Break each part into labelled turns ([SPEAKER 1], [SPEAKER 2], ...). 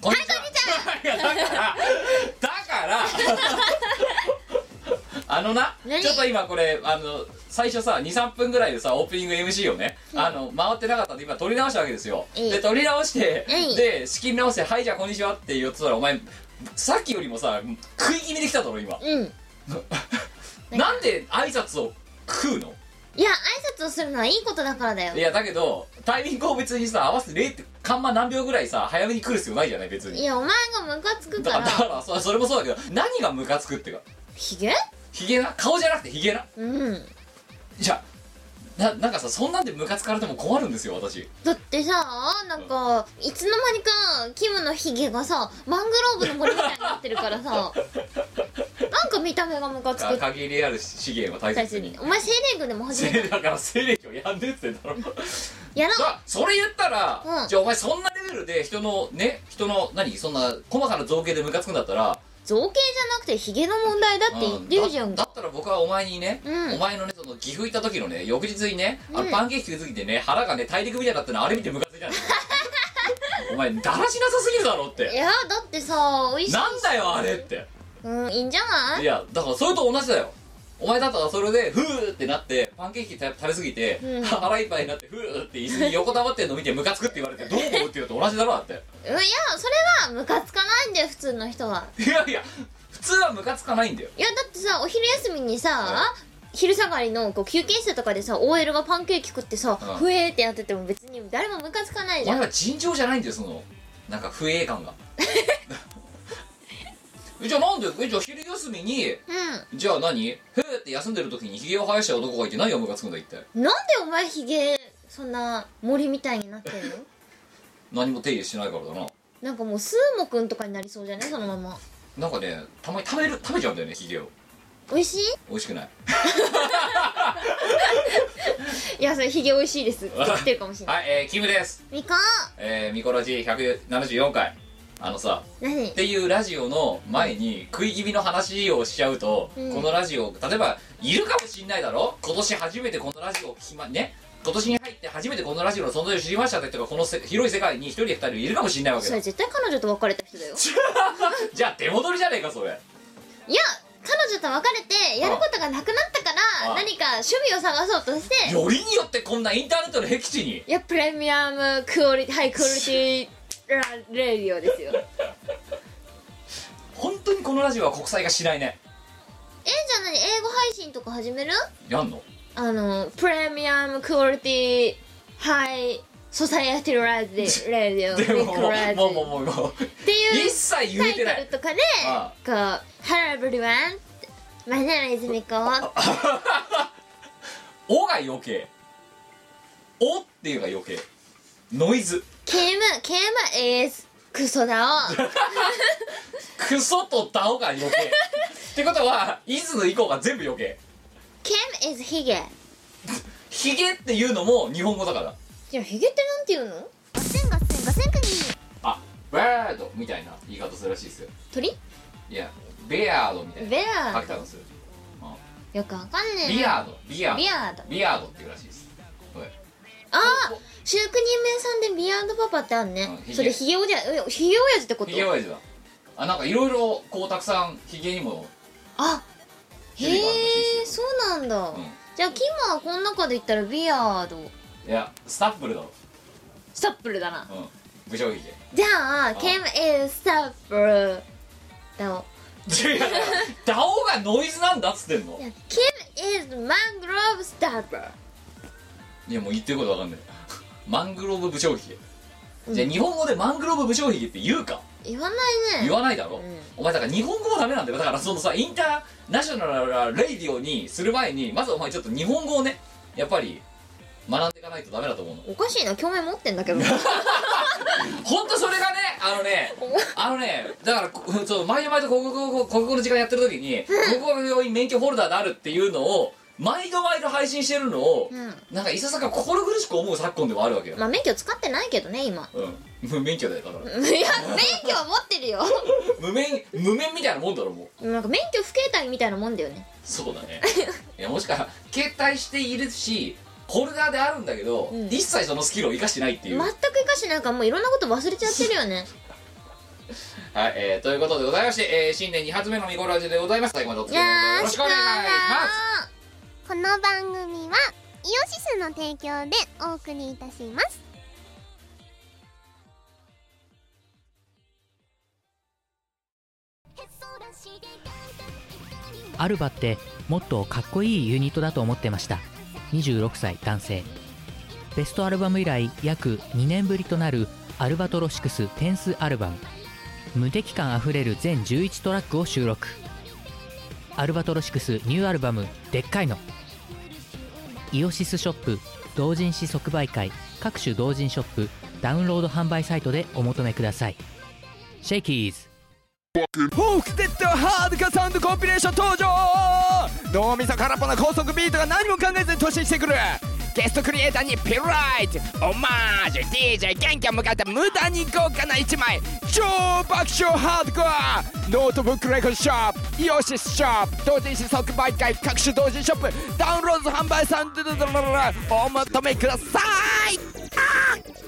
[SPEAKER 1] こんにちはいやだからだからあのな
[SPEAKER 2] 何
[SPEAKER 1] ちょっと今これあの最初さ23分ぐらいでさオープニング MC をね、あの回ってなかったんで今撮り直したわけですよ、
[SPEAKER 2] ええ
[SPEAKER 1] で撮り直して、
[SPEAKER 2] ええ
[SPEAKER 1] で仕切り直して「はいじゃあこんにちは」って言ってたらお前さっきよりもさ食い気味できただろ今
[SPEAKER 2] うん
[SPEAKER 1] なんで挨拶を食うの
[SPEAKER 2] いや挨拶をするのはいいことだからだよ
[SPEAKER 1] いやだけどタイミングを別にさ合わせて0ってカンマ何秒ぐらいさ早めに来る必要ないじゃない別
[SPEAKER 2] い
[SPEAKER 1] に
[SPEAKER 2] やお前がムカつく
[SPEAKER 1] だ
[SPEAKER 2] か
[SPEAKER 1] からだ
[SPEAKER 2] ら
[SPEAKER 1] からそそれもそうだけど何がムカつくってか
[SPEAKER 2] ひげ
[SPEAKER 1] ヒゲな顔じゃなくてヒゲな
[SPEAKER 2] うん
[SPEAKER 1] じゃななんかさそんなんでムカつかれても困るんですよ私
[SPEAKER 2] だってさなんかいつの間にかキムのひげがさマングローブの森みたいになってるか らさなんか見た目がムカつく
[SPEAKER 1] か限りある資源を大
[SPEAKER 2] 最
[SPEAKER 1] 切
[SPEAKER 2] 初
[SPEAKER 1] に
[SPEAKER 2] にお前精霊軍でも始め
[SPEAKER 1] せだから精霊教やんでってんだろ
[SPEAKER 2] やろう
[SPEAKER 1] だそれ言ったら、
[SPEAKER 2] うん
[SPEAKER 1] じゃあお前そんなレベルで人のね人の何そんな細かな造形でムカつくんだったら
[SPEAKER 2] 造形じゃなくてヒゲの問題だって言ってるじゃ
[SPEAKER 1] うん
[SPEAKER 2] ん
[SPEAKER 1] だ
[SPEAKER 2] か
[SPEAKER 1] だったら僕はお前にね、
[SPEAKER 2] うん
[SPEAKER 1] お前のねその岐阜行った時のね翌日にね、あ
[SPEAKER 2] うん
[SPEAKER 1] のパンケーキ食いすぎてね腹がね大陸みたいだったのあれ見てムカついたんだ よお前だらしなさすぎるだろっ
[SPEAKER 2] い
[SPEAKER 1] て
[SPEAKER 2] やだってさ美味しいし
[SPEAKER 1] なんだよあれって
[SPEAKER 2] うんいいんじゃな い
[SPEAKER 1] いやだからそれと同じだよお前だったらそれでフーってなってパンケーキ食べすぎて、
[SPEAKER 2] うん
[SPEAKER 1] 腹いっぱいになってフーって椅子に横たわってんの見てムカつくって言われてどう思うっていうのと同じだろだって
[SPEAKER 2] うんいやそれはムカつかないんだよ普通の人はい
[SPEAKER 1] やいや普通はムカつかないんだよ
[SPEAKER 2] いやだってさお昼休みにさ昼下がりのこう休憩室とかでさ OL がパンケーキ食ってさ、
[SPEAKER 1] うん
[SPEAKER 2] ふえーってやってても別に誰もムカつかない
[SPEAKER 1] お
[SPEAKER 2] じゃ
[SPEAKER 1] 前
[SPEAKER 2] ん
[SPEAKER 1] は尋常じゃないんだよそのなんか不栄感が えじゃあなんでえじゃあ昼休みに
[SPEAKER 2] う
[SPEAKER 1] じゃあ何へーって休んでる時にひげを生やした男がいて何がムカつくんだ一体
[SPEAKER 2] んなんでお前ヒゲそんな森みたいになってるの
[SPEAKER 1] 何も手入れしてないからだな
[SPEAKER 2] なんかもうスーモくんとかになりそうじゃないそのまま
[SPEAKER 1] なんかねたまに食べる食べちゃうんだよねひげを
[SPEAKER 2] 美味しい
[SPEAKER 1] 美味しくない
[SPEAKER 2] いやそれヒゲ美味しいです って言ってるかもしれない
[SPEAKER 1] はいえー、キムです
[SPEAKER 2] みか
[SPEAKER 1] えー、ミコラジー174回あのさ
[SPEAKER 2] 何
[SPEAKER 1] っていうラジオの前に食い気味の話をしちゃうと、
[SPEAKER 2] うん
[SPEAKER 1] このラジオ例えばいるかもしんないだろ今年初めてこのラジオを聞きまね今年に入って初めてこのラジオの存在を知りましたって人がこのせ広い世界に一人や二人いるかもしんないわけ
[SPEAKER 2] そ
[SPEAKER 1] だ
[SPEAKER 2] れ絶対彼女と別れた人だよ
[SPEAKER 1] じゃあ出戻りじゃねえかそれ
[SPEAKER 2] いや彼女と別れてやることがなくなったか
[SPEAKER 1] あ
[SPEAKER 2] ら
[SPEAKER 1] あ
[SPEAKER 2] 何か趣味を探そうとして
[SPEAKER 1] よりによってこんなインターネットの僻地に
[SPEAKER 2] いやプレミアムクオリティハイクオリティラレディオです よえじ
[SPEAKER 1] 本当にこのラジオは国際化しないね
[SPEAKER 2] ゃあ何英語配信とか始める
[SPEAKER 1] やんの
[SPEAKER 2] あのプレミアムクオリティハイソサエティラディレディ オ
[SPEAKER 1] でももうもう
[SPEAKER 2] ラディオっ
[SPEAKER 1] もうもうもう
[SPEAKER 2] て
[SPEAKER 1] 一
[SPEAKER 2] いう
[SPEAKER 1] 切言
[SPEAKER 2] タ
[SPEAKER 1] えてな
[SPEAKER 2] イトル
[SPEAKER 1] い
[SPEAKER 2] とかで
[SPEAKER 1] あ
[SPEAKER 2] こう「Hello everyone」「My name is Miko」
[SPEAKER 1] 「お」が余計「お」っていうのが余計ノイズ
[SPEAKER 2] 「Kim Kim is クソだお」
[SPEAKER 1] クソとダオが 余計ってことはイズの以降が全部余計
[SPEAKER 2] 「Kim is ヒゲ」
[SPEAKER 1] ヒゲっていうのも日本語だから
[SPEAKER 2] いやヒゲってなんて言うのガセンガセンガセンクニー
[SPEAKER 1] あバードみたいな言い方するらしいですよ
[SPEAKER 2] 鳥
[SPEAKER 1] いやベアードみたいな
[SPEAKER 2] ベアード
[SPEAKER 1] 書き方をするう
[SPEAKER 2] よくわかんねえ
[SPEAKER 1] ん
[SPEAKER 2] な
[SPEAKER 1] ビアードビアード
[SPEAKER 2] ビアード
[SPEAKER 1] ビアードっていうらしいですはい
[SPEAKER 2] ああ修復人名さんでビアードパパってあんね
[SPEAKER 1] うんヒゲ
[SPEAKER 2] それヒゲおじゃえヒゲおやじってこと
[SPEAKER 1] ヒゲ親父だあなんかいろいろこうたくさんヒゲにも
[SPEAKER 2] あ
[SPEAKER 1] 種類があるらしい
[SPEAKER 2] へ
[SPEAKER 1] で
[SPEAKER 2] え
[SPEAKER 1] す
[SPEAKER 2] そうなんだ、
[SPEAKER 1] ん
[SPEAKER 2] じゃあキムはこの中で言ったらビアード
[SPEAKER 1] いやスタッフルだろ
[SPEAKER 2] スタップルだな
[SPEAKER 1] うん武 将ヒゲ
[SPEAKER 2] じゃあキム is スタップルだお
[SPEAKER 1] 違うダオがノイズなんだっつってんの
[SPEAKER 2] いやキム is マングローブスタップル
[SPEAKER 1] いやもう言ってることわかんないマングローブ武将ヒゲじゃあ日本語でマングローブ武将ヒゲって言うか
[SPEAKER 2] 言わないね
[SPEAKER 1] 言わないだろ、
[SPEAKER 2] うん
[SPEAKER 1] お前だから日本語もダメなんだよだからそのさインターナショナルレイディオにする前にまずお前ちょっと日本語をねやっぱり学んでいかないとダメだと思うの
[SPEAKER 2] おかしいな共鳴持ってんだ けど
[SPEAKER 1] ほんとそれがねあの ねあのねだからこそう毎度毎度国語国語の時間やってる時に国語の病院免許ホルダーであるっていうのを毎度毎度配信してるのを、
[SPEAKER 2] うん
[SPEAKER 1] なんかいささか心苦しく思う昨今ではあるわけよ、
[SPEAKER 2] まあ免許使ってないけどね今
[SPEAKER 1] うん無免許だよだから
[SPEAKER 2] いや免許は持っ てるよ
[SPEAKER 1] 無免無免みたいなもんだろもう
[SPEAKER 2] なんか免許不携帯みたいなもんだよね
[SPEAKER 1] そうだ ねいやもしか携帯しているしホルダーであるんだけど、
[SPEAKER 2] ん
[SPEAKER 1] 一切そのスキルを生かしてないっていう、
[SPEAKER 2] 全く生かしてないからもういろんなこと忘れちゃってるよね
[SPEAKER 1] はい、えー、ということでございまして、えー、新年2発目のミコラジでございます最後までお付き合いのほどよろしくお願いします
[SPEAKER 3] この番組はイオシスの提供でお送りいたします
[SPEAKER 4] アルバってもっとかっこいいユニットだと思ってました26歳男性ベストアルバム以来約2年ぶりとなるアルバトロシクステンスアルバム無敵感あふれる全11トラックを収録アルバトロシクスニューアルバム「でっかいの」イオシスショップ同人誌即売会各種同人ショップダウンロード販売サイトでお求めくださいシェイキーズ
[SPEAKER 5] フォークテッドハードカサウンドコンピレーション登場脳みそ空っぽな高速ビートが何も考えずに突進してくるゲストクリエイターにピルライトオマージュ DJ キャンキャン向かった無駄に豪華な1枚超爆笑ハードコアノートブックレコードショップイオシスショップ同人誌即売会各種同人ショップダウンロード販売サウンドドドドドドお求めください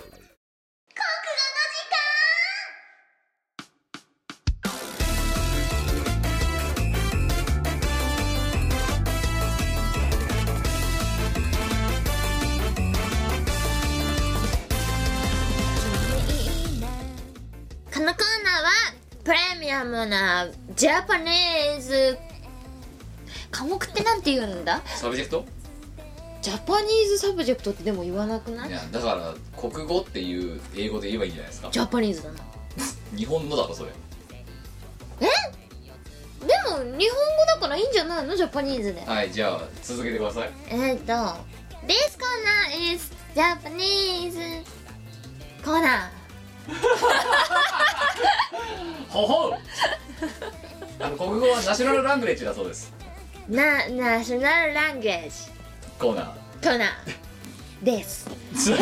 [SPEAKER 2] このコーナーはプレミアムなジャパネーズ科目ってなんて言うんだ
[SPEAKER 1] サブジェクト
[SPEAKER 2] ジャパニーズサブジェクトってでも言わなくないい
[SPEAKER 1] やだから国語っていう英語で言えばいいんじゃないですか
[SPEAKER 2] ジャパニーズだな
[SPEAKER 1] 日本のだろそれ
[SPEAKER 2] えでも日本語だからいいんじゃないのジャパニーズで
[SPEAKER 1] はいじゃあ続けてください
[SPEAKER 2] えー、っと This corner is Japanese コーナー
[SPEAKER 1] ほほうあの国語はナショナルラングレッジだそうです
[SPEAKER 2] なナショナルランゲージ
[SPEAKER 1] コーナ
[SPEAKER 2] コーナーです
[SPEAKER 1] ー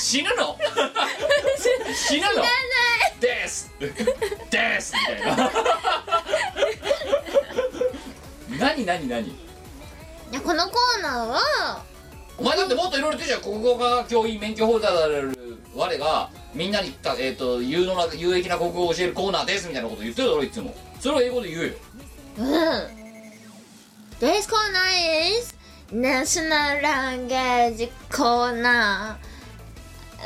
[SPEAKER 1] 死ぬの死ぬのですですみたいな何何何
[SPEAKER 2] いやこのコーナーは
[SPEAKER 1] お前だってもっといろいろ言ってるじゃん国語科教員免許ホルダーである我がみんなにた、えー、と有能な有益な国語を教えるコーナーですみたいなこと言ってるだろいつもそれを英語で言えよ
[SPEAKER 2] うん。This corner is National Language Corner.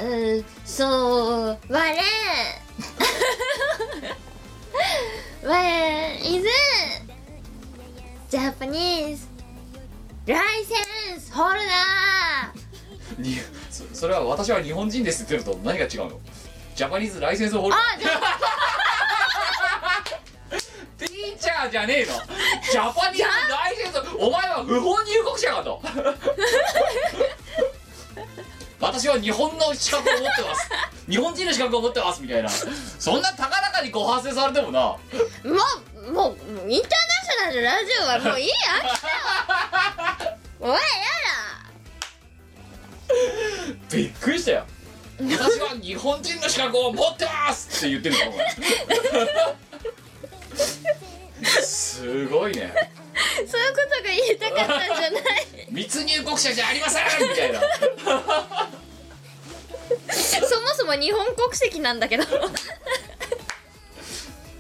[SPEAKER 2] うん、そう、我我 is Japanese license holder.
[SPEAKER 1] にそそれは私は日本人ですって言ってると何が違うのジャパニーズライセンスホルダー
[SPEAKER 2] あ、じゃあ、
[SPEAKER 1] ティーチャーじゃねえのジャパニーズライセンスお前は不法入国者かと私は日本の資格を持ってます日本人の資格を持ってますみたいなそんな高々にご発声されてもな
[SPEAKER 2] もう、もう、もうインターナショナルのラジオはもういいよ、飽きたわ。おい、やだ。
[SPEAKER 1] びっくりしたよ私は日本人の資格を持ってますって言ってるのお前すごいね
[SPEAKER 2] そういうことが言いたかったんじゃない
[SPEAKER 1] 密入国者じゃありませんみたいな
[SPEAKER 2] そもそも日本国籍なんだけど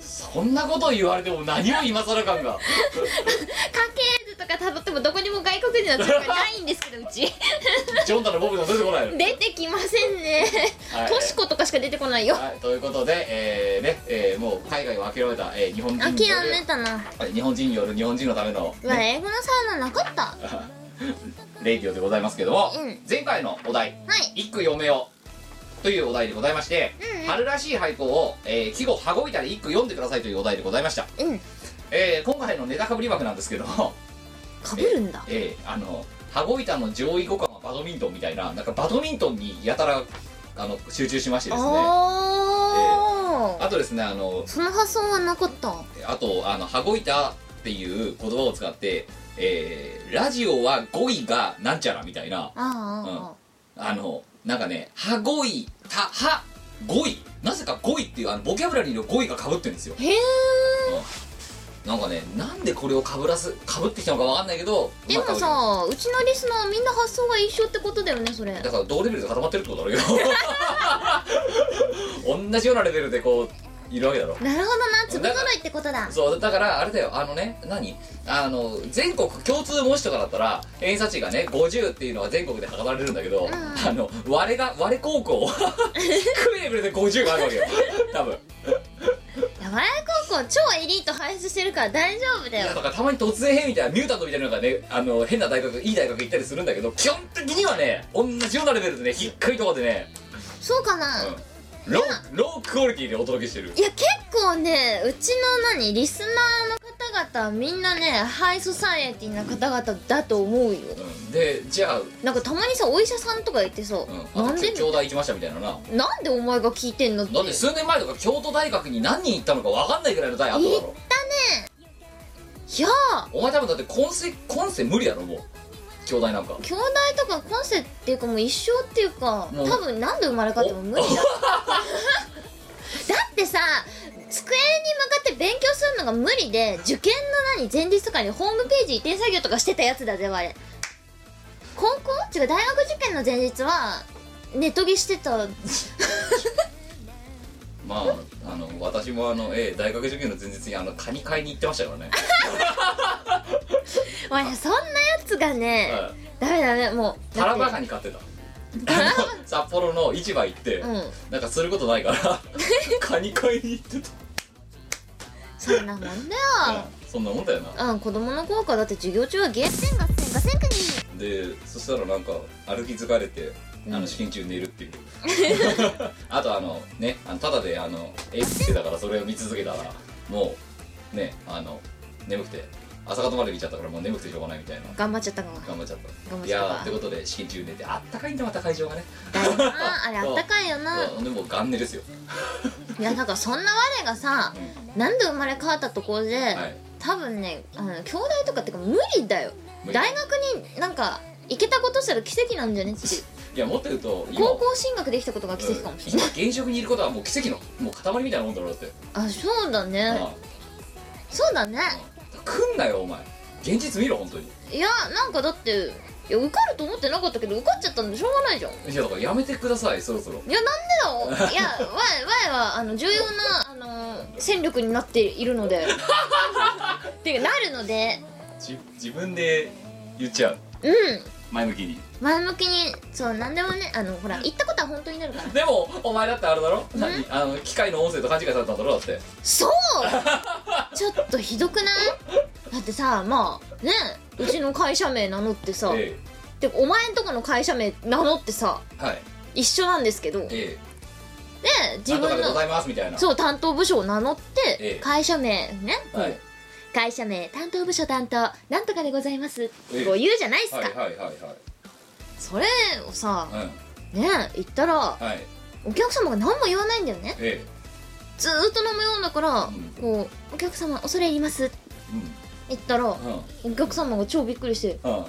[SPEAKER 1] そんなこと言われても何を今更感が
[SPEAKER 2] 家系図とかたどってもどこにも外国人の強がないんですけどうち
[SPEAKER 1] ジョンタのボブの出てこないの
[SPEAKER 2] 出てきませんね
[SPEAKER 1] はい
[SPEAKER 2] トシコとかしか出てこないよ
[SPEAKER 1] はい、ということで、えーねえーもう海外を諦めた、えー日本人
[SPEAKER 2] 諦
[SPEAKER 1] による
[SPEAKER 2] めたな
[SPEAKER 1] はい日本人による日本人のための、
[SPEAKER 2] うわ英語のサウナなかったは
[SPEAKER 1] レイディオでございますけども、
[SPEAKER 2] うん
[SPEAKER 1] 前回のお題「
[SPEAKER 2] い
[SPEAKER 1] 一句読めよ」というお題でございまして、
[SPEAKER 2] うんうん
[SPEAKER 1] 春らしい俳句を、えー季語羽子板で一句読んでくださいというお題でございました、
[SPEAKER 2] うん
[SPEAKER 1] えー今回のネタかぶり枠なんですけども
[SPEAKER 2] かぶるんだ
[SPEAKER 1] えーあの羽子板の上位互換はバドミントンみたいななんかバドミントンにやたらあの集中しましてですね
[SPEAKER 2] あー
[SPEAKER 1] あとですねあの
[SPEAKER 2] その発想はなかった
[SPEAKER 1] あとあの羽子板っていう言葉を使って、えーラジオは語彙がなんちゃらみたいな
[SPEAKER 2] あ
[SPEAKER 1] あのなんかね羽語彙たは語彙なぜか語彙っていうあのボキャブラリーの語彙がかぶってるんですよ
[SPEAKER 2] ーへえ
[SPEAKER 1] なんかねなんでこれをかぶらすかぶってきたのかわかんないけど
[SPEAKER 2] でも
[SPEAKER 1] まあ
[SPEAKER 2] さうちのリスナーみんな発想が一緒ってことだよねそれ
[SPEAKER 1] だから同レベルで固まってるってことだろうよ同じようなレベルでこういるわけだろ
[SPEAKER 2] なるほどな粒揃いってことだ
[SPEAKER 1] そうだからあれだよあのね何あの全国共通模試とかだったら偏差値がね50っていうのは全国で測られるんだけど、あの我が我高校 は低いレベルで50があるわけよ多分
[SPEAKER 2] やばい高校超エリート輩出してるから大丈夫だ
[SPEAKER 1] いや
[SPEAKER 2] よ
[SPEAKER 1] だからたまに突然変みたいなミュータントみたいなのがねあの変な大学いい大学行ったりするんだけど基本的にはね同じようなレベルでね低いところでね、
[SPEAKER 2] そうかな、
[SPEAKER 1] うん、ローロークオリティでお届けしてる
[SPEAKER 2] いや結構ねうちの何リスナーの方々はみんなねハイソサイエティな方々だと思うよ
[SPEAKER 1] うんでじゃあ、
[SPEAKER 2] なんかたまにさお医者さんとか言ってさ、
[SPEAKER 1] うん、
[SPEAKER 2] な
[SPEAKER 1] あ
[SPEAKER 2] ん
[SPEAKER 1] と
[SPEAKER 2] で
[SPEAKER 1] 兄弟行きましたみたいなな
[SPEAKER 2] なんでお前が聞いてんのって
[SPEAKER 1] だって数年前とか京都大学に何人行ったのか分かんないぐらいの代あっただろ
[SPEAKER 2] いやー
[SPEAKER 1] お前多分だって今世今世無理やろもう兄弟なんか
[SPEAKER 2] 兄弟とか今世っていうかもう一生っていうか
[SPEAKER 1] もう
[SPEAKER 2] 多分何で生まれ変わっても無理 だだってさ机に向かって勉強するのが無理で受験の何前日とかにホームページ移転作業とかしてたやつだぜあれ高校違う大学受験の前日はネトゲしてた
[SPEAKER 1] まああの私もあの、ええ大学受験の前日にあのカニ買いに行ってましたからね、
[SPEAKER 2] お前そんなやつがね、
[SPEAKER 1] は
[SPEAKER 2] ダメダメもう
[SPEAKER 1] い、タラバ
[SPEAKER 2] だっ
[SPEAKER 1] カニ買って たあの札幌の市場行って、
[SPEAKER 2] てうん
[SPEAKER 1] なんかすることない からカニ買いに行ってた
[SPEAKER 2] そんなもんだよ、
[SPEAKER 1] うんそんなもんだよな
[SPEAKER 2] うん、子供の頃からだって授業中はゲーム
[SPEAKER 3] 千五千五千国
[SPEAKER 1] でそしたらなんか歩き疲れてあの試験中寝るって いう、あとあのねあのただであの絵ってだからそれを見続けたらもうねあの眠くて朝方まで見ちゃったからもう眠くてしょうがないみたいな
[SPEAKER 2] 頑張っちゃったかも
[SPEAKER 1] 頑張っちゃっ
[SPEAKER 2] 頑
[SPEAKER 1] た
[SPEAKER 2] 張っ
[SPEAKER 1] い
[SPEAKER 2] ちゃ
[SPEAKER 1] や
[SPEAKER 2] った
[SPEAKER 1] ーってことで試験中寝てあったかいんだまた会場がね
[SPEAKER 2] だよなあれあったかいよな
[SPEAKER 1] うんでもガン寝ですよ
[SPEAKER 2] いやなんかそんな我がさ
[SPEAKER 1] う
[SPEAKER 2] なんで生まれ変わったところで、
[SPEAKER 1] はい
[SPEAKER 2] 多分ねあの兄弟とかってか無理だよ
[SPEAKER 1] 無理
[SPEAKER 2] 大学になんか行けたことしたら奇跡なんじゃねっていう
[SPEAKER 1] いやもっと言うと今
[SPEAKER 2] 高校進学できたことが奇跡かもしれ
[SPEAKER 1] うん今現職にいることはもう奇跡のもう塊みたいなもんだろうだって、
[SPEAKER 2] ない、あそうだ
[SPEAKER 1] うん
[SPEAKER 2] ねそうだね
[SPEAKER 1] 来んなよお前現実見ろ本当に
[SPEAKER 2] いやなんかだっていや受かると思ってなかったけど受かっちゃったんでしょうがないじゃん
[SPEAKER 1] いやだからやめてくださいそろそろ
[SPEAKER 2] いやなんで だろういやわいわいはあの重要なあの戦力になっているの でっていうかなるので
[SPEAKER 1] じ自分で言っちゃう
[SPEAKER 2] うん
[SPEAKER 1] 前向きに
[SPEAKER 2] 前向きにそう何でもねあのほら言ったことは本当になる から
[SPEAKER 1] でもお前だってあれだろ何あの機械の音声と勘違いされたんだろだって
[SPEAKER 2] そうちょっとひどくないだってさまあねうちの会社名名乗ってさ、
[SPEAKER 1] え
[SPEAKER 2] でお前んとこの会社名名乗ってさ
[SPEAKER 1] えはい
[SPEAKER 2] 一緒なんですけどで
[SPEAKER 1] ええ
[SPEAKER 2] 自
[SPEAKER 1] なんと
[SPEAKER 2] 分
[SPEAKER 1] かでござ
[SPEAKER 2] の
[SPEAKER 1] いますみたいな
[SPEAKER 2] そう担当部署を名乗って、
[SPEAKER 1] ええ
[SPEAKER 2] 会社名ね、
[SPEAKER 1] はい
[SPEAKER 2] 会社名担当部署担当なんとかでございます
[SPEAKER 1] ええ
[SPEAKER 2] こう言うじゃないですか、
[SPEAKER 1] はいはいはいは
[SPEAKER 2] それをさ
[SPEAKER 1] い
[SPEAKER 2] ね言ったら
[SPEAKER 1] うんはい
[SPEAKER 2] お客様が何も言わないんだよね
[SPEAKER 1] ええ
[SPEAKER 2] ずーっと飲むようだから、
[SPEAKER 1] ん
[SPEAKER 2] こう「お客様恐れ入ります」って言ったら、
[SPEAKER 1] うんうん
[SPEAKER 2] お客様が超びっくりして
[SPEAKER 1] うん
[SPEAKER 2] 「は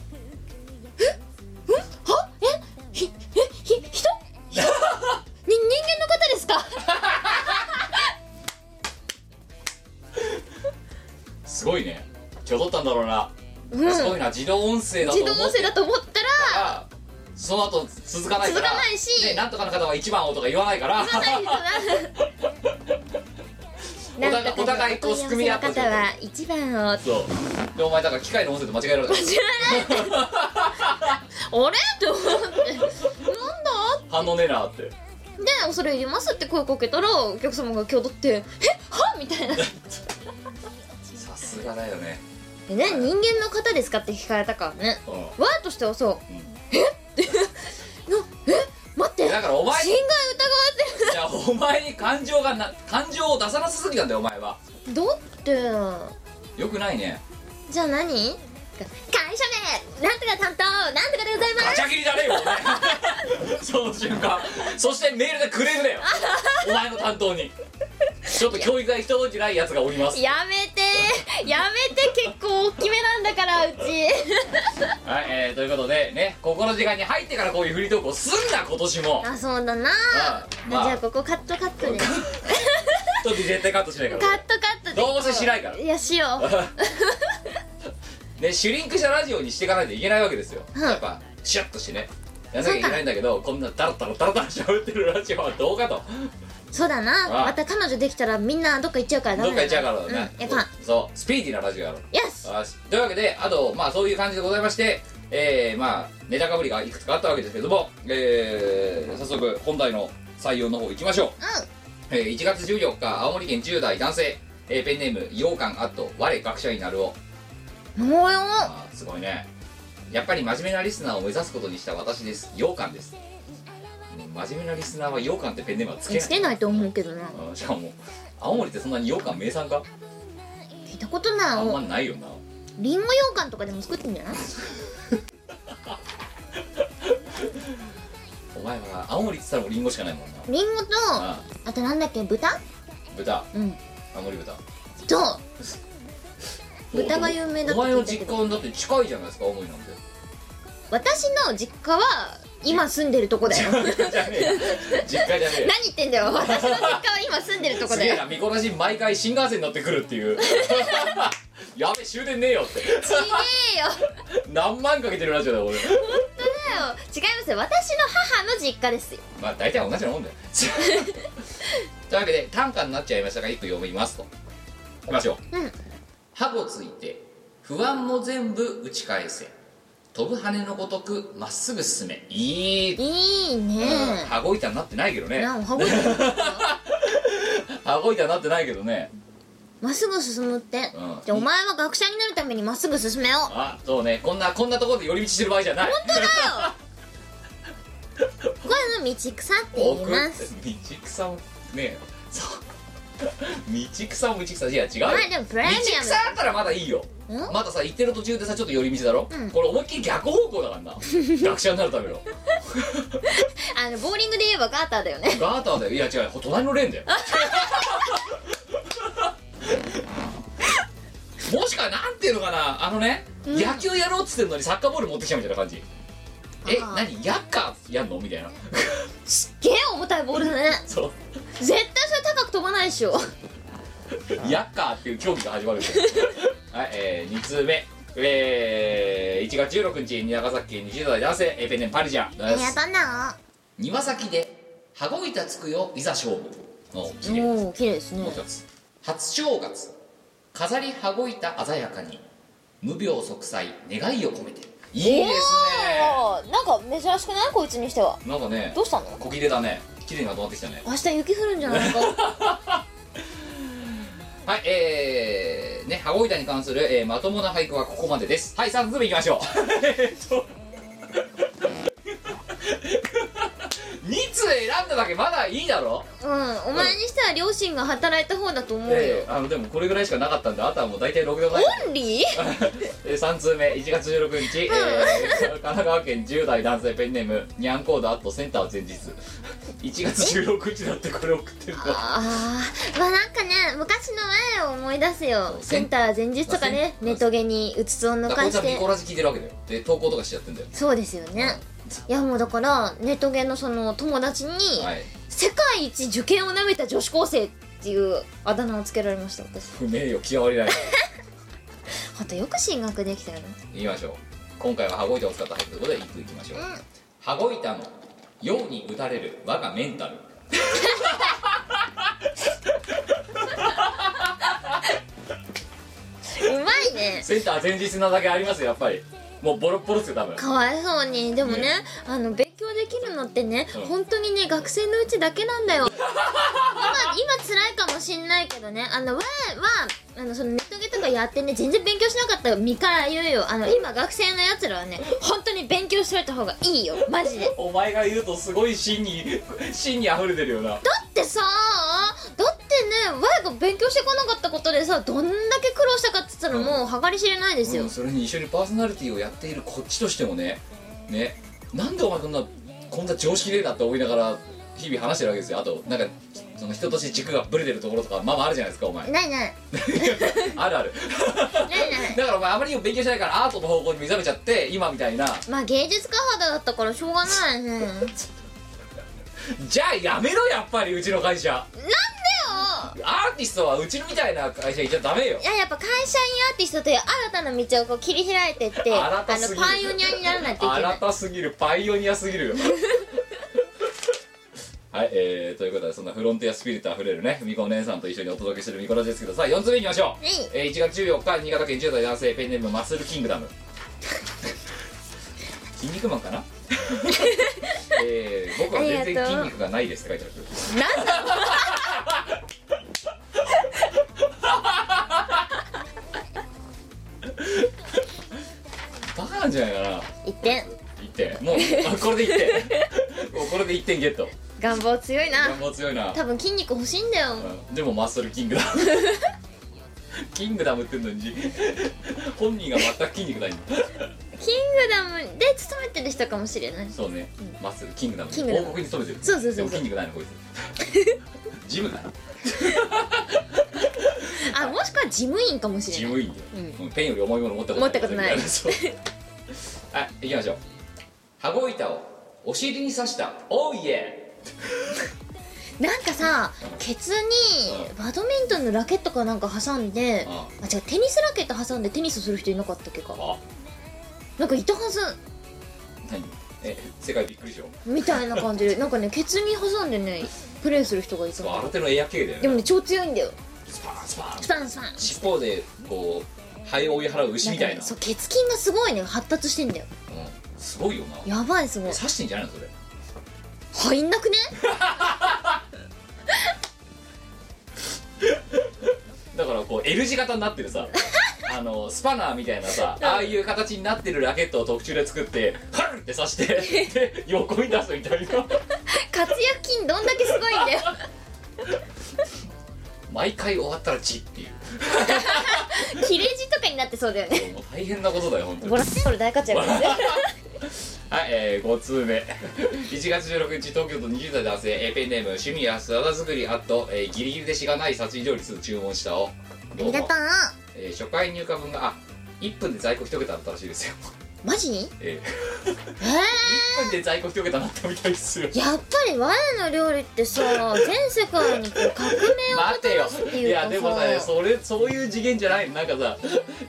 [SPEAKER 2] えひえひ人 人に人間の方ですか?
[SPEAKER 1] すごいね今日撮ったんだろうな」
[SPEAKER 2] うん
[SPEAKER 1] すごいな自動音声だと
[SPEAKER 2] 自
[SPEAKER 1] 思って
[SPEAKER 2] 動音声だと思ったら
[SPEAKER 1] あその後続かないから
[SPEAKER 2] 続かないし
[SPEAKER 1] ねなんとかの方は一番をとか言わないから
[SPEAKER 2] 「ない
[SPEAKER 1] お
[SPEAKER 2] 人な
[SPEAKER 1] 互いお互いこうすくみ合った
[SPEAKER 2] お問い合わせの方は一番を」
[SPEAKER 1] そうでお前だから機械の音声と間違えられた
[SPEAKER 2] 知らないあれと思ってなんだ
[SPEAKER 1] 反応ねえなって
[SPEAKER 2] で「恐れ入ります」って声かけたらお客様が今日だって「えはみたいな
[SPEAKER 1] さすがだよね
[SPEAKER 2] でね人間の方ですかって聞かれたからね
[SPEAKER 1] うん
[SPEAKER 2] わーとしてはそう「えっ?」て なえ待って
[SPEAKER 1] だからお前
[SPEAKER 2] 侵害疑われて
[SPEAKER 1] じゃあお前に感情がな感情を出さなすぎたんだよお前は
[SPEAKER 2] るだって
[SPEAKER 1] よくないね
[SPEAKER 2] じゃあ何会社名なんとか担当なんとかでございま
[SPEAKER 1] ガチ
[SPEAKER 2] す
[SPEAKER 1] ャ切りじゃねえよお前 その瞬間そしてメールでクレームだよお前の担当にちょっと教育が行き届いてないやつがおります
[SPEAKER 2] やめてやめて結構大きめなんだからう ち
[SPEAKER 1] はい、えー、ということでねここの時間に入ってからこういうフリートークをすんな今年も
[SPEAKER 2] あそうだな
[SPEAKER 1] あまあ
[SPEAKER 2] じゃあここカットカットでカッ
[SPEAKER 1] ちょっと絶対カットしないか
[SPEAKER 2] ト
[SPEAKER 1] ら
[SPEAKER 2] カットで
[SPEAKER 1] どうせしないから
[SPEAKER 2] いやしよう
[SPEAKER 1] ねシュリンクしたラジオにしていかないといけないわけですよ、
[SPEAKER 2] うん
[SPEAKER 1] やっぱシュッとしてねやんなきゃいけないんだけどこんなダラダラダラダラしゃべってるラジオはどうかと
[SPEAKER 2] そうだな
[SPEAKER 1] ああ
[SPEAKER 2] また彼女できたらみんなどっか行っちゃうからダ
[SPEAKER 1] ど
[SPEAKER 2] メ
[SPEAKER 1] っ
[SPEAKER 2] だ
[SPEAKER 1] か
[SPEAKER 2] な
[SPEAKER 1] 行っちゃうからね、
[SPEAKER 2] うん、やっぱ
[SPEAKER 1] そうスピーディーなラジオやろう
[SPEAKER 2] よし
[SPEAKER 1] よしというわけであとまあそういう感じでございましてえー、まあネタかぶりがいくつかあったわけですけどもえー、早速本題の採用の方行きましょう、えー、1月14日青森県10代男性、えーペンネーム羊羹アット我学者になるを
[SPEAKER 2] うんもうよ
[SPEAKER 1] あーすごいねやっぱり真面目なリスナーを目指すことにした私です羊羹ですうん真面目なリスナーは羊羹ってペンネームはつけない
[SPEAKER 2] つけないと思うけどな
[SPEAKER 1] うんしかも青森ってそんなに羊羹名産か
[SPEAKER 2] 聞いたことない
[SPEAKER 1] あんま
[SPEAKER 2] お
[SPEAKER 1] ないよな
[SPEAKER 2] りんご羊羹とかでも作ってんじゃない
[SPEAKER 1] お前は青森って言ったらもうリンゴしかないもんな
[SPEAKER 2] りんごとあ
[SPEAKER 1] あ
[SPEAKER 2] となんだっけ豚
[SPEAKER 1] 豚
[SPEAKER 2] うん
[SPEAKER 1] 青森豚
[SPEAKER 2] と豚が有名だ
[SPEAKER 1] お
[SPEAKER 2] って
[SPEAKER 1] 前
[SPEAKER 2] 聞
[SPEAKER 1] の
[SPEAKER 2] いたけ
[SPEAKER 1] 実
[SPEAKER 2] ど
[SPEAKER 1] 家だって近いじゃないですか青森 なんて
[SPEAKER 2] 私の実家は今住んでるとこだよ何
[SPEAKER 1] じゃねえよ実家じゃねえよ
[SPEAKER 2] 言ってんだよ私の実家は今住んでるとこ
[SPEAKER 1] す
[SPEAKER 2] だ
[SPEAKER 1] げ え
[SPEAKER 2] よ
[SPEAKER 1] な見こなし毎回新幹線に乗ってくるっていう やべ終電ねえよって
[SPEAKER 2] ちげえよ
[SPEAKER 1] 何万かけてるラジオだよ俺
[SPEAKER 2] だよ違いますよ私の母の実家ですよ
[SPEAKER 1] まあ大体同じようなも んだよというわけで短歌になっちゃいましたが一句読みますといきましょう、
[SPEAKER 2] うん
[SPEAKER 1] 歯ごついて不安も全部打ち返せ飛ぶ羽のごとくまっすぐ進めいい、
[SPEAKER 2] いいね
[SPEAKER 1] うん羽子板になってないけどね
[SPEAKER 2] なあ羽子板
[SPEAKER 1] 羽子板になってないけどね
[SPEAKER 2] まっすぐ進むって、
[SPEAKER 1] うん
[SPEAKER 2] じゃあお前は学者になるためにまっすぐ進めよう
[SPEAKER 1] あそうねこんなこんなところで寄り道してる場合じゃない
[SPEAKER 2] これの道草って言い
[SPEAKER 1] 奥
[SPEAKER 2] ます
[SPEAKER 1] 道草もねそう 道草も道草いや違うよ
[SPEAKER 2] まあでもプレミアム
[SPEAKER 1] 道草だったらまだいいよ
[SPEAKER 2] ん
[SPEAKER 1] まださ行ってる途中でさちょっと寄り道だろ、
[SPEAKER 2] うん
[SPEAKER 1] これ思いっきり逆方向だ からな学者になるための
[SPEAKER 2] あのボーリングで言えばガーターだよね
[SPEAKER 1] ガーターだよいや違う隣のレー ンだよもしかなんていうのかなあのね、野球やろうっつってんのにサッカーボール持ってきたみたいな感じえ
[SPEAKER 2] あー
[SPEAKER 1] 何ヤッカーやんのみたい な
[SPEAKER 2] すっげえ重たいボールだね
[SPEAKER 1] そう
[SPEAKER 2] 絶対それ高く飛ばないでしょ
[SPEAKER 1] ヤッカーっていう競技が始まるん ですよはい、えー、2通目えー、1月16日長崎県20代男性えーペンネンパリジャン
[SPEAKER 2] あ
[SPEAKER 1] です
[SPEAKER 2] りがとうな
[SPEAKER 1] 庭先で羽子板つくよいざ勝負の綺麗
[SPEAKER 2] おお綺麗ですね
[SPEAKER 1] もう一つ初正月飾り羽子板鮮やかに無病息災願いを込めていいですね
[SPEAKER 2] おーなんか珍しくないこいつにしては
[SPEAKER 1] なんかね
[SPEAKER 2] どうしたの
[SPEAKER 1] 小切れだね綺麗にまとまってきたね
[SPEAKER 2] 明日雪降るんじゃない か
[SPEAKER 1] はいえー、ね羽子板に関する、えーまともな俳句はここまでですはい3つ目いきましょうえーっと 2通選んだだけまだいいだろ
[SPEAKER 2] うんお前にしては両親が働いた方だと思うよ、
[SPEAKER 1] えーあのでもこれぐらいしかなかったんであとはもう大体6でもない
[SPEAKER 2] オンリー
[SPEAKER 1] えー3通目1月16日、えー神奈川県10代男性ペンネームにゃんコードアットセンター前日1月16日だってこれ送ってるの
[SPEAKER 2] あーまあなんかね昔の前を思い出すよセンター前日とか
[SPEAKER 1] ま
[SPEAKER 2] ね
[SPEAKER 1] あセン
[SPEAKER 2] ネトゲにうつつを抜
[SPEAKER 1] だから
[SPEAKER 2] か
[SPEAKER 1] こいつ
[SPEAKER 2] し
[SPEAKER 1] はミ
[SPEAKER 2] て
[SPEAKER 1] コラジ聞いてるわけだよで投稿とかしちゃってんだよ
[SPEAKER 2] そうですよねいやもうだからネトゲのその友達に
[SPEAKER 1] はい
[SPEAKER 2] 「世界一受験をなめた女子高生」っていうあだ名をつけられました私
[SPEAKER 1] 不名誉極まりない
[SPEAKER 2] あとよく進学できたよね
[SPEAKER 1] 言いましょう今回は羽子板を使ったということで一句いきましょう、羽子板のように打たれる我がメンタル
[SPEAKER 2] うまいね
[SPEAKER 1] センター前日なだけありますよやっぱりもうボロッボロっすよ多分
[SPEAKER 2] かわいそうにでもね
[SPEAKER 1] ね
[SPEAKER 2] あの勉強できるのってね、
[SPEAKER 1] うん
[SPEAKER 2] 本当にね学生のうちだけなんだよ今今辛いかもしんないけどねあのわはあのそのネットゲとかやってね全然勉強しなかった身から言うよあの今学生のやつらはね本当に勉強しといた方がいいよマジでだ
[SPEAKER 1] お前が言うとすごい芯に芯に溢れてるよな
[SPEAKER 2] ってさだってねわが勉強してこなかったことでさどんだけ苦労したかっつったらもう計り知れないですよ、
[SPEAKER 1] うんそれに一緒にパーソナリティをやっているこっちとしてもねねなんでお前こんなこんな常識ねえだって思いながら日々話してるわけですよあとなんかその人として軸がブレてるところとかまあまああるじゃないですかお前
[SPEAKER 2] ないない
[SPEAKER 1] あるある
[SPEAKER 2] ないない
[SPEAKER 1] だからお前あまりにも勉強しないからアートの方向に目覚めちゃって今みたいな
[SPEAKER 2] まあ芸術家肌だったからしょうがないねなんでよ
[SPEAKER 1] じゃあやめろやっぱりうちの会社アーティストはうちみたいな会社行っちゃダメよ
[SPEAKER 2] いややっぱ会社員アーティストという新たな道をこう切り開いてって
[SPEAKER 1] 新た
[SPEAKER 2] あ
[SPEAKER 1] す
[SPEAKER 2] の
[SPEAKER 1] ぎる
[SPEAKER 2] パイオニアにならないといけない
[SPEAKER 1] 新たすぎるパイオニアすぎるよははい、えー、ということでそんなフロンティアスピリットあふれるねみこお姉さんと一緒にお届けしてるみこラジですけどさあ4つ目いきましょう、
[SPEAKER 2] はい
[SPEAKER 1] えー1月14日新潟県10代男性ペンネームマッスルキングダム筋肉マンか なえー、僕は全然筋肉がないですって書いてある
[SPEAKER 2] なんだろう
[SPEAKER 1] バカなんじゃないかな
[SPEAKER 2] 一点
[SPEAKER 1] 1点もうあこれで1点 もうこれで1点ゲット
[SPEAKER 2] 願望強いな
[SPEAKER 1] 願望強いな
[SPEAKER 2] 多分筋肉欲しいんだよ
[SPEAKER 1] うんでもマッスルキングダム キングダムってんのに本人が全く筋肉ないんだ
[SPEAKER 2] キングダムで勤めてる人かもしれない
[SPEAKER 1] そうね、マッスルキングダム
[SPEAKER 2] キングダム
[SPEAKER 1] 王国に勤めてる
[SPEAKER 2] そうそうそうそう
[SPEAKER 1] でも筋肉ないのこい つジムかな
[SPEAKER 2] あもしくは事務員かもし
[SPEAKER 1] 事
[SPEAKER 2] れない
[SPEAKER 1] 務員で、うんペンより重いもの持ったことない
[SPEAKER 2] 持ったことない
[SPEAKER 1] そう はい行きましょう羽子板をお尻に刺したおーイエ
[SPEAKER 2] なんかさケツにバドミントンのラケットかなんか挟んで
[SPEAKER 1] うん
[SPEAKER 2] あ違うテニスラケット挟んでテニスする人いなかったっけか
[SPEAKER 1] ーあ
[SPEAKER 2] なんかいたはず
[SPEAKER 1] 何え世界びっくりしよ
[SPEAKER 2] みたいな感じ でなんかねケツに挟んでねプレイする人がいた
[SPEAKER 1] う新手のエア系だよ
[SPEAKER 2] で
[SPEAKER 1] ね
[SPEAKER 2] もね超強いんだよ
[SPEAKER 1] スパーンスパーン
[SPEAKER 2] スパンスパン
[SPEAKER 1] 尻尾でこうハエを追い払う牛みたい
[SPEAKER 2] んかね
[SPEAKER 1] な
[SPEAKER 2] そう血筋がすごいね発達してんだよ
[SPEAKER 1] うんすごいよな
[SPEAKER 2] やばいすごい
[SPEAKER 1] 刺してんじゃないのそれ
[SPEAKER 2] 入ん なくね
[SPEAKER 1] だからこう L 字型になって るさあのスパナーみたいなさああいう形になってるラケットを特注で作ってハルって刺して で横に出すみたいな
[SPEAKER 2] 活躍筋どんだけすごいん だよ
[SPEAKER 1] 毎回終わったらチっていう
[SPEAKER 2] 切れ字とかになってそうだ よね
[SPEAKER 1] もう大変なことだよ本当に
[SPEAKER 2] ボラッコル大活躍ですよ
[SPEAKER 1] はい、えー、5通目1月16日東京都20代男性えーペンネーム趣味や姿作りあと、えーギリギリでしがない殺人料理2注文したを
[SPEAKER 2] ありがとう
[SPEAKER 1] えー初回入荷分があ1分で在庫1桁だったらしいですよ、
[SPEAKER 2] マジに
[SPEAKER 1] え
[SPEAKER 2] え
[SPEAKER 1] ー、1分で在庫1桁になったみたいですよ
[SPEAKER 2] ー、やっぱり我の料理っ てさ全世界にこう革命をも
[SPEAKER 1] 待て
[SPEAKER 2] た
[SPEAKER 1] よ
[SPEAKER 2] らすって
[SPEAKER 1] い
[SPEAKER 2] いうか
[SPEAKER 1] や
[SPEAKER 2] さ
[SPEAKER 1] でもさそれそういう次元じゃないのなんかさ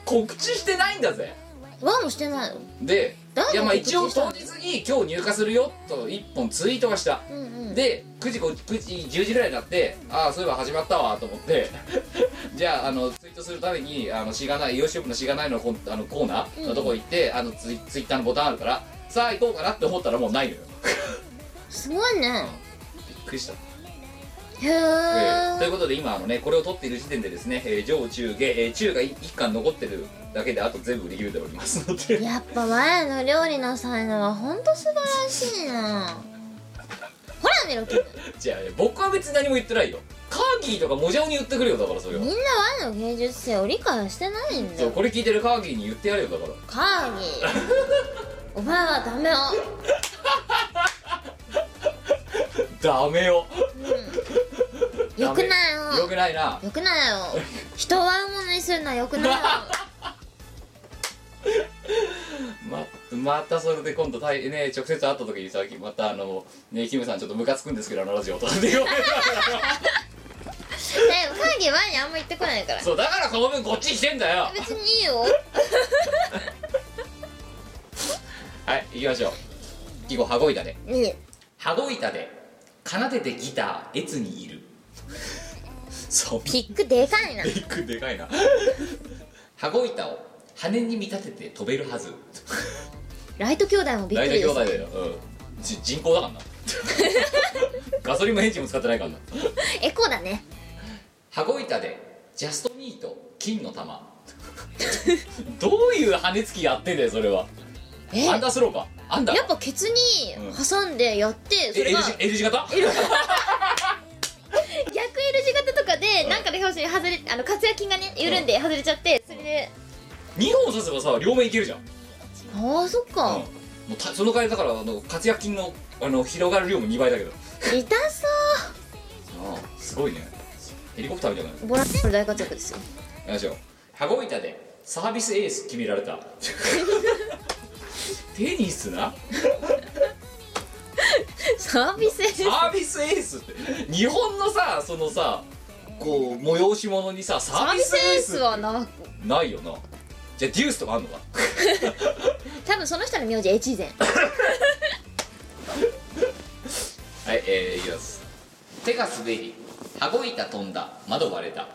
[SPEAKER 1] 告知してないんだぜ
[SPEAKER 2] ワンもしてないの
[SPEAKER 1] で
[SPEAKER 2] 誰
[SPEAKER 1] いやまあ
[SPEAKER 2] 告知し
[SPEAKER 1] 一
[SPEAKER 2] たの
[SPEAKER 1] 応当日に今日入荷するよと1本ツイートはした
[SPEAKER 2] うんうん
[SPEAKER 1] で9時こ9時10時ぐらいになってああそういえば始まったわと思って じゃああのツイートするためにあのしがないイオシショップのしがないのコンあのコーナーのとこ行って、あのツイツイッターのボタンあるからさあ行こうかなって思ったらもうないのよ
[SPEAKER 2] すごいね
[SPEAKER 1] びっくりした
[SPEAKER 2] へ
[SPEAKER 1] えーという
[SPEAKER 2] え
[SPEAKER 1] ことで今あのねこれを取っている時点でですね、えー上中下、えー中が1巻残ってるだけであと全部売り切れておりますので
[SPEAKER 2] やっぱ我の料理の才能はほんと素晴らしいなほら見ろ君
[SPEAKER 1] じゃあ僕は別に何も言ってないよカーキーとかモジャオに言ってくるよだからそれを
[SPEAKER 2] みんな我の芸術性を理解してないんだ
[SPEAKER 1] そう
[SPEAKER 2] よ
[SPEAKER 1] これ聞いてるカーキーに言ってやれよだから
[SPEAKER 2] カ ーギーお前はダメよ
[SPEAKER 1] ダメよ
[SPEAKER 2] よくない
[SPEAKER 1] ダメよ
[SPEAKER 2] よ
[SPEAKER 1] くないな
[SPEAKER 2] よくないよ人を悪者にするのはよ くないよ
[SPEAKER 1] ままたそれで今度たい、ね、直接会った時にさまたあのねキムさんちょっとムカつくんですけどあのラジオとかって言われたら
[SPEAKER 2] でもカーギー我にあんま言ってこないから
[SPEAKER 1] そうだからこの分こっち来てんだよ
[SPEAKER 2] 別にいいよ
[SPEAKER 1] はい行きましょう以後羽子板で
[SPEAKER 2] いい
[SPEAKER 1] 羽子板で奏でてギター越にいるそうピ
[SPEAKER 2] ピックでかいな
[SPEAKER 1] ックでかいな 羽子板を羽に見立てて飛べるはず
[SPEAKER 2] ライト兄弟もびっ
[SPEAKER 1] 大体
[SPEAKER 2] く
[SPEAKER 1] 兄
[SPEAKER 2] りで
[SPEAKER 1] 弟
[SPEAKER 2] す
[SPEAKER 1] だよ、うん、じ人工だからな ガソリンもエンジンも使ってないからな
[SPEAKER 2] エコだね
[SPEAKER 1] 羽子板でジャストニート金の玉 どういう羽根つきやってんだよそれは
[SPEAKER 2] え
[SPEAKER 1] アンダースローかアンダー
[SPEAKER 2] やっぱケツに挟んでやってそ
[SPEAKER 1] え
[SPEAKER 2] れ
[SPEAKER 1] L
[SPEAKER 2] が
[SPEAKER 1] 字 L 字型
[SPEAKER 2] 逆 L 字型とかでなんかで表紙に外れあの活躍筋がね緩んで外れちゃってそれで
[SPEAKER 1] 2本刺せばさ両面いけるじゃん
[SPEAKER 2] ああそっ
[SPEAKER 1] うん
[SPEAKER 2] か
[SPEAKER 1] もうたその代わりだからあの活躍金のあの広がる量も2倍だけど
[SPEAKER 2] 痛そう
[SPEAKER 1] すごいねヘリコプターみたいな
[SPEAKER 2] ボランティア大活躍ですよ
[SPEAKER 1] よいしょ羽子板でサービスエース決められた テニスな
[SPEAKER 2] サービスエー
[SPEAKER 1] サ
[SPEAKER 2] ス
[SPEAKER 1] ービスエースって日本のさそのさこう催し物にさサ
[SPEAKER 2] サ
[SPEAKER 1] ー
[SPEAKER 2] ー
[SPEAKER 1] ビ
[SPEAKER 2] ビス
[SPEAKER 1] ス
[SPEAKER 2] エ
[SPEAKER 1] エ
[SPEAKER 2] ー
[SPEAKER 1] ー
[SPEAKER 2] ス
[SPEAKER 1] ス
[SPEAKER 2] はな
[SPEAKER 1] ないよなじゃあデュースとかあんのか
[SPEAKER 2] 多分その人の名字越前
[SPEAKER 1] はいえー、いきます手が滑り羽子板飛んだ窓割れ た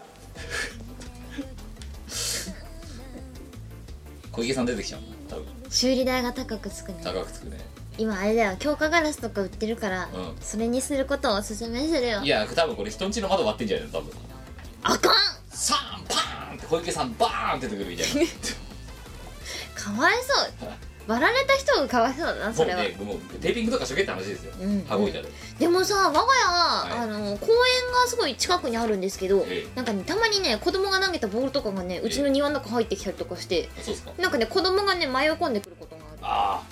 [SPEAKER 1] 小池さん出てきちゃう多分
[SPEAKER 2] 修理代が高くつくね
[SPEAKER 1] 高くつくね
[SPEAKER 2] 今あれだよ強化ガラスとか売ってるから、
[SPEAKER 1] うん
[SPEAKER 2] それにすることをおすすめするよ
[SPEAKER 1] いや多分これ人んちの窓割ってんじゃないの多分
[SPEAKER 2] あかん
[SPEAKER 1] サーンパーンって小池さんバーンって出てくるみ たいな
[SPEAKER 2] かわいそう割られた人がかわいそうだなそれは、
[SPEAKER 1] もうねもうテーピングとかしとけって話ですよ、
[SPEAKER 2] うん
[SPEAKER 1] 羽子板で
[SPEAKER 2] でもさ我が家は、
[SPEAKER 1] はい
[SPEAKER 2] あの公園がすごい近くにあるんですけど、
[SPEAKER 1] ええ
[SPEAKER 2] なんかねたまにね子供が投げたボールとかがねうちの庭の中入ってきたりとかして、
[SPEAKER 1] そうっすか
[SPEAKER 2] なんかね子供がね迷い込んでくることがある
[SPEAKER 1] あ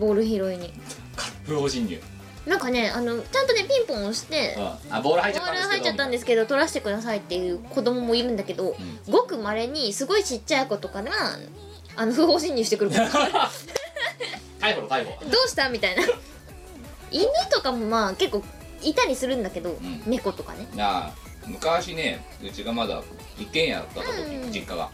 [SPEAKER 2] ボール拾いに
[SPEAKER 1] あカップ法侵入
[SPEAKER 2] なんかねあのちゃんとねピンポン押して、
[SPEAKER 1] うんあボール入っちゃっ
[SPEAKER 2] ボ
[SPEAKER 1] たん
[SPEAKER 2] ー
[SPEAKER 1] ですけ
[SPEAKER 2] ル
[SPEAKER 1] ど
[SPEAKER 2] 入っちゃったんですけど取らせてくださいっていう子供もいるんだけど、ごくまれにすごいちっちゃい子とかがあの不法侵入 してくることど
[SPEAKER 1] 逮捕の逮捕
[SPEAKER 2] うしたみたいな犬とかもまあ結構いたりするんだけど、
[SPEAKER 1] ん
[SPEAKER 2] 猫とかね
[SPEAKER 1] なあ昔ねうちがまだ一軒家だった時、
[SPEAKER 2] うん
[SPEAKER 1] 実家が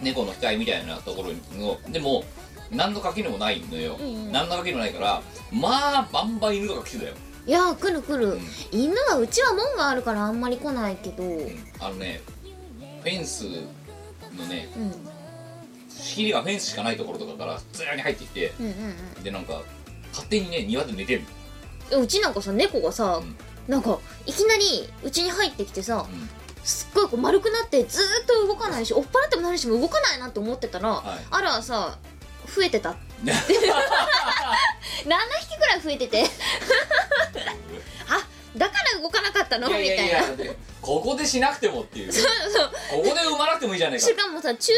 [SPEAKER 1] 猫の額みたいなところにのでも何の垣根もないのよ、
[SPEAKER 2] うんうん
[SPEAKER 1] 何の垣根もないからまあバンバン犬とか来てたよ、
[SPEAKER 2] いやー来る来る、
[SPEAKER 1] うん
[SPEAKER 2] 犬はうちは門があるからあんまり来ないけど、うん
[SPEAKER 1] あのねフェンスのね仕切りがフェンスしかないところとかから普通に入ってきて
[SPEAKER 2] うんうん
[SPEAKER 1] でなんか勝手にね庭で寝 てる
[SPEAKER 2] うんうちなんかさ猫がさ、
[SPEAKER 1] うん
[SPEAKER 2] なんかいきなりうちに入ってきてさ、
[SPEAKER 1] うん
[SPEAKER 2] すっごいこう丸くなってずーっと動かないし追っ払っても何しても動かないなって思ってたら、
[SPEAKER 1] い
[SPEAKER 2] あらさ増えてた7
[SPEAKER 1] ね
[SPEAKER 2] 匹ぐらい増え ててあだから動かなかったの
[SPEAKER 1] い
[SPEAKER 2] みた
[SPEAKER 1] や
[SPEAKER 2] い
[SPEAKER 1] い
[SPEAKER 2] な
[SPEAKER 1] やいやでここでしなくてもっていうここで生まなくてもいいじゃないか
[SPEAKER 2] しかもさ駐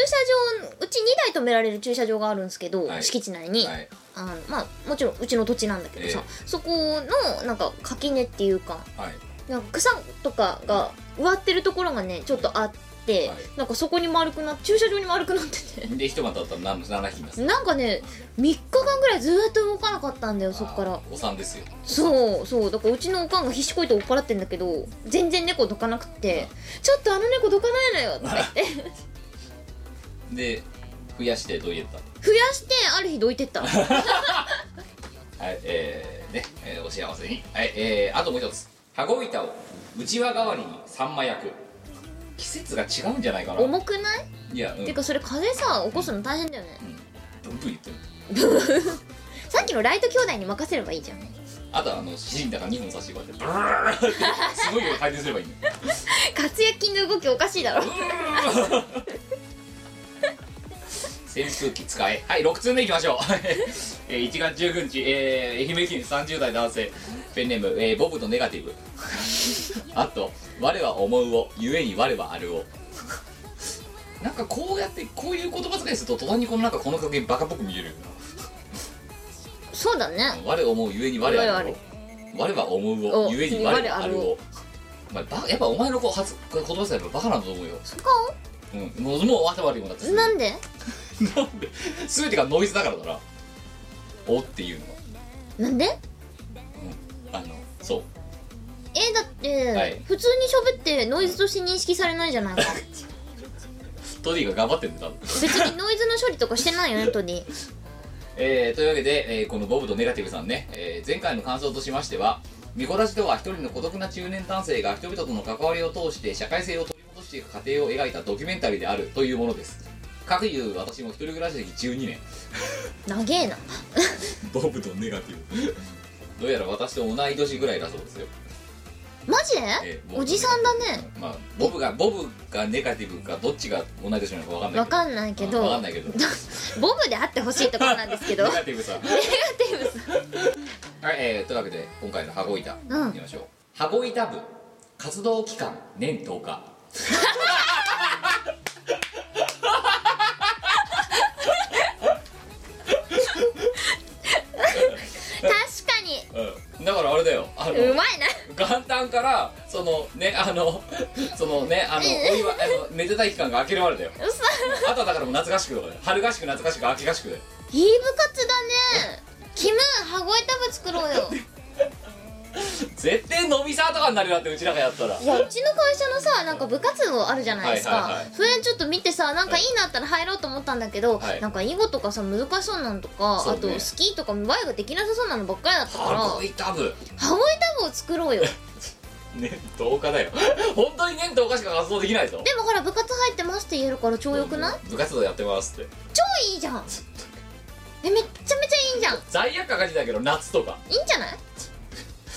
[SPEAKER 2] 車場うち2台止められる駐車場があるんですけど、
[SPEAKER 1] はい
[SPEAKER 2] 敷地内に、
[SPEAKER 1] はい
[SPEAKER 2] あのまあもちろんうちの土地なんだけどさ、
[SPEAKER 1] え
[SPEAKER 2] そこのなんか垣根っていうか
[SPEAKER 1] はい
[SPEAKER 2] なんか草とかが植わってるところがねちょっとあって、
[SPEAKER 1] はい
[SPEAKER 2] なんかそこに丸くなって駐車場に丸くなってて
[SPEAKER 1] で一晩経ったら何7匹います
[SPEAKER 2] なんかね3日間ぐらいずーっと動かなかったんだよそっか
[SPEAKER 1] あ
[SPEAKER 2] ら
[SPEAKER 1] ーお産ですよ
[SPEAKER 2] そうそうだからうちのおかんが必死こいて追っ払ってんだけど全然猫どかなくて「ちょっとあの猫どかないのよ」とか言 って
[SPEAKER 1] で増やしてどう言った
[SPEAKER 2] 増やしてある日どいて ったは
[SPEAKER 1] はいえー、ね、えーお幸せにはいえー、あともう一つ羽子板を内輪代わりにサンマ焼く季節が違うんじゃないかな
[SPEAKER 2] 重くない、
[SPEAKER 1] いやうん
[SPEAKER 2] ていうかそれ風さ起こすの大変だよね
[SPEAKER 1] ブンブン言ってる
[SPEAKER 2] さっきのライト兄弟に任せればいいじゃん滑
[SPEAKER 1] あとはあのシリンダーが2本刺してこうやってブルーってすごい量回転すればいいの
[SPEAKER 2] 躍筋の動きおかしいだろ
[SPEAKER 1] 扇風機使えはい6通目いきましょう えー1月19日、えー愛媛県30代男性ペンネーム、えーボブとネガティブ あと「我は思うを故に我はあるを」なんかこうやってこういう言葉遣いすると途端にこのなんかこの格言バカっぽく見えるよ
[SPEAKER 2] そうだ
[SPEAKER 1] な
[SPEAKER 2] ね
[SPEAKER 1] 我思う故に我あるを我は思うを
[SPEAKER 2] お
[SPEAKER 1] 故に我はあるをお前バやっぱお前のこう発言葉遣いはバカなんだと思うよ
[SPEAKER 2] そこ
[SPEAKER 1] うんもうもう頭悪いもんだって
[SPEAKER 2] なんで
[SPEAKER 1] なんで全てがノイズだからだなおっていうのは
[SPEAKER 2] なんで
[SPEAKER 1] あのそう
[SPEAKER 2] えだって、
[SPEAKER 1] はい
[SPEAKER 2] 普通に喋ってノイズとして認識されないじゃないか
[SPEAKER 1] トディが頑張ってんだ多分
[SPEAKER 2] 別にノイズの処理とかしてないよねトニー
[SPEAKER 1] えー、というわけで、えーこのボブとネガティブさんね、えー前回の感想としましては見こらしとは一人の孤独な中年男性が人々との関わりを通して社会性を取り戻していく過程を描いたドキュメンタリーであるというものですかくいう私も一人暮らし歴12年
[SPEAKER 2] 長えな
[SPEAKER 1] ボブとネガティブ どうやら私と同い年ぐらいだそうですよ
[SPEAKER 2] マジで、
[SPEAKER 1] ええもう
[SPEAKER 2] おじさんだね
[SPEAKER 1] まあボブがボブがネガティブかどっちが同い年なのか分かんない
[SPEAKER 2] わ
[SPEAKER 1] けど
[SPEAKER 2] かんないけど
[SPEAKER 1] わかんないけど
[SPEAKER 2] ボブであってほしいところなんで すけど
[SPEAKER 1] ネガティブさネガティブさはい、えー、というわけで今回の羽子板、
[SPEAKER 2] うん
[SPEAKER 1] いきましょう羽子板部活動期間年10日
[SPEAKER 2] 確かに
[SPEAKER 1] うんだからあれだよあの
[SPEAKER 2] うまいな
[SPEAKER 1] 元旦からそのねあのそのねあのお祝いあのめでたい期間が明けるまでだよ
[SPEAKER 2] 嘘
[SPEAKER 1] あとはだからもう夏合宿とかだよ春合宿夏合宿秋合宿で
[SPEAKER 2] いい部活だねキム羽子板部作ろうよ
[SPEAKER 1] 絶対飲みサーとかになるなってうちらがやったら
[SPEAKER 2] いやうちの会社のさなんか部活動あるじゃないですか、
[SPEAKER 1] はいはいはい
[SPEAKER 2] それちょっと見てさなんかいいなったら入ろうと思ったんだけど、
[SPEAKER 1] はい
[SPEAKER 2] なんか囲碁とかさ難しそうなのとか、
[SPEAKER 1] そ
[SPEAKER 2] あ
[SPEAKER 1] うね
[SPEAKER 2] とスキーとかバイクできなさそうなのばっかりだったから
[SPEAKER 1] 羽
[SPEAKER 2] 羽
[SPEAKER 1] 子
[SPEAKER 2] 子
[SPEAKER 1] 板部
[SPEAKER 2] 板部を作ろうよ
[SPEAKER 1] 年10日だよ 本当に年10日しか活動できないぞ
[SPEAKER 2] でもほら部活入ってますって言えるから超良くない
[SPEAKER 1] 部活動やってますって
[SPEAKER 2] 超いいじゃんえめっちゃめちゃいいじゃんい
[SPEAKER 1] 罪悪感感じたけど夏とか
[SPEAKER 2] いんじゃない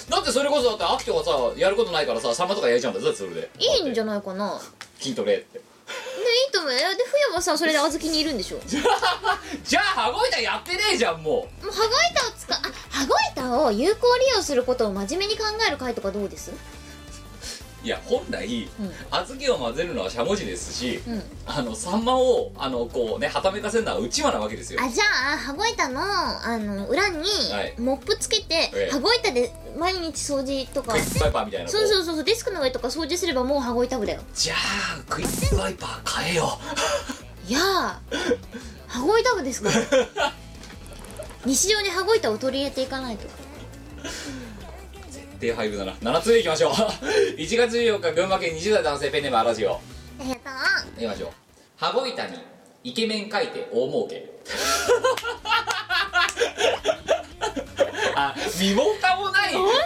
[SPEAKER 1] だってそれこそだって秋とかさやることないからさサンマとか焼いちゃうんだぞそれで
[SPEAKER 2] いいんじゃ
[SPEAKER 1] ん
[SPEAKER 2] ないかな
[SPEAKER 1] 筋トレって
[SPEAKER 2] でいいと思うよで冬はさそれで小豆にいるんでしょも
[SPEAKER 1] じゃあ羽子板やってねえじゃんも
[SPEAKER 2] う羽子板を使うあ羽子板を有効利用することを真面目に考える回とかどうです
[SPEAKER 1] ういや本来、
[SPEAKER 2] うん
[SPEAKER 1] 小豆を混ぜるのはしゃもじですし、
[SPEAKER 2] うん
[SPEAKER 1] あのサンマをあのこうねはためかせるのはうちわなわけですよ
[SPEAKER 2] あじゃあ羽子板のあの裏に
[SPEAKER 1] はい
[SPEAKER 2] モップつけて、
[SPEAKER 1] ええ
[SPEAKER 2] 羽子板で毎日掃除とか
[SPEAKER 1] クイックワイパーみたいな
[SPEAKER 2] そう
[SPEAKER 1] う
[SPEAKER 2] そうそうそうデスクの上とか掃除すればもう羽子板部だよ
[SPEAKER 1] じゃあクイックワイパー買えよ
[SPEAKER 2] いやあ羽子板部ですから日常に羽子板を取り入れていかないと
[SPEAKER 1] で配布だな7つ目いきましょう 1月14日群馬県20代男性ペンネームアラジオ
[SPEAKER 3] えっと
[SPEAKER 1] いきましょう羽子板にイケメン書いて大儲けあ身も蓋もない
[SPEAKER 2] だよね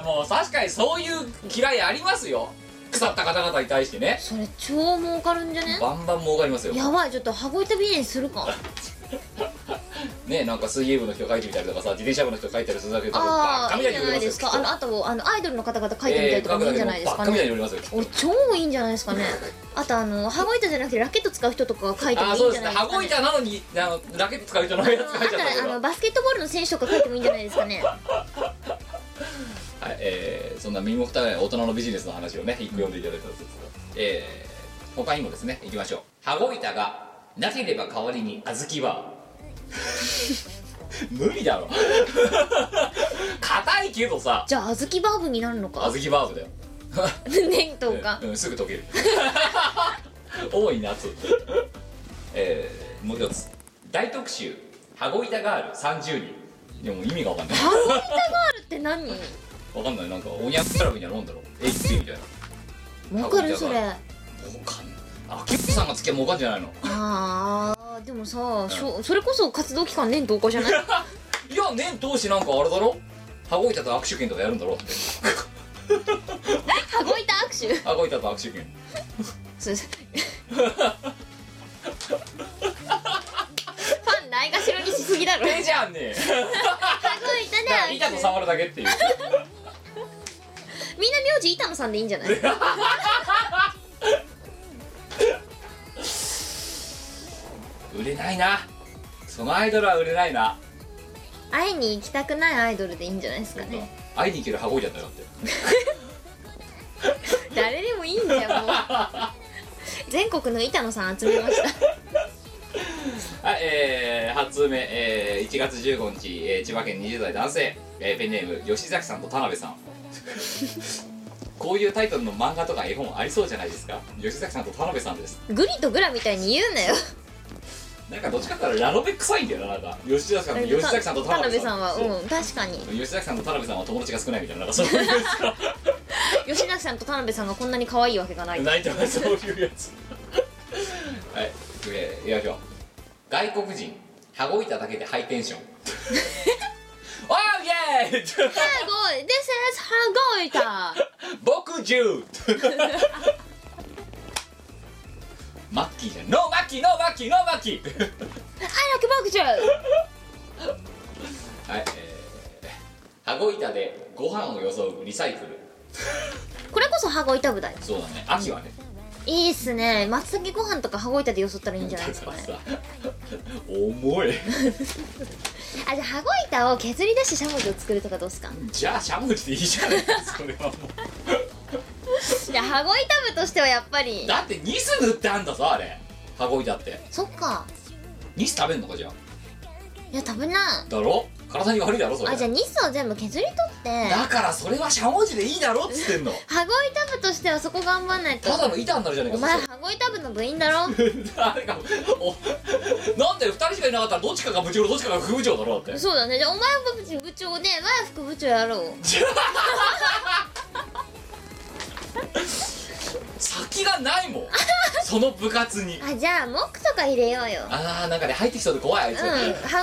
[SPEAKER 1] あもう確かにそういう嫌いありますよ腐った方々に対してね
[SPEAKER 2] それ超儲かるんじゃね
[SPEAKER 1] バンバン儲かりますよ
[SPEAKER 2] やばいちょっと羽子板ビジネスするか
[SPEAKER 1] ねなんか水泳部の人書いてみたりとかさ自転車部の人書いたりするだけで多分バッ
[SPEAKER 2] ああ
[SPEAKER 1] カ
[SPEAKER 2] いい
[SPEAKER 1] み
[SPEAKER 2] じ
[SPEAKER 1] たいに
[SPEAKER 2] ゃ
[SPEAKER 1] 売れ
[SPEAKER 2] ないで
[SPEAKER 1] ますすよ
[SPEAKER 2] かあのあとあのアイドルの方々書いてみたりとかもいいんじゃないですか
[SPEAKER 1] えー書くだけでもバッカみたい
[SPEAKER 2] ね
[SPEAKER 1] に売れますよきっと
[SPEAKER 2] 俺超いいんじゃないですかねあとあの羽子板じゃなくてラケット使う人とかが書いて
[SPEAKER 1] あ
[SPEAKER 2] も
[SPEAKER 1] ー
[SPEAKER 2] いい
[SPEAKER 1] そ
[SPEAKER 2] ん
[SPEAKER 1] う
[SPEAKER 2] じ
[SPEAKER 1] で
[SPEAKER 2] ゃ
[SPEAKER 1] す
[SPEAKER 2] な
[SPEAKER 1] ね羽
[SPEAKER 2] いですか
[SPEAKER 1] 子
[SPEAKER 2] ね
[SPEAKER 1] 板なのにあのラケット使う人のやつ書いちゃった
[SPEAKER 2] あ
[SPEAKER 1] け
[SPEAKER 2] とあ
[SPEAKER 1] ど
[SPEAKER 2] のバスケットボールの選手とか書いてもいいんじゃないですかね
[SPEAKER 1] はい、えーそんな身も蓋もない大人のビジネスの話をね一句読んでいただいたんですけど、えー他にもですねいきましょう羽子板がなければ代わりに小豆は無理だろ硬いけどさ
[SPEAKER 2] じゃあ小豆バーブになるのか
[SPEAKER 1] 小 豆バーブだよ
[SPEAKER 2] 年とか
[SPEAKER 1] うん、すぐ溶ける多い夏えー、もう一つ大特集羽子板ガール30人いやもう意味が分かんない
[SPEAKER 2] 羽子板ガールって何
[SPEAKER 1] 分かんないなんかおにゃクラブみたいなもんだろ HP みたいな
[SPEAKER 2] わかるそれあ
[SPEAKER 1] 儲かんあキッさんがつけ儲かんじゃないの
[SPEAKER 2] あでもさしょそれこそ活動期間年10日じゃな
[SPEAKER 1] い
[SPEAKER 2] い
[SPEAKER 1] や年通してなんかあれだろ羽子板と握手券とかやるんだろって
[SPEAKER 2] 羽子板握手
[SPEAKER 1] 羽子板と握手券
[SPEAKER 2] そうですファンないがしろにしすぎだろ
[SPEAKER 1] ええじゃんね
[SPEAKER 2] 羽子板だ
[SPEAKER 1] 板と触るだけっていう
[SPEAKER 2] みんな名字板野さんでいいんじゃない
[SPEAKER 1] 売れないなそのアイドルは売れないな
[SPEAKER 2] 会いに行きたくないアイドルでいいんじゃないですかね
[SPEAKER 1] 会いに行ける羽子板だよって
[SPEAKER 2] 誰でもいいんだ よもう全国の板野さん集めました
[SPEAKER 1] はい、えー、初目、えー、1月15日、えー、千葉県20代男性、えー、ペンネーム吉崎さんと田辺さんこういうタイトルの漫画とか絵本ありそうじゃないですか吉崎さんと田辺さんです
[SPEAKER 2] グリとグラみたいに言うなよ
[SPEAKER 1] なんかどっちかって言ったらラノベ臭いんだよななんか吉崎さんと 吉崎さんと田
[SPEAKER 2] 田
[SPEAKER 1] 辺
[SPEAKER 2] 辺
[SPEAKER 1] さん
[SPEAKER 2] さんは
[SPEAKER 1] そう
[SPEAKER 2] うん確かに
[SPEAKER 1] 吉崎さんと田辺さんは友達が少ないみたいななんかそういうやつ か
[SPEAKER 2] 吉崎さんと田辺さんがこんなに可愛いわけが ない
[SPEAKER 1] ないとかそういうやつはいえー、いきましょう外国人羽子板だけでハイテン ションおーイエーイ
[SPEAKER 2] すごい This is 羽子板
[SPEAKER 1] 僕銃マッキーじゃんノーマッキーノーマッキーノーマッキー
[SPEAKER 2] I like
[SPEAKER 1] はいえー、羽子板でご飯を装うリサイクル
[SPEAKER 2] これこそ羽子板部だよ
[SPEAKER 1] そうだね秋はね
[SPEAKER 2] いいっすね松茸ご飯とか羽子板でよそったらいいんじゃな いですかね
[SPEAKER 1] だからさ重い
[SPEAKER 2] あじゃあ羽子板を削り出してしゃもじを作るとかどうっすか
[SPEAKER 1] じゃあシャムジでいいじゃないそれはもう
[SPEAKER 2] じゃあ羽子板部としてはやっぱり
[SPEAKER 1] だってニス塗ってあんだぞあれ羽子板って
[SPEAKER 2] そっか
[SPEAKER 1] ニス食べんのかじゃあ
[SPEAKER 2] いや食べない
[SPEAKER 1] だろ体に悪いだろそれ
[SPEAKER 2] あじゃあニスを全部削り取って
[SPEAKER 1] だからそれはシャムジでいいだろっつってんの
[SPEAKER 2] 羽子板部としてはそこ頑張んないと
[SPEAKER 1] ただの板になるじゃない
[SPEAKER 2] お
[SPEAKER 1] か
[SPEAKER 2] 前
[SPEAKER 1] それ
[SPEAKER 2] 羽子板部の部員だろ
[SPEAKER 1] 誰かおなんで2人しかいなかったらどっちかが部長でどっちかが副部長だろうだって
[SPEAKER 2] そうだねじゃあお前は部長で前は副部長やろう
[SPEAKER 1] 先がないもんその部活に
[SPEAKER 2] あじゃあ文句とか入れようよ
[SPEAKER 1] あーなんかね入ってきそうで怖いあいうつ、
[SPEAKER 2] ん羽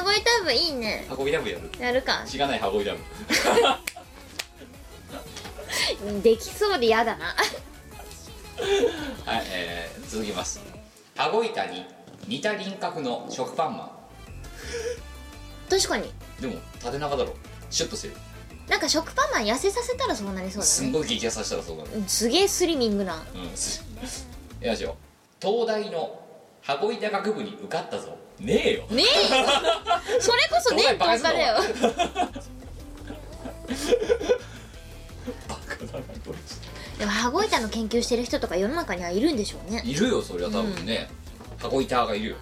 [SPEAKER 2] 子板部いいね
[SPEAKER 1] 運びダムやる
[SPEAKER 2] やるか
[SPEAKER 1] 知らない運びダム
[SPEAKER 2] ねできそうで嫌だな
[SPEAKER 1] はい、えー、続きます顎板に似た輪郭の食パンマ
[SPEAKER 2] 確かに
[SPEAKER 1] ンでも縦長だろシュッとしてる
[SPEAKER 2] なんか食パンマン痩せさせたらそうなりそうだ
[SPEAKER 1] す
[SPEAKER 2] ね
[SPEAKER 1] んごい激痩させたらそうなる
[SPEAKER 2] うんすげえスリミングな
[SPEAKER 1] うん すいきましょう東大の箱板学部に受かったぞねえよ
[SPEAKER 2] ねえ それこそねえ
[SPEAKER 1] 東大バカにすん
[SPEAKER 2] だ
[SPEAKER 1] な
[SPEAKER 2] よ
[SPEAKER 1] バカだなこいつ
[SPEAKER 2] でも羽子板の研究してる人とか世の中にはいるんでしょうね
[SPEAKER 1] いるよそりゃ多分ね、箱板がい るよ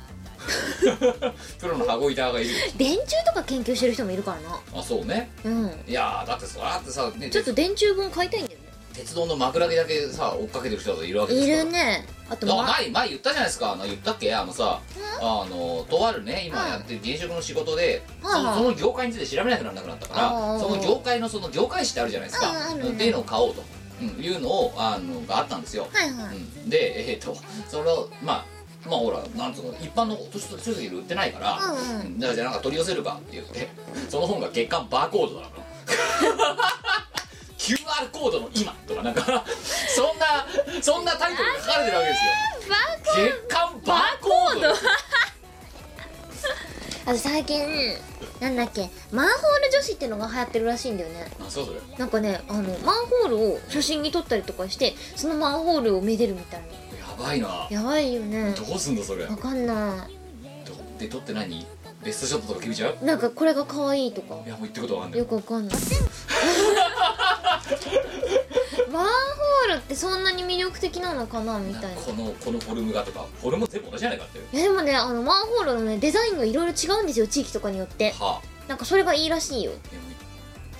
[SPEAKER 1] プロの箱板がいるよ
[SPEAKER 2] 電柱とか研究してる人もいるからな
[SPEAKER 1] あそうね
[SPEAKER 2] うん
[SPEAKER 1] いやーだってそだってさ、ね、
[SPEAKER 2] ちょっと電柱本買いたいんだよね
[SPEAKER 1] 鉄道の枕木だけさ追っかけてる人がいるわけで
[SPEAKER 2] い
[SPEAKER 1] すから
[SPEAKER 2] るねあと
[SPEAKER 1] あ
[SPEAKER 2] ま
[SPEAKER 1] 前前言ったじゃないですかあの言ったっけあのさあのとあるね今
[SPEAKER 2] うん
[SPEAKER 1] やってる現職の仕事で、
[SPEAKER 2] はい
[SPEAKER 1] その
[SPEAKER 2] はい
[SPEAKER 1] その業界について調べなくならなくなったから、
[SPEAKER 2] あー
[SPEAKER 1] その業界のその業界誌ってあるじゃないですか、
[SPEAKER 2] うんあるね
[SPEAKER 1] っていうのを買おうと、うんいうのをあのがあったんですよ、
[SPEAKER 2] はいはい
[SPEAKER 1] うんでえっ、とそれをまあまあほらなんつうの一般の図書書籍で売ってないから、
[SPEAKER 2] う
[SPEAKER 1] う
[SPEAKER 2] んうん
[SPEAKER 1] んだからじゃあなんか取り寄せるかって言ってその本が月間バーコードだから QR コードの今とかなんかそんなそんなタイトルが書かれてるわけですよ
[SPEAKER 2] バーコ
[SPEAKER 1] 月間バーコード
[SPEAKER 2] あと最近なんだっけマンホール女子ってのが流行ってるらしいんだよね
[SPEAKER 1] あそうそれ
[SPEAKER 2] なんかねあのマンホールを写真に撮ったりとかしてそのマンホールをめでるみたいな
[SPEAKER 1] やばいな
[SPEAKER 2] やばいよね
[SPEAKER 1] どうすんだそれ
[SPEAKER 2] わかんな
[SPEAKER 1] で撮って何ベストショットとか決めちゃう
[SPEAKER 2] いなんかこれが可愛いとか
[SPEAKER 1] いやもう言ってことわかんない
[SPEAKER 2] よくわかんないマンホールってそんなに魅力的なのかなみたいな
[SPEAKER 1] このこのフォルムがとかフォルム全部同じじゃないかって
[SPEAKER 2] いやでもねあのマンホールのねデザインがいろいろ違うんですよ地域とかによって
[SPEAKER 1] はあ
[SPEAKER 2] なんかそれがいいらしいよ
[SPEAKER 1] でも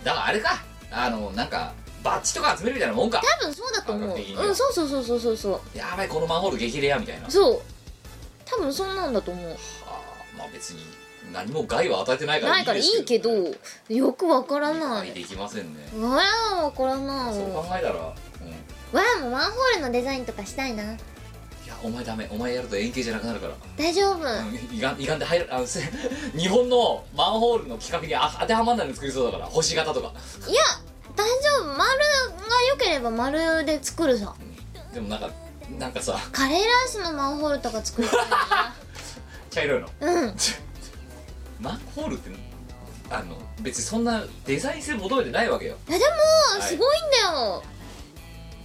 [SPEAKER 1] だからあれかあのなんかバッチとか集めるみたいなもんか
[SPEAKER 2] 多分そうだと思
[SPEAKER 1] 科
[SPEAKER 2] う
[SPEAKER 1] 学的に
[SPEAKER 2] うんそうそうそうそうそうそう
[SPEAKER 1] やばいこのマンホール激レアみたいなは
[SPEAKER 2] そう多分そんなんだと思う
[SPEAKER 1] あまあ別に何も害は与えてないから
[SPEAKER 2] ないいからい
[SPEAKER 1] い
[SPEAKER 2] いけど
[SPEAKER 1] 理
[SPEAKER 2] よくわからな
[SPEAKER 1] 解
[SPEAKER 2] い
[SPEAKER 1] できませんね
[SPEAKER 2] わやわからない
[SPEAKER 1] そう考
[SPEAKER 2] わ
[SPEAKER 1] えたらうん
[SPEAKER 2] やもマンホールのデザインとかしたいない
[SPEAKER 1] やお前ダメお前やると円形じゃなくなるから
[SPEAKER 2] 大丈夫
[SPEAKER 1] いがんいがんで入るあのせ 日本のマンホールの企画にあ当てはまらないの作りそうだから星型とか
[SPEAKER 2] いや大丈夫丸が良ければ丸で作るさ
[SPEAKER 1] でもなんかなんかさ
[SPEAKER 2] カレーライスのマンホールとか作りたい
[SPEAKER 1] 茶色いの
[SPEAKER 2] なうん
[SPEAKER 1] マンホールってあの別にそんなデザイン性求めてないわけよ
[SPEAKER 2] いやで
[SPEAKER 1] い
[SPEAKER 2] もすごいんだよ、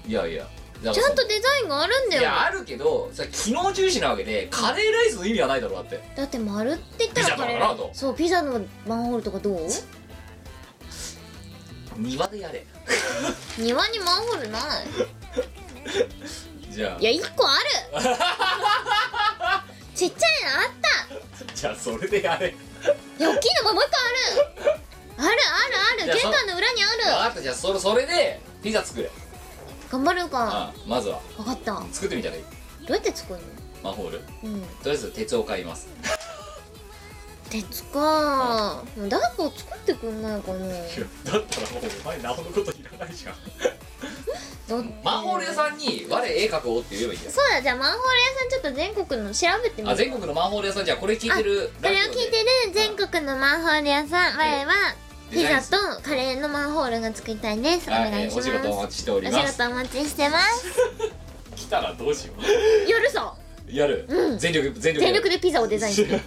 [SPEAKER 1] いやいやだか
[SPEAKER 2] ち
[SPEAKER 1] ら
[SPEAKER 2] ゃ
[SPEAKER 1] そ
[SPEAKER 2] んとデザインがあるんだ
[SPEAKER 1] い
[SPEAKER 2] よ
[SPEAKER 1] やあるけどさ機能重視なわけでカレーライスの意味はないだろうだって
[SPEAKER 2] だって丸って言ったら
[SPEAKER 1] ピザだ
[SPEAKER 2] カ
[SPEAKER 1] から
[SPEAKER 2] レ
[SPEAKER 1] なと
[SPEAKER 2] ーそうピザのマンホールとかどう
[SPEAKER 1] 庭でやれ
[SPEAKER 2] 庭にマンホールない
[SPEAKER 1] じゃあ
[SPEAKER 2] いや一個あ るちっちゃいのあった
[SPEAKER 1] じゃあそれでやれ
[SPEAKER 2] いや大きいのがもう一個あるあるある
[SPEAKER 1] じ
[SPEAKER 2] あ
[SPEAKER 1] ゃあ
[SPEAKER 2] る
[SPEAKER 1] そ
[SPEAKER 2] 玄関の裏にあ
[SPEAKER 1] あ
[SPEAKER 2] る
[SPEAKER 1] ったじゃあそれそれでピザ作れ
[SPEAKER 2] 頑張るか
[SPEAKER 1] うんまずは
[SPEAKER 2] 分かったど
[SPEAKER 1] 作ってみたらいいう
[SPEAKER 2] やって作る
[SPEAKER 1] マンホールと
[SPEAKER 2] のうん
[SPEAKER 1] りあえず鉄を買います
[SPEAKER 2] 鉄かでも誰か作ってくんないかなだ
[SPEAKER 1] いやだったらもうお前なおのこといらないじゃん
[SPEAKER 2] って
[SPEAKER 1] マンホール屋さんに我絵描こうって言えばいいんだよ
[SPEAKER 2] そうだじゃあマンホール屋さんちょっと全国の調べてみよ
[SPEAKER 1] あ
[SPEAKER 2] う
[SPEAKER 1] 全国のマンホール屋さんじゃあこれ聞いてる
[SPEAKER 2] これを聞いてる全国のマンホール屋さん我はピザとカレーのマンホールが作りたいですお
[SPEAKER 1] はい
[SPEAKER 2] 願いし
[SPEAKER 1] えーお
[SPEAKER 2] ます
[SPEAKER 1] 仕事お待ちしてお
[SPEAKER 2] お
[SPEAKER 1] ります
[SPEAKER 2] 仕事お待ちしてます
[SPEAKER 1] 来たらどうしよ
[SPEAKER 2] 夜さ
[SPEAKER 1] うやる、全力全力
[SPEAKER 2] 全力でピザをデザインする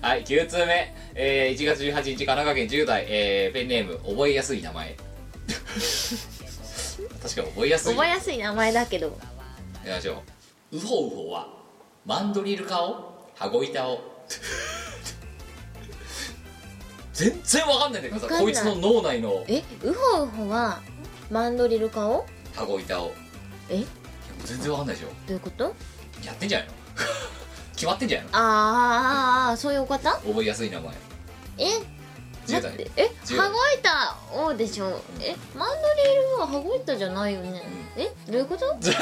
[SPEAKER 1] はい9通目、えー、1月18日神奈川県10代、えーペンネーム覚えやすい名 前確かに覚えやすい
[SPEAKER 2] 覚えやすい名前だけど
[SPEAKER 1] やりましょうウホウホはマンドリルかを羽子板を 全然わかんないんだけど
[SPEAKER 2] わかん
[SPEAKER 1] さ
[SPEAKER 2] ない
[SPEAKER 1] こいつの脳内の
[SPEAKER 2] えウホウホはマンドリル化を
[SPEAKER 1] 羽子板を
[SPEAKER 2] えど
[SPEAKER 1] 全然わかんないでしょ
[SPEAKER 2] ういうこと
[SPEAKER 1] やってんじゃないの 決まってんじゃない
[SPEAKER 2] ああそういう方
[SPEAKER 1] の覚えやすい名前
[SPEAKER 2] え
[SPEAKER 1] 10
[SPEAKER 2] 待っ
[SPEAKER 1] 代
[SPEAKER 2] てえ
[SPEAKER 1] 10代
[SPEAKER 2] 羽子板をでしょえマンドリルは羽子板じゃないよねえどういうこと
[SPEAKER 1] いや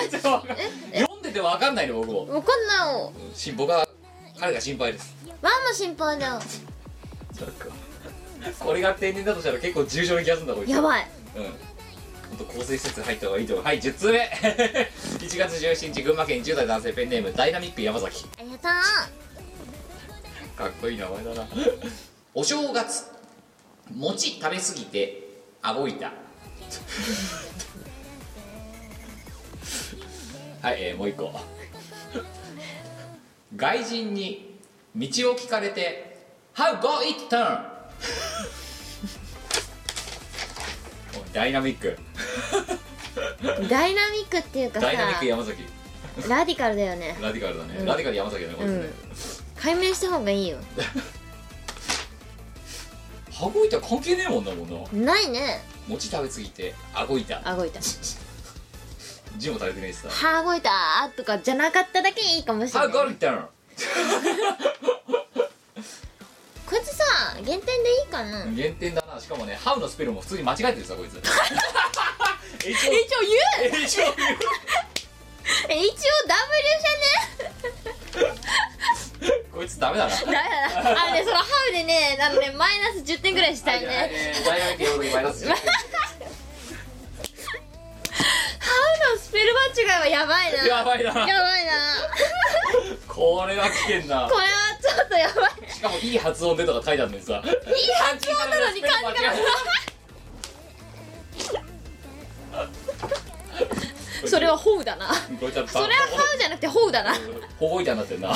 [SPEAKER 1] 全然わかんない読んでてわかんないの僕も
[SPEAKER 2] わかんないよ
[SPEAKER 1] し僕は彼が心配です
[SPEAKER 2] ワンも心配だよ
[SPEAKER 1] これが定年だとしたら結構重症な気がするんだこいつ
[SPEAKER 2] やばい
[SPEAKER 1] うんほんと構成施設入った方がいいと思うはい10通目 1月17日群馬県10代男性ペンネームダイナミック山崎
[SPEAKER 2] ありがとう
[SPEAKER 1] かっこいい名前だな お正月餅食べ過ぎて顎板はい、えーもう一個外人に道を聞かれて「How go it turn」おいダイナミック
[SPEAKER 2] ダイナミックっていうかさ
[SPEAKER 1] ダイナミック山崎
[SPEAKER 2] ラディカルだよね
[SPEAKER 1] ラディカルだね、
[SPEAKER 2] うん
[SPEAKER 1] ラディカル山崎だねこれね
[SPEAKER 2] 解明した方がいいよ
[SPEAKER 1] 「羽子板関係ねえもんなもんな
[SPEAKER 2] ないね
[SPEAKER 1] 餅食べ過ぎて顎板
[SPEAKER 2] あごいた
[SPEAKER 1] 字も足りてねえしさ
[SPEAKER 2] はあごいたーとかじゃなかっただけいいかも
[SPEAKER 1] 「
[SPEAKER 2] しれな
[SPEAKER 1] How
[SPEAKER 2] い
[SPEAKER 1] go it turn
[SPEAKER 2] こいつさ減点でいいかな」
[SPEAKER 1] 減点だなしかもね「How」のスペルも普通に間違えてるさこいつ一応
[SPEAKER 2] 一応言う
[SPEAKER 1] 一応言う
[SPEAKER 2] え一応 W じゃね
[SPEAKER 1] こいつダメだな
[SPEAKER 2] だからあのねそのハウでねあのねマイナス10点ぐらいしたい
[SPEAKER 1] はい
[SPEAKER 2] ね
[SPEAKER 1] えーダイナミック用語にマイナス10
[SPEAKER 2] ハウのスペル間違いは やばいな
[SPEAKER 1] やばいな
[SPEAKER 2] やばいな
[SPEAKER 1] これは危険な
[SPEAKER 2] これはちょっとやばい
[SPEAKER 1] しかもいい発音でとか書いてあるのにさいい
[SPEAKER 2] 発音なのに漢字がそれはホウだなそ
[SPEAKER 1] こいつは
[SPEAKER 2] れはハウじゃなくてホウだな
[SPEAKER 1] ほほいたにな ってんな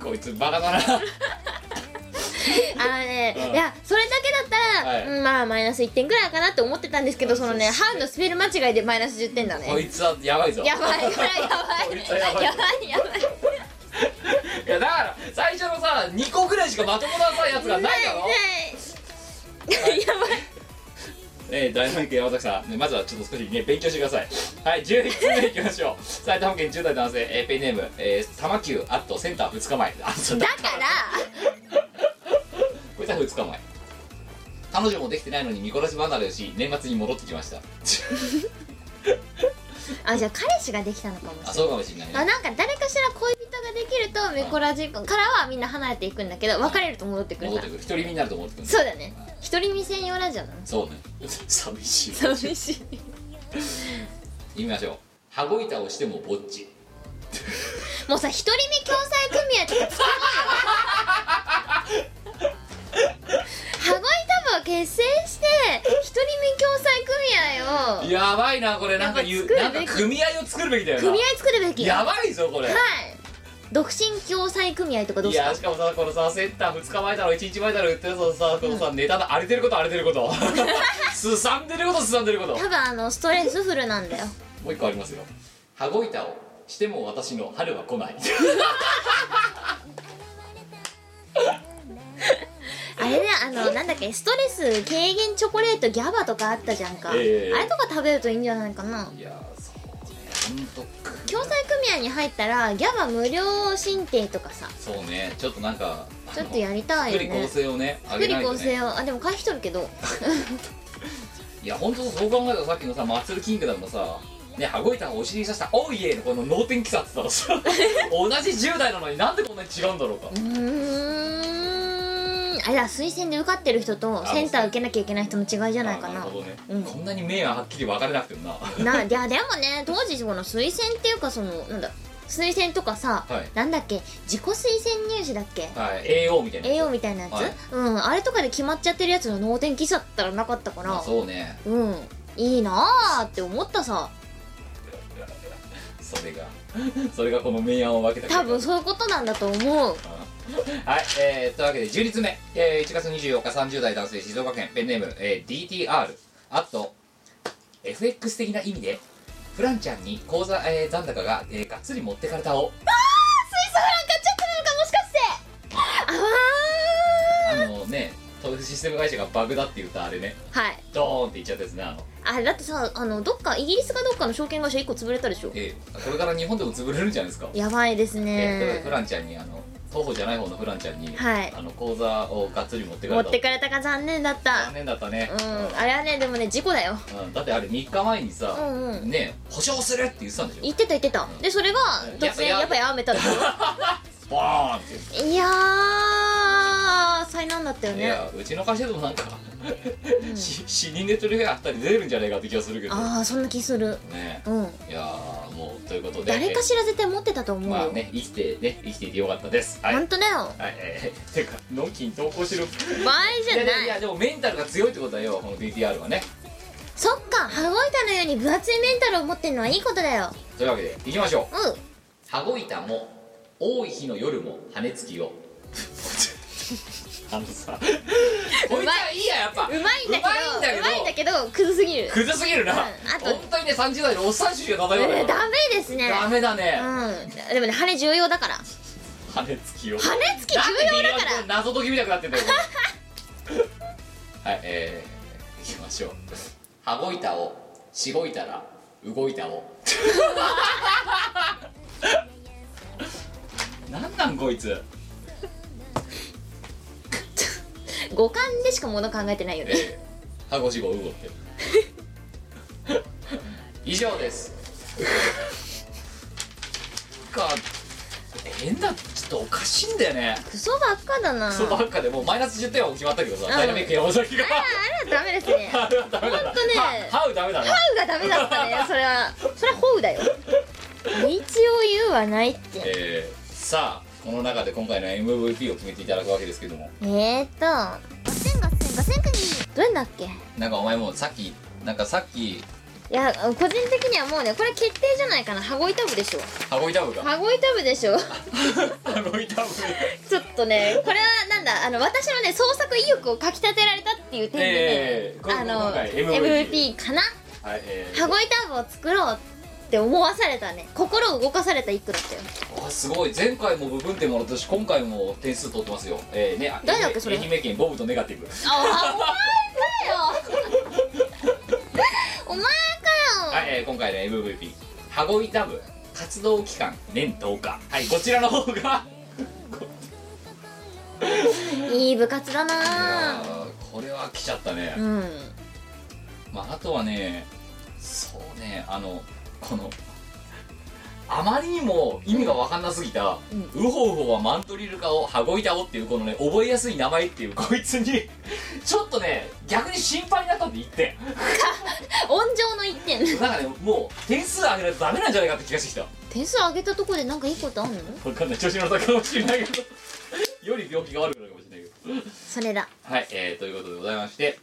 [SPEAKER 1] こいつバカだな
[SPEAKER 2] あのね、
[SPEAKER 1] うん
[SPEAKER 2] いやそれだけだったら、
[SPEAKER 1] はい
[SPEAKER 2] うんまあマイナス1点ぐらいかなって思ってたんですけどそのね「ハウのスペル間違いでマイナス10点だね
[SPEAKER 1] こいつはやばいぞ
[SPEAKER 2] やばいこれは
[SPEAKER 1] こいつは
[SPEAKER 2] や
[SPEAKER 1] やば
[SPEAKER 2] ば
[SPEAKER 1] い
[SPEAKER 2] いやばいやばい
[SPEAKER 1] いやだから最初のさ2個ぐらいしかまともなさやつがないだろ、
[SPEAKER 2] ないやばい
[SPEAKER 1] えー、ダイナミック山崎さん、ね、まずはちょっと少しね勉強してくださいはい11つ目いきましょう埼玉県10代男性、えーペンネーム、えー、玉球あとセンター2日前あそう
[SPEAKER 2] だ
[SPEAKER 1] だ
[SPEAKER 2] から
[SPEAKER 1] こいつは2日前彼女もできてないのに見殺し離れをし年末に戻ってきました
[SPEAKER 2] あじゃあ彼氏ができたのかもしれな
[SPEAKER 1] あ
[SPEAKER 2] い
[SPEAKER 1] そうかもしれない
[SPEAKER 2] あ
[SPEAKER 1] ね
[SPEAKER 2] なんか誰かしら恋人ができるとミコラジからはみんな離れていくんだけど別れると戻ってくる
[SPEAKER 1] 戻
[SPEAKER 2] か
[SPEAKER 1] っ
[SPEAKER 2] ら
[SPEAKER 1] てくる独り身になると思ってくる
[SPEAKER 2] そうだね一人見専用ラジオなの
[SPEAKER 1] そうね 寂しい
[SPEAKER 2] 寂しい
[SPEAKER 1] 言いましょう羽子板をしてもぼっち
[SPEAKER 2] もうさ一人見共済組合とか作ろうよ羽子板部を結成して一人見共済組合を
[SPEAKER 1] やばいなこれなんか言う
[SPEAKER 2] や
[SPEAKER 1] な
[SPEAKER 2] っ
[SPEAKER 1] んか
[SPEAKER 2] ぱ作るべき
[SPEAKER 1] 組合を作るべきだよな
[SPEAKER 2] 組合作るべき
[SPEAKER 1] や
[SPEAKER 2] は
[SPEAKER 1] ばいぞこれ、
[SPEAKER 2] い独身共済組合とかどう
[SPEAKER 1] い
[SPEAKER 2] す
[SPEAKER 1] や
[SPEAKER 2] か
[SPEAKER 1] しかもさこのさセンター2日前だろ1日前だろ言ってるのさこのさ、ネタの荒れてること荒れてること すさんでることすさんでること
[SPEAKER 2] 多分あのストレスフルなんだよ
[SPEAKER 1] もう一個ありますよ羽子板をしても私の春は 来ない
[SPEAKER 2] あれねあのなんだっけストレス軽減チョコレートギャバとかあったじゃんか、
[SPEAKER 1] ええ
[SPEAKER 2] あれとか食べるといいんじゃないかない
[SPEAKER 1] やーそうねほんと
[SPEAKER 2] 共済組合に入ったらギャバ無料申請とかさ
[SPEAKER 1] そうねちょっとなんか
[SPEAKER 2] ちょっとやりたい
[SPEAKER 1] 福
[SPEAKER 2] よ
[SPEAKER 1] 利厚
[SPEAKER 2] ね
[SPEAKER 1] 生をね上
[SPEAKER 2] 福
[SPEAKER 1] げ
[SPEAKER 2] 利
[SPEAKER 1] ないと
[SPEAKER 2] 厚
[SPEAKER 1] ね
[SPEAKER 2] 生をあでも回避とるけど
[SPEAKER 1] いや本当そう考えたらさっきのさマッツルキングダムのさね羽子板をお尻に刺した「おいえ」のこの脳天気さって言ったらさ 同じ10代なのになんでこんなに違うんだろうか
[SPEAKER 2] うーんあれだ推薦で受かってる人とセンター受けなきゃいけない人の違いじゃないか
[SPEAKER 1] あ
[SPEAKER 2] な
[SPEAKER 1] るほどね、
[SPEAKER 2] うん
[SPEAKER 1] こんなに面ははっきり分かれなくてもなは
[SPEAKER 2] ないやでもね当時この推薦っていうかそのなんだ推薦とかさ、
[SPEAKER 1] はい
[SPEAKER 2] なんだっけ自己推薦入試だっけ
[SPEAKER 1] い AO みたいな
[SPEAKER 2] 栄養みたいなやつ、
[SPEAKER 1] はい
[SPEAKER 2] うんあれとかで決まっちゃってるやつの脳天気さったらなかったから
[SPEAKER 1] まあそうね
[SPEAKER 2] うんいいなーって思ったさ
[SPEAKER 1] それが それがこの明暗を分けた
[SPEAKER 2] 多分そういうことなんだと思う
[SPEAKER 1] はい、えー、というわけで10日目、えー1月24日30代男性静岡県ペンネーム、えー DTR あと FX 的な意味でフランちゃんに口座、えー残高が、えーがっつり持ってかれたをあのね投資システム会社がバグだって言ったあれね
[SPEAKER 2] はい
[SPEAKER 1] ドーンって言っちゃったやつねあの、
[SPEAKER 2] あれだってさあのどっかイギリスかどっかの証券会社1個潰れたでしょ
[SPEAKER 1] えーこれから日本でも潰れるんじゃないですか
[SPEAKER 2] やばいです
[SPEAKER 1] えーというわけで
[SPEAKER 2] ね
[SPEAKER 1] フランちゃんにあの徒歩じゃない方のフランちゃんに、
[SPEAKER 2] はい
[SPEAKER 1] あの口座をがっつり持ってか
[SPEAKER 2] 持
[SPEAKER 1] れ
[SPEAKER 2] ったてかれたか残念だった
[SPEAKER 1] 残念だったね
[SPEAKER 2] うんあれはねでもね事故だよ
[SPEAKER 1] うんだってあれ3日前にさ、
[SPEAKER 2] うんうん
[SPEAKER 1] ね保証するって言ってたんでしょ
[SPEAKER 2] 言ってた言ってたでそれが
[SPEAKER 1] うん
[SPEAKER 2] 突然
[SPEAKER 1] や
[SPEAKER 2] やっ
[SPEAKER 1] っぱ
[SPEAKER 2] ぱやめたんだ よ
[SPEAKER 1] ボーンって
[SPEAKER 2] いやー災難だったよ
[SPEAKER 1] い
[SPEAKER 2] ね
[SPEAKER 1] やうちの会社でもなんか、し死人で取り合いあったり出るんじゃないかって気がするけど
[SPEAKER 2] ああそんな気する
[SPEAKER 1] ね
[SPEAKER 2] うん
[SPEAKER 1] いやーもうということで
[SPEAKER 2] 誰かしら絶対持ってたと思う
[SPEAKER 1] まあ
[SPEAKER 2] よ、
[SPEAKER 1] ね生きてね生きていてよかったですはい、
[SPEAKER 2] ほ
[SPEAKER 1] は
[SPEAKER 2] ん
[SPEAKER 1] い
[SPEAKER 2] とだよ
[SPEAKER 1] えー、てかのんきに投稿しろ
[SPEAKER 2] 場合じゃ
[SPEAKER 1] いやい
[SPEAKER 2] ない
[SPEAKER 1] やでもメンタルが強いってことだよこの DTR はね
[SPEAKER 2] そっか羽子板のように分厚いメンタルを持ってるのはいいことだよ
[SPEAKER 1] というわけでいきましょう
[SPEAKER 2] うん
[SPEAKER 1] 羽子板も多い日の夜も羽根つきをあのさこいつはいいややっぱ
[SPEAKER 2] うまいんだけど
[SPEAKER 1] うまいんだけど
[SPEAKER 2] うまいんだけどクズすぎる
[SPEAKER 1] クズすぎるな、
[SPEAKER 2] うんあと
[SPEAKER 1] 本当にね30代のおっさん主義が
[SPEAKER 2] え
[SPEAKER 1] 漂う
[SPEAKER 2] ーダメですね
[SPEAKER 1] ダメだね、
[SPEAKER 2] うんでもね羽重要だから
[SPEAKER 1] 羽根つきを
[SPEAKER 2] 羽付き重要だから
[SPEAKER 1] なんでビリヤードの謎解きみたくなってんだよ これはいえー、いきましょう羽子板をしごいたら動いた をなんなんこいつ
[SPEAKER 2] 五感でしかもの考えてないよね
[SPEAKER 1] えー、ハゴシゴウゴって 以上ですか変だちょっとおかしいんだよね
[SPEAKER 2] クソばっかだな
[SPEAKER 1] クソばっかでもうマイナス10点は決まったけどさ、
[SPEAKER 2] ん
[SPEAKER 1] ダイナミック山崎が
[SPEAKER 2] あれはダメですねハ
[SPEAKER 1] あれはダメだな
[SPEAKER 2] ほんとね
[SPEAKER 1] ハハウダメだな
[SPEAKER 2] ウがダメだったねそれはそれはホウ だよ一応言うはないって
[SPEAKER 1] えー、さあこの中で今回の MVP を決めていただくわけですけども
[SPEAKER 2] えーと
[SPEAKER 3] ガセンガセンガセンクニー
[SPEAKER 2] どれだっけい
[SPEAKER 1] なんかお前もうさっきなんかさっき
[SPEAKER 2] や個人的にはもうねこれ決定じゃないかな羽子板部でしょ
[SPEAKER 1] ハゴイタブが
[SPEAKER 2] 羽子板部でし ょ
[SPEAKER 1] ハゴイタブ
[SPEAKER 2] ちょっとねこれはなんだあの私のね創作意欲をかきたてられたっ ていう点でね、
[SPEAKER 1] ええこ
[SPEAKER 2] あ
[SPEAKER 1] 今
[SPEAKER 2] の
[SPEAKER 1] 回 MVP
[SPEAKER 2] MVP かな
[SPEAKER 1] はいえー
[SPEAKER 2] 羽子板部を作ろうって思わされたね心を動かされた一句だったよ
[SPEAKER 1] あすごい前回も部分点もらったし今回も点数取ってますよえー、ねあ
[SPEAKER 2] 誰だっけそれ
[SPEAKER 1] 愛媛県ボブとネガティブ
[SPEAKER 2] あお前だよ お前か
[SPEAKER 1] は
[SPEAKER 2] よ
[SPEAKER 1] い、えー今回の MVP 羽子板部活動期間年10日はいこちらの方が
[SPEAKER 2] いい部活だなぁ
[SPEAKER 1] あーこれは来ちゃったね、
[SPEAKER 2] うん
[SPEAKER 1] まああとはねそうねあのこのあまりにも意味が分かんなすぎた「
[SPEAKER 2] うん
[SPEAKER 1] ウホウホはマントリルカを羽子板を」っていうこのね覚えやすい名前っていうこいつにちょっとね逆に心配になったって言って
[SPEAKER 2] 温情の一点
[SPEAKER 1] なんかねもう点数上げないとダメなんじゃないかって気がしてきた
[SPEAKER 2] 点数上げたとこでなんかいいことあんの
[SPEAKER 1] 分かんない調子の高かもしれないけどより病気が悪くなるかもしれないけど
[SPEAKER 2] それだ
[SPEAKER 1] はい、えー、ということでございまして、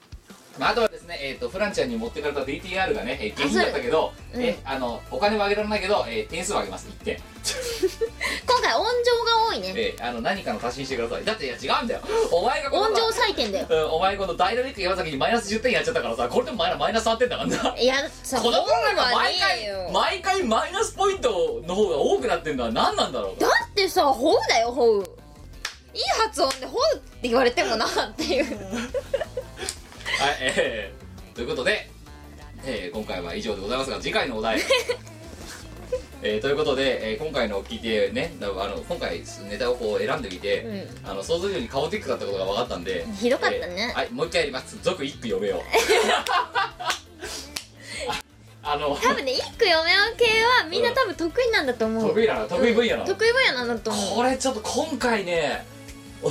[SPEAKER 1] まあ、あとはですね、えー、とフランちゃんに持ってかれた DTR がね、えー、下品だったけど、
[SPEAKER 2] それ
[SPEAKER 1] えあのお金はあげられないけど、えー点数はあげます1点、
[SPEAKER 2] 今回温情が多いね
[SPEAKER 1] えーあの何かの足しにしてくださいだっていや違うんだよお前がこの
[SPEAKER 2] 温情採点だよ
[SPEAKER 1] うんお前このダイナミック山崎にマイナス10点やっちゃったからさこれでもマイナマイナス3点だからな
[SPEAKER 2] いやさ
[SPEAKER 1] この
[SPEAKER 2] そう
[SPEAKER 1] コーナーが毎
[SPEAKER 2] はねえ
[SPEAKER 1] 回
[SPEAKER 2] よ
[SPEAKER 1] 毎回マイナスポイントの方が多くなってんのは何なんだろう
[SPEAKER 2] だってさ「ほう」だよ「ほう」いい発音で「ほう」って言われてもなっていう
[SPEAKER 1] はい、えー、ということで、えー今回は以上でございますが次回のお 題えーということで、えー今回のを聞いてねだあの今回ネタをこう選んでみて、
[SPEAKER 2] う
[SPEAKER 1] あの想像以上にカオティックだったことが分かったんで
[SPEAKER 2] ひどかったね
[SPEAKER 1] えーはいもう一回やります続一句読め ようああの
[SPEAKER 2] 多分ね一句読めよう系はみんな多分得意なんだと思う
[SPEAKER 1] 得意なの得意分野なの、
[SPEAKER 2] 得意分野なんだと思
[SPEAKER 1] これちょっと今回ねお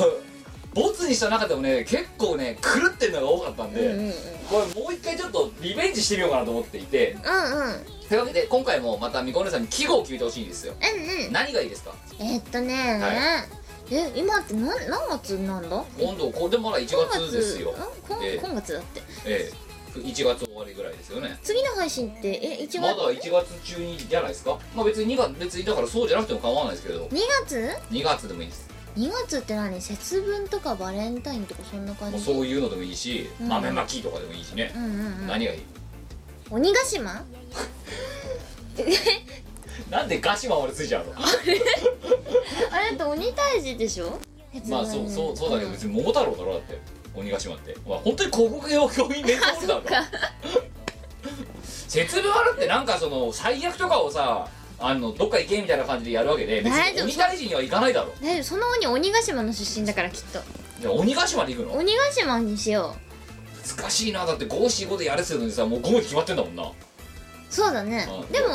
[SPEAKER 1] ボツにした中でもね結構ね狂ってるのが多かったん
[SPEAKER 2] うう
[SPEAKER 1] で、
[SPEAKER 2] んうんうん
[SPEAKER 1] これもう一回ちょっとリベンジしてみようかなと思っていて
[SPEAKER 2] うんうん
[SPEAKER 1] というわけで今回もまたみこねさんに季語を決めてほしいんですよ
[SPEAKER 2] うんうん
[SPEAKER 1] 何がいいですか
[SPEAKER 2] えーっとね、
[SPEAKER 1] は
[SPEAKER 2] え今って何何月なんだ
[SPEAKER 1] 今度これでまだ1
[SPEAKER 2] 今
[SPEAKER 1] 月ですよ
[SPEAKER 2] ん今
[SPEAKER 1] ええ
[SPEAKER 2] 今月だって
[SPEAKER 1] ええ1月終わりぐらいですよね
[SPEAKER 2] 次の配信ってえ一
[SPEAKER 1] まだ
[SPEAKER 2] 月、
[SPEAKER 1] 1月中にじゃないですかまあ別に2月別にだからそうじゃなくても構わないですけど
[SPEAKER 2] 二月
[SPEAKER 1] 2月でもいいです
[SPEAKER 2] 二月って何節分とかバレンタインとかそんな感
[SPEAKER 1] もう
[SPEAKER 2] じ
[SPEAKER 1] そういうのでもいいし
[SPEAKER 2] うん
[SPEAKER 1] 豆まきとかでもいいしね
[SPEAKER 2] うんうんうん
[SPEAKER 1] 何がいい
[SPEAKER 2] 鬼ヶ島
[SPEAKER 1] なんでガシマまでついちゃうの
[SPEAKER 2] あれだって鬼退治でしょ
[SPEAKER 1] まあそうそうそうだけど別に桃太郎だろだって鬼ヶ島ってまあ本当に広告用教員連合だろ
[SPEAKER 2] か
[SPEAKER 1] 節分あるってなんかその最悪とかをさあのどっか行けみたいな感じでやるわけで別
[SPEAKER 2] 大
[SPEAKER 1] に
[SPEAKER 2] 丈夫
[SPEAKER 1] 鬼退治には行かないだろ
[SPEAKER 2] 大丈夫その鬼鬼ヶ島の出身だからきっと
[SPEAKER 1] じゃあ鬼ヶ島で行くの
[SPEAKER 2] 鬼ヶ島にしよ
[SPEAKER 1] 難しいなだって五七五でやれてるのにさもう5で決まってんだもんな
[SPEAKER 2] うそうだね
[SPEAKER 1] うん
[SPEAKER 2] でも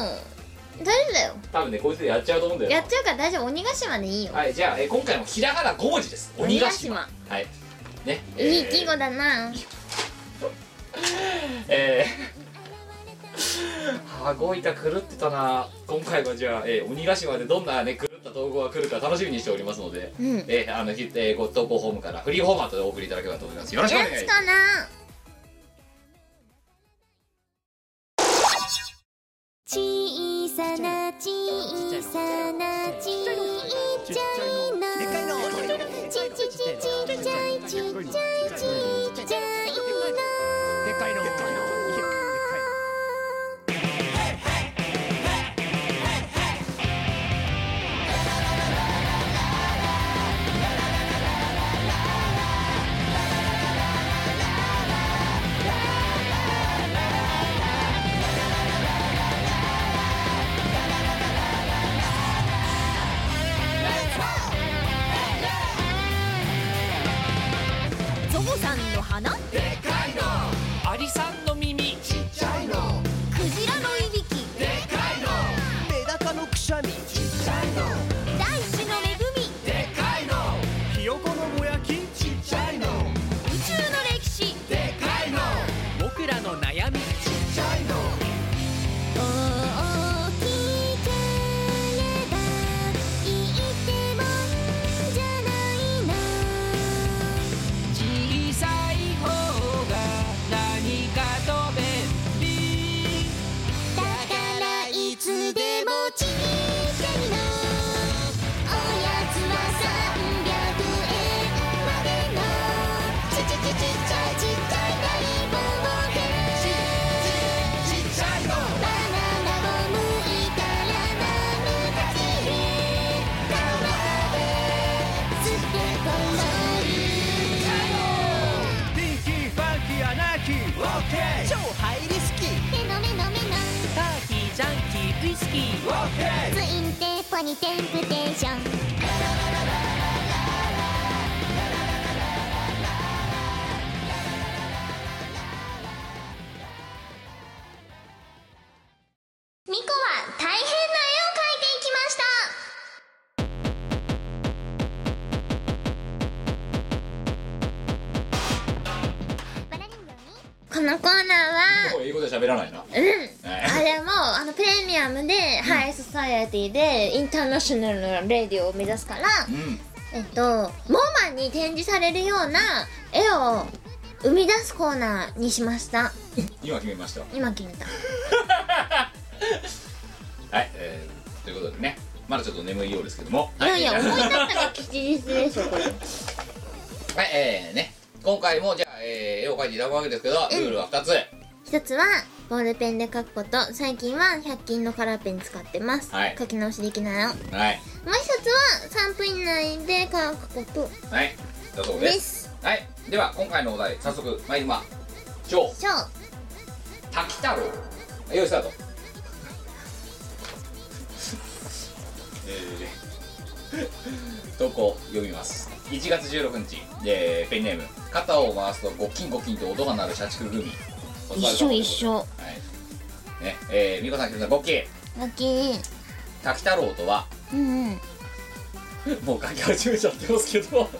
[SPEAKER 2] 大丈夫だよ
[SPEAKER 1] 多分ねこいつでやっちゃうと思うんだよな
[SPEAKER 2] やっちゃうから大丈夫鬼ヶ島でいいよ
[SPEAKER 1] はいじゃあ、えー今回もひらがな5文字です鬼
[SPEAKER 2] 鬼
[SPEAKER 1] ヶ
[SPEAKER 2] ヶ
[SPEAKER 1] 島
[SPEAKER 2] 島
[SPEAKER 1] はいねえー
[SPEAKER 2] いい季語だな
[SPEAKER 1] えーごいた狂ってたな今回はじゃあ、えー鬼ヶ島でどんなね狂った投稿が来るか楽しみにしておりますので、
[SPEAKER 2] うん
[SPEAKER 1] えーあの、ひえーご投稿ホームからフリーフォーマットでお送りいただければと思いますよろしくお願いし
[SPEAKER 2] やつ
[SPEAKER 1] ます
[SPEAKER 2] かな
[SPEAKER 3] 小さな小さなちっちゃいの
[SPEAKER 6] でっかいの
[SPEAKER 3] ちっちちちっちゃいちっちゃいちっちゃい
[SPEAKER 6] でっかいのでっかいの
[SPEAKER 2] ゾウさんの花ク
[SPEAKER 6] アリさんの耳
[SPEAKER 2] ジラのいびき
[SPEAKER 6] メダカのくしゃみ
[SPEAKER 2] 大地の恵み
[SPEAKER 6] ひよこのもやき
[SPEAKER 2] 宇宙の歴史
[SPEAKER 6] 僕らの悩み
[SPEAKER 3] 大きければ言ってもんじゃないな
[SPEAKER 6] 小さい方が何かと便利
[SPEAKER 3] だからいつでもちっちゃいのおやつは300円までのちちちちっちゃいちっちゃい大冒険ちっちゃいのバナナを剥いたら何かきれ川へ捨てこまる
[SPEAKER 6] ピーキーファンキーアナーキーオッケー超ハイリスキー
[SPEAKER 3] 手の目の目の
[SPEAKER 6] パーティージャンキーウイスキーオッケー
[SPEAKER 3] ツインテーポニテンプテーションミコは大変な絵を描いていきました
[SPEAKER 2] このコーナーは
[SPEAKER 1] もう英語で喋らないな
[SPEAKER 2] うん
[SPEAKER 1] はい
[SPEAKER 2] あれもあのプレミアムで、ハイソサイエティでインターナショナルなレディオを目指すから、
[SPEAKER 1] うん
[SPEAKER 2] えっとモーマンに展示されるような絵を生み出すコーナーにしました
[SPEAKER 1] 今決めました
[SPEAKER 2] 今決めた
[SPEAKER 1] はい、えー、ということでねまだちょっと眠いようですけども
[SPEAKER 2] いやいや
[SPEAKER 1] は
[SPEAKER 2] 思い立ったら吉日でしょこれ
[SPEAKER 1] はいえー、ね今回もじゃあ、えー絵を描いていただくわけですけどルールは2つ
[SPEAKER 2] 一つはボールペンで書くこと最近は100均のカラーペン使ってます、
[SPEAKER 1] はい
[SPEAKER 2] 書き直しできないのもう
[SPEAKER 1] はい
[SPEAKER 2] 一つは3分以内で書くこと
[SPEAKER 1] はいだそう
[SPEAKER 2] で
[SPEAKER 1] です
[SPEAKER 2] す
[SPEAKER 1] はいでは今回のお題早速参りましょう
[SPEAKER 2] ショー
[SPEAKER 1] 滝太郎はい用意スタート投稿読みます1月16日、えーペンネーム肩を回すとゴキンゴキンと音が鳴る社畜グミお疲れ様
[SPEAKER 2] 一緒一緒
[SPEAKER 1] はいねえー、美子さんひろさんゴッキー
[SPEAKER 2] ラッキー
[SPEAKER 1] 滝太郎とは
[SPEAKER 2] うんうん
[SPEAKER 1] もう書き始めちゃってますけど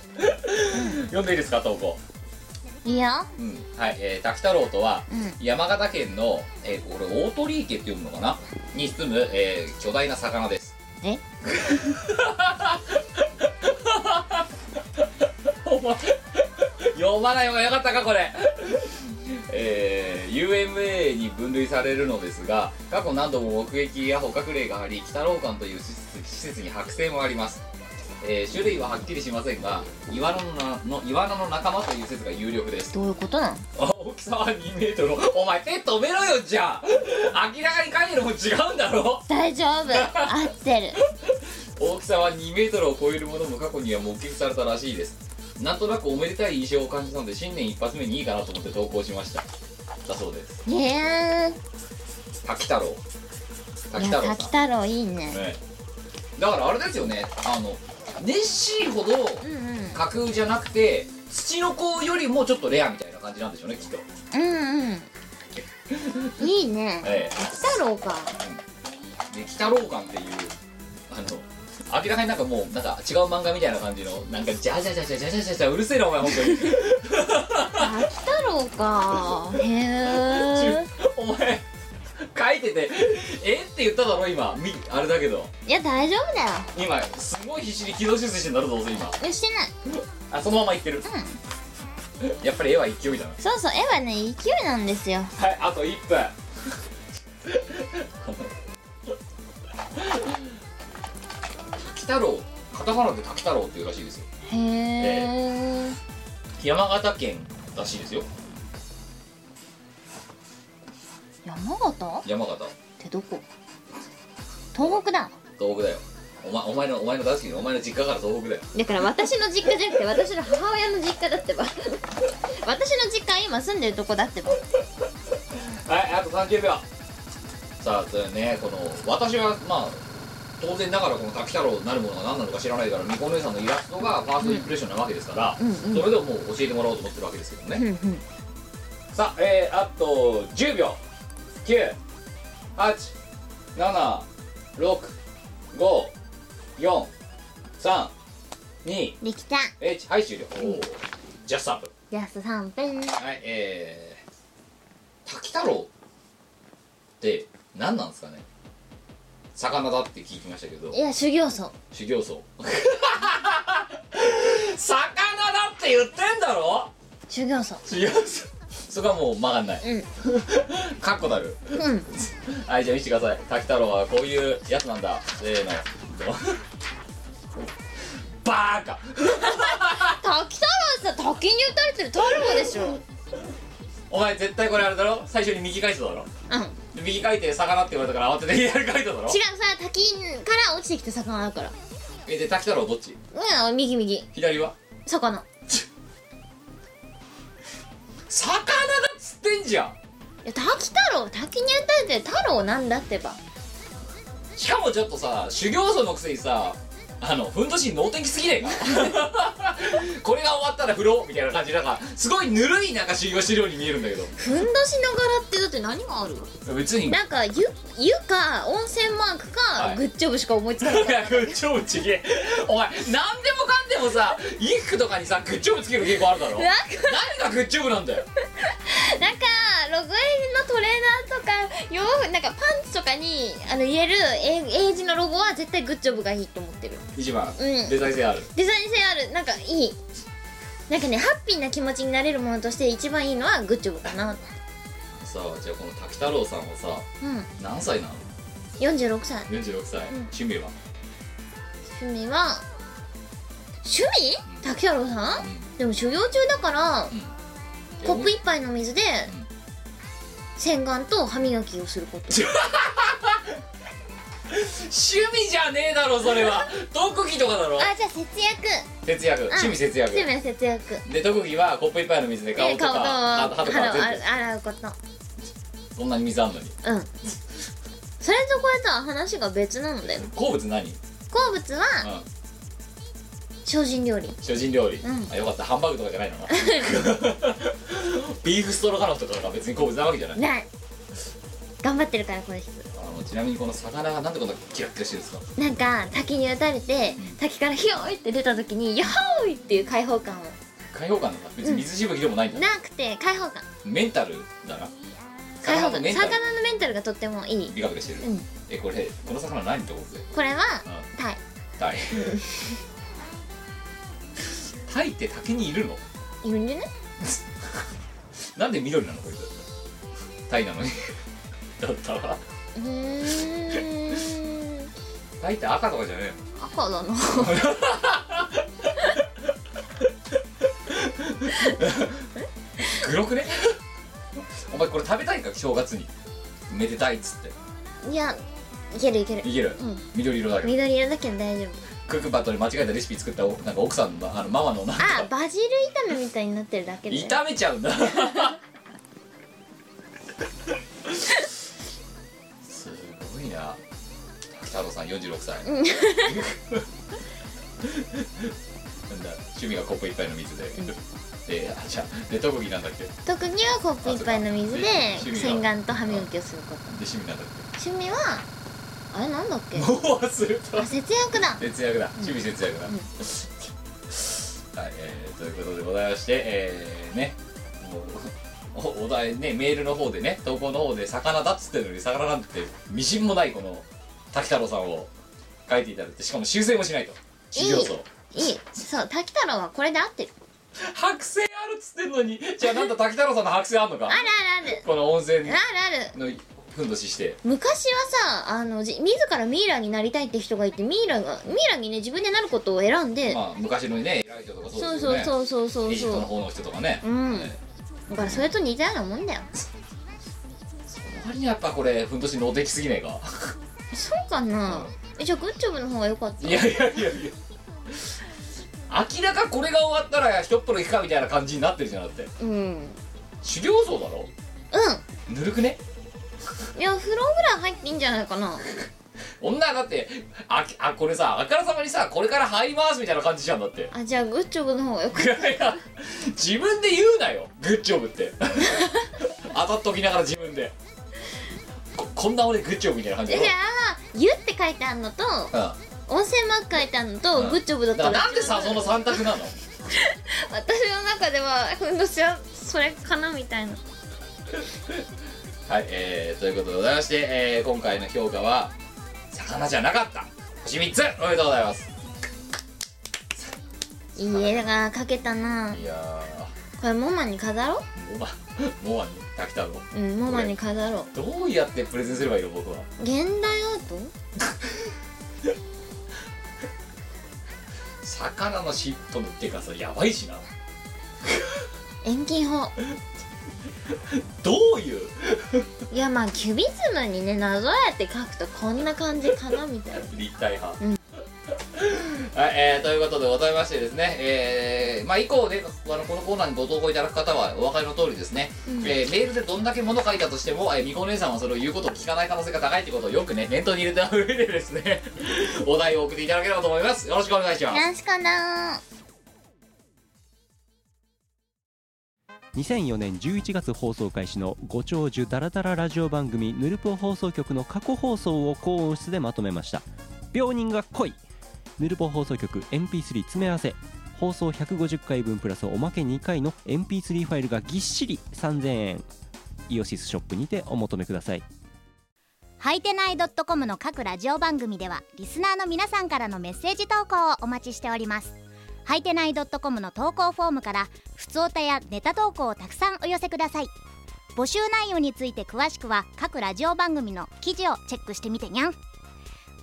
[SPEAKER 1] 読んでいいですか投稿
[SPEAKER 2] いいよ
[SPEAKER 1] うんはい、えー、滝太郎とは、
[SPEAKER 2] う
[SPEAKER 1] 山形県の、えー、これ大鳥池って読むのかなに住む、えー巨大な魚です
[SPEAKER 2] え
[SPEAKER 1] お前読まない方がよかったかこれえー UMA に分類されるのですが過去何度も目撃や捕獲例があり北老館という施設施設に剥製もあります、えー種類ははっきりしませんがイワナのなのイワナの仲間という説が有力です
[SPEAKER 2] どういうことなの
[SPEAKER 1] あ大きさは2メートルお前手止めろよじゃあ明らかに書いてるもん違うんだろ
[SPEAKER 2] 大丈夫合ってる
[SPEAKER 1] 大きさは2メートルを超えるものも過去には目撃されたらしいですなんとなくおめでたい印象を感じたので新年一発目にいいかなと思って投稿しましただそうです
[SPEAKER 2] いやー
[SPEAKER 1] 滝太郎滝
[SPEAKER 2] い
[SPEAKER 1] 太郎
[SPEAKER 2] や
[SPEAKER 1] さん
[SPEAKER 2] 滝太郎いいね
[SPEAKER 1] ねだからあれですよねあの熱しいほど
[SPEAKER 2] うんうん
[SPEAKER 1] 架空じゃなくて土の子よりもちょっとレアみたいな感じなんでしょうねきっと
[SPEAKER 2] うんうんいいね
[SPEAKER 1] ええ
[SPEAKER 2] 滝太郎か
[SPEAKER 1] で北老館っていうあの明らかになんかもうなんか違う漫画みたいな感じのなんかジャジャジャジャジャジャジャジャうるせえなお前本当に
[SPEAKER 2] あ滝太郎かへえ
[SPEAKER 1] お前書いててて「えっ?」て言っただろ今みあれだけど
[SPEAKER 3] いや大丈夫だよ
[SPEAKER 1] 今すごい必死に軌道修正してんだろどうせ今
[SPEAKER 3] いやしてない
[SPEAKER 1] あそのままいってる
[SPEAKER 3] うん
[SPEAKER 1] やっぱり絵は勢いだな
[SPEAKER 3] そうそう絵はね勢いなんですよ
[SPEAKER 1] はいあと1分滝太郎カタカナで滝太郎っていうらしいですよ
[SPEAKER 3] へえ
[SPEAKER 1] 山形県らしいですよ
[SPEAKER 3] 山形っ
[SPEAKER 1] 山形
[SPEAKER 3] てどこ東北だ
[SPEAKER 1] 東北だよお前お前のお前の大好きなお前の実家から東北だよ
[SPEAKER 3] だから私の実家じゃなくて私の母親の実家だってば私の実家今住んでるとこだってば
[SPEAKER 1] はいあと30秒さあというねこの私はまあ当然ながらこの滝太郎なるものが何なのか知らないからみこ姉さんのイラストがファーストインプレッションなわけですから、
[SPEAKER 3] うんうん
[SPEAKER 1] それでももう教えてもらおうと思ってるわけですけどね、
[SPEAKER 3] うんうん
[SPEAKER 1] さあ、えー、あと10秒987654321
[SPEAKER 3] できた
[SPEAKER 1] はい終了おージャストアップ
[SPEAKER 3] ラスト3分
[SPEAKER 1] はいえー、滝太郎って何なんですかね魚だって聞きましたけど
[SPEAKER 3] いや修行僧
[SPEAKER 1] 修行僧 魚だって言ってんだろ
[SPEAKER 3] 修行僧
[SPEAKER 1] 修行僧そこはもう曲がんない
[SPEAKER 3] うん
[SPEAKER 1] かっこなる
[SPEAKER 3] うん
[SPEAKER 1] はいじゃあ見せてください滝太郎はこういうやつなんだせーの どうバーカ
[SPEAKER 3] 滝太郎さ滝に打たれてるタルボでしょうん
[SPEAKER 1] お前絶対これあれだろ最初に右書いてただろで右書いて魚って言われたから慌てて左書いただろ
[SPEAKER 3] 違うさ滝から落ちてきた魚だから
[SPEAKER 1] えで滝太郎どっち
[SPEAKER 3] うん右右
[SPEAKER 1] 左は
[SPEAKER 3] 魚
[SPEAKER 1] 魚だっつってんじゃん
[SPEAKER 3] いや滝太郎滝に打たれてる太郎なんだってば
[SPEAKER 1] しかもちょっとさ修行僧のくせにさあのふんどしに能天気すぎねえか これが終わったら風呂みたいな感じだからすごいぬるいなんか修行資料に見えるんだけど
[SPEAKER 3] ふんどしの柄ってだって何がある
[SPEAKER 1] 別に
[SPEAKER 3] なんか湯湯か温泉マークか、
[SPEAKER 1] はい
[SPEAKER 3] グッジョブしか思いつか ない
[SPEAKER 1] いやグッジョブちげえお前何でもかんでもさ衣服とかにさグッジョブつける傾向あるだろ
[SPEAKER 3] なん
[SPEAKER 1] 何
[SPEAKER 3] か
[SPEAKER 1] がグッジョブなんだよ
[SPEAKER 3] なんかロゴ入りのトレーナーとか洋服なんかパンツとかにあの入れる英英字のロゴは絶対グッジョブがいいと思ってる
[SPEAKER 1] 一番、
[SPEAKER 3] うん
[SPEAKER 1] デザイン性ある
[SPEAKER 3] デザイン性あるなんかいいなんかねハッピーな気持ちになれるものとして一番いいのはグッジョブかな
[SPEAKER 1] さあじゃあこの滝太郎さんはさ
[SPEAKER 3] うん
[SPEAKER 1] 何歳なの
[SPEAKER 3] 46歳
[SPEAKER 1] ?46 歳、
[SPEAKER 3] ん
[SPEAKER 1] 趣味は
[SPEAKER 3] 趣味は趣味滝太郎さん、
[SPEAKER 1] うん
[SPEAKER 3] でも修行中だから、コップ一杯の水で、
[SPEAKER 1] ん
[SPEAKER 3] 洗顔と歯磨きをすること
[SPEAKER 1] 趣味じゃねえだろそれ は特技とかだろ
[SPEAKER 3] あじゃあ節約
[SPEAKER 1] 節約趣味節約
[SPEAKER 3] 趣味は節約
[SPEAKER 1] で特技はコップ一杯の水で顔
[SPEAKER 3] で
[SPEAKER 1] とか
[SPEAKER 3] 顔と
[SPEAKER 1] 歯歯
[SPEAKER 3] 肌
[SPEAKER 1] とか
[SPEAKER 3] を
[SPEAKER 1] 全部
[SPEAKER 3] 洗うこと
[SPEAKER 1] そんなに水あんのに
[SPEAKER 3] うんそれとこれとは話が別なのだよ
[SPEAKER 1] 好物何、うん、
[SPEAKER 3] 好物は精進料理
[SPEAKER 1] 精進料理、
[SPEAKER 3] ん
[SPEAKER 1] あよかったハンバーグとかじゃない のなビーフストロガノフとかが別に好物なわけじゃない
[SPEAKER 3] ない頑張ってるからこの人
[SPEAKER 1] あのちなみにこの魚がなんでこんなキラッキラしてるんですか
[SPEAKER 3] なんか滝に打たれて滝からヒョーイって出た時にヤッホーイっていう解放感を
[SPEAKER 1] 開放感なんだ別に水しぶきでもないんだ、
[SPEAKER 3] なくて解放感
[SPEAKER 1] メンタルだな
[SPEAKER 3] 解放
[SPEAKER 1] の
[SPEAKER 3] 感
[SPEAKER 1] メンタル
[SPEAKER 3] 魚のメンタルがとってもいい
[SPEAKER 1] 美学でしてる、
[SPEAKER 3] うん
[SPEAKER 1] えこれこの魚何ってことで
[SPEAKER 3] これは
[SPEAKER 1] ん
[SPEAKER 3] タイ
[SPEAKER 1] タイタイって竹にいるの
[SPEAKER 3] いるんじゃない
[SPEAKER 1] なんで緑なのこいつタイなのにだったら
[SPEAKER 3] うー ん
[SPEAKER 1] タイって赤とかじゃね
[SPEAKER 3] 赤だな
[SPEAKER 1] えの黒くねお前これ食べたいか正月にめでたいっつって
[SPEAKER 3] いやいけるいける
[SPEAKER 1] いける、
[SPEAKER 3] うん
[SPEAKER 1] 緑色だけど
[SPEAKER 3] 緑色だけど大丈夫
[SPEAKER 1] クックパッドに間違えたレシピ作ったおなんか奥さんのあのママのなんか
[SPEAKER 3] あバジル炒めみたいになってるだけで
[SPEAKER 1] 炒めちゃうんだすごいな滝太郎さん46歳なんだ趣味がコップ一杯の水で、であじゃあで特技なんだっけで
[SPEAKER 3] 特にはコップ一杯の水
[SPEAKER 1] あそう
[SPEAKER 3] で
[SPEAKER 1] か
[SPEAKER 3] 洗顔と歯磨きをすること
[SPEAKER 1] 趣味なんだっけ
[SPEAKER 3] 趣味はあれなんだっ け
[SPEAKER 1] もう忘れた
[SPEAKER 3] あ節約だ
[SPEAKER 1] 節約だ趣味節約だ、
[SPEAKER 3] ん
[SPEAKER 1] はい、えーということでございましてえー、ねもうおお題ねメールの方でね投稿の方で魚だっつってるのに魚なんてみじんもないこの滝太郎さんを書いていただいてしかも修正もしないと修行僧
[SPEAKER 3] いいそう滝太郎はこれで合ってる
[SPEAKER 1] 剥製あるっつってんのにじゃあなんだ滝太郎さんの剥製あんのか
[SPEAKER 3] あるあるある
[SPEAKER 1] この温泉の
[SPEAKER 3] あるある
[SPEAKER 1] ふんどしして
[SPEAKER 3] 昔はさあのじ自らミイラになりたいって人がいてミイラがミイラにね自分でなることを選んで、
[SPEAKER 1] まあ昔のね偉い人とかそう
[SPEAKER 3] そう
[SPEAKER 1] ですよ
[SPEAKER 3] そう
[SPEAKER 1] ね
[SPEAKER 3] そうそうそう
[SPEAKER 1] エジプトの
[SPEAKER 3] そ
[SPEAKER 1] 方の人とかね
[SPEAKER 3] ううんだからそれと似たようなもんだよ
[SPEAKER 1] あまりにやっぱこれふんどしのできすぎねえか
[SPEAKER 3] そうかなえじゃあグッジョブの方が良かった
[SPEAKER 1] いやいやいやいや明らかこれが終わったらひょっぽろ行くかみたいな感じになってるじゃなくて
[SPEAKER 3] うんうん
[SPEAKER 1] 修行僧だろぬるくね
[SPEAKER 3] いや風呂ぐらい入っていいんじゃないかな
[SPEAKER 1] 女だってああこれさあからさまにさこれから入りますみたいな感じじゃんだって
[SPEAKER 3] あじゃあグッジョブの方が良かっ
[SPEAKER 1] いやいや自分で言うなよグッジョブって当たっときながら自分でここんな俺グッジョブみたいな感じ
[SPEAKER 3] た
[SPEAKER 1] だ
[SPEAKER 3] じ
[SPEAKER 1] ろ
[SPEAKER 3] ゃあ「湯」って書いてあるのと
[SPEAKER 1] う
[SPEAKER 3] 温泉マーク書いてあるの
[SPEAKER 1] う
[SPEAKER 3] と
[SPEAKER 1] ん
[SPEAKER 3] グッジョブだっ
[SPEAKER 1] ん、だ
[SPEAKER 3] た
[SPEAKER 1] かららなんでさその三択なの
[SPEAKER 3] 私の中ではふんどしはそれかなみたいな
[SPEAKER 1] はい、えー、ということでございまして、えー、今回の評価は魚じゃなかった星3つおめでとうございます
[SPEAKER 3] いい絵が描けたない
[SPEAKER 1] や
[SPEAKER 3] これモマに飾ろ
[SPEAKER 1] ーモマモマに滝太郎
[SPEAKER 3] ううんモマに飾ろう
[SPEAKER 1] どうやってプレゼンすればいいの僕は
[SPEAKER 3] 現代アート
[SPEAKER 1] 魚の尻尾のってかさやばいしな
[SPEAKER 3] 遠近法
[SPEAKER 1] どういう
[SPEAKER 3] いやまあキュビズムにねなぞらえて書くとこんな感じかなみたいな
[SPEAKER 1] 立体派、
[SPEAKER 3] うん
[SPEAKER 1] はい、えー、ということでございましてですね、えー、まあ以降ねあのこのコーナーにご投稿いただく方はお分かりの通りですね、えーメールでどんだけ物書いたとしても、えー、みこお姉さんはそれを言うことを聞かない可能性が高いってことをよくね念頭に入れた上でですね お題を送っていただければと思いますよろしくお願いします
[SPEAKER 3] よしかな
[SPEAKER 7] 2004年11月放送開始のご長寿ダラダララジオ番組「ヌルポ放送局」の過去放送を高音質でまとめました病人が来いヌルポ放送局 MP3 詰め合わせ放送150回分プラスおまけ2回の MP3 ファイルがぎっしり3000円イオシスショップにてお求めください
[SPEAKER 6] はいてない .com の各ラジオ番組ではリスナーの皆さんからのメッセージ投稿をお待ちしておりますはいてない .com の投稿フォームから普通歌やネタ投稿をたくさんお寄せください募集内容について詳しくは各ラジオ番組の記事をチェックしてみてにゃん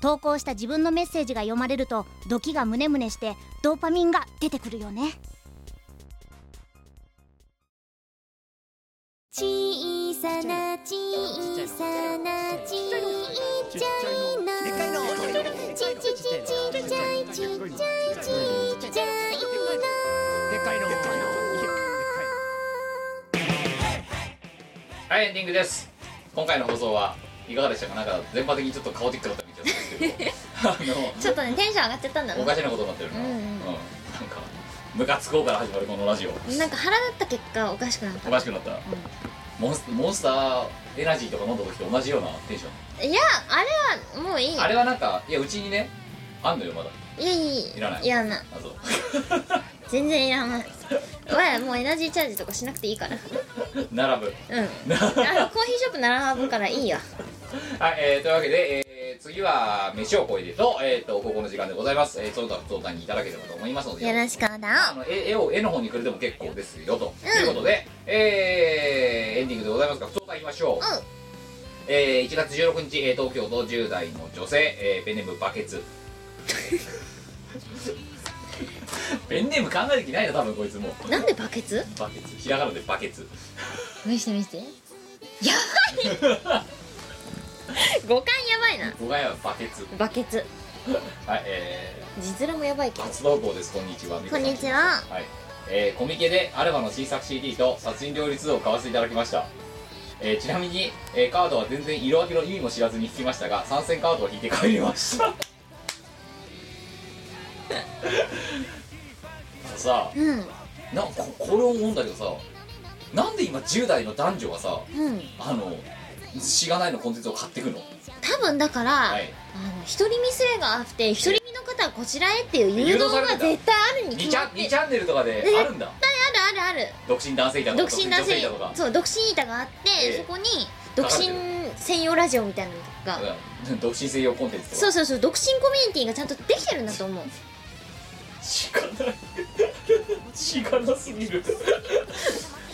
[SPEAKER 6] 投稿した自分のメッセージが読まれるとドキがムネムネしてドーパミンが出てくるよね小さな小さなちっちゃいの
[SPEAKER 8] でっかいの
[SPEAKER 6] ちっちゃいちっちゃいちっちゃいちっちゃい
[SPEAKER 8] でっかいのでっかいの
[SPEAKER 1] はいエンディングです今回の放送はいかがでしたかなんか全般的にちょっとカオティックだったみたいなんです けどあの
[SPEAKER 3] ちょっとねテンション上がっちゃったんだ
[SPEAKER 1] お
[SPEAKER 3] な
[SPEAKER 1] かしなことになってるな、
[SPEAKER 3] うんうん
[SPEAKER 1] なんかムカつこうから始まるこのラジオ
[SPEAKER 3] なんか腹立った結果おかしくなっ
[SPEAKER 1] お
[SPEAKER 3] た
[SPEAKER 1] かしくなった、モンスモンスターエナジーとか飲んだ時と同じようなテンション、
[SPEAKER 3] いやあれはもういいよ
[SPEAKER 1] あれはなんかいやうちにねあんのよまだ
[SPEAKER 3] いやいや
[SPEAKER 1] いらない
[SPEAKER 3] いらない
[SPEAKER 1] あそう
[SPEAKER 3] 全然いらないわやもうエナジーチャージとかしなくていいから
[SPEAKER 1] 並ぶ
[SPEAKER 3] うんあのコーヒーショップ並ぶからいいよ
[SPEAKER 1] はい、えー、というわけで、えー、次は飯を超えてと,、えー、と高校の時間でございます、えー、その他不相談にいただければと思いますので
[SPEAKER 3] よろしくお願い
[SPEAKER 1] あの絵絵を絵の方にくれても結構ですよと、いうことで、えー、エンディングでございますが不相談いきましょう、
[SPEAKER 3] ん
[SPEAKER 1] えー、1月16日、えー東京都10代の女性、えーペンネームバケ ツペンネーム考える気ないな多分こいつも
[SPEAKER 3] なんでバケツ
[SPEAKER 1] バケツひらがなでバケツ
[SPEAKER 3] 見して見してやばい五感やばいな
[SPEAKER 1] 僕がやバケツ
[SPEAKER 3] バケツ
[SPEAKER 1] はいえ
[SPEAKER 3] 字面もやばい
[SPEAKER 1] ー、
[SPEAKER 3] けど
[SPEAKER 1] 初投稿ですこんにちはみこ
[SPEAKER 3] こ
[SPEAKER 1] さ
[SPEAKER 3] んにちは
[SPEAKER 1] はい、えーコミケでアルバの新作 CD と殺人料理2を買わせていただきました、えーちなみに、えーカードは全然色分けの意味も知らずに引きましたが参戦カードを引いて帰りました あのさ
[SPEAKER 3] うん
[SPEAKER 1] なここれ思うんだけどさなんで今10代の男女がさ
[SPEAKER 3] うん
[SPEAKER 1] あのしがないのコンテンツを買ってくの
[SPEAKER 3] 多分だから、
[SPEAKER 1] はい
[SPEAKER 3] あの独り見すれがあって独り見の方はこちらへっていう誘
[SPEAKER 1] 誘
[SPEAKER 3] 導
[SPEAKER 1] 導され
[SPEAKER 3] が
[SPEAKER 1] てた
[SPEAKER 3] 絶対あるに
[SPEAKER 1] 2
[SPEAKER 3] 決
[SPEAKER 1] チ
[SPEAKER 3] ま
[SPEAKER 1] ャ
[SPEAKER 3] っ
[SPEAKER 1] 2
[SPEAKER 3] て
[SPEAKER 1] チャンネルとかであるんだ
[SPEAKER 3] あるあるある
[SPEAKER 1] 独身男性いたとか
[SPEAKER 3] 独身男性
[SPEAKER 1] 女いたとか
[SPEAKER 3] そう独身板があって、
[SPEAKER 1] ええ
[SPEAKER 3] そこに独身専用ラジオみたいなのが、
[SPEAKER 1] うん独身専用コンテンツとか
[SPEAKER 3] そうそうそう独身コミュニティがちゃんとできてるんだと思う
[SPEAKER 1] 知らない知らなすぎる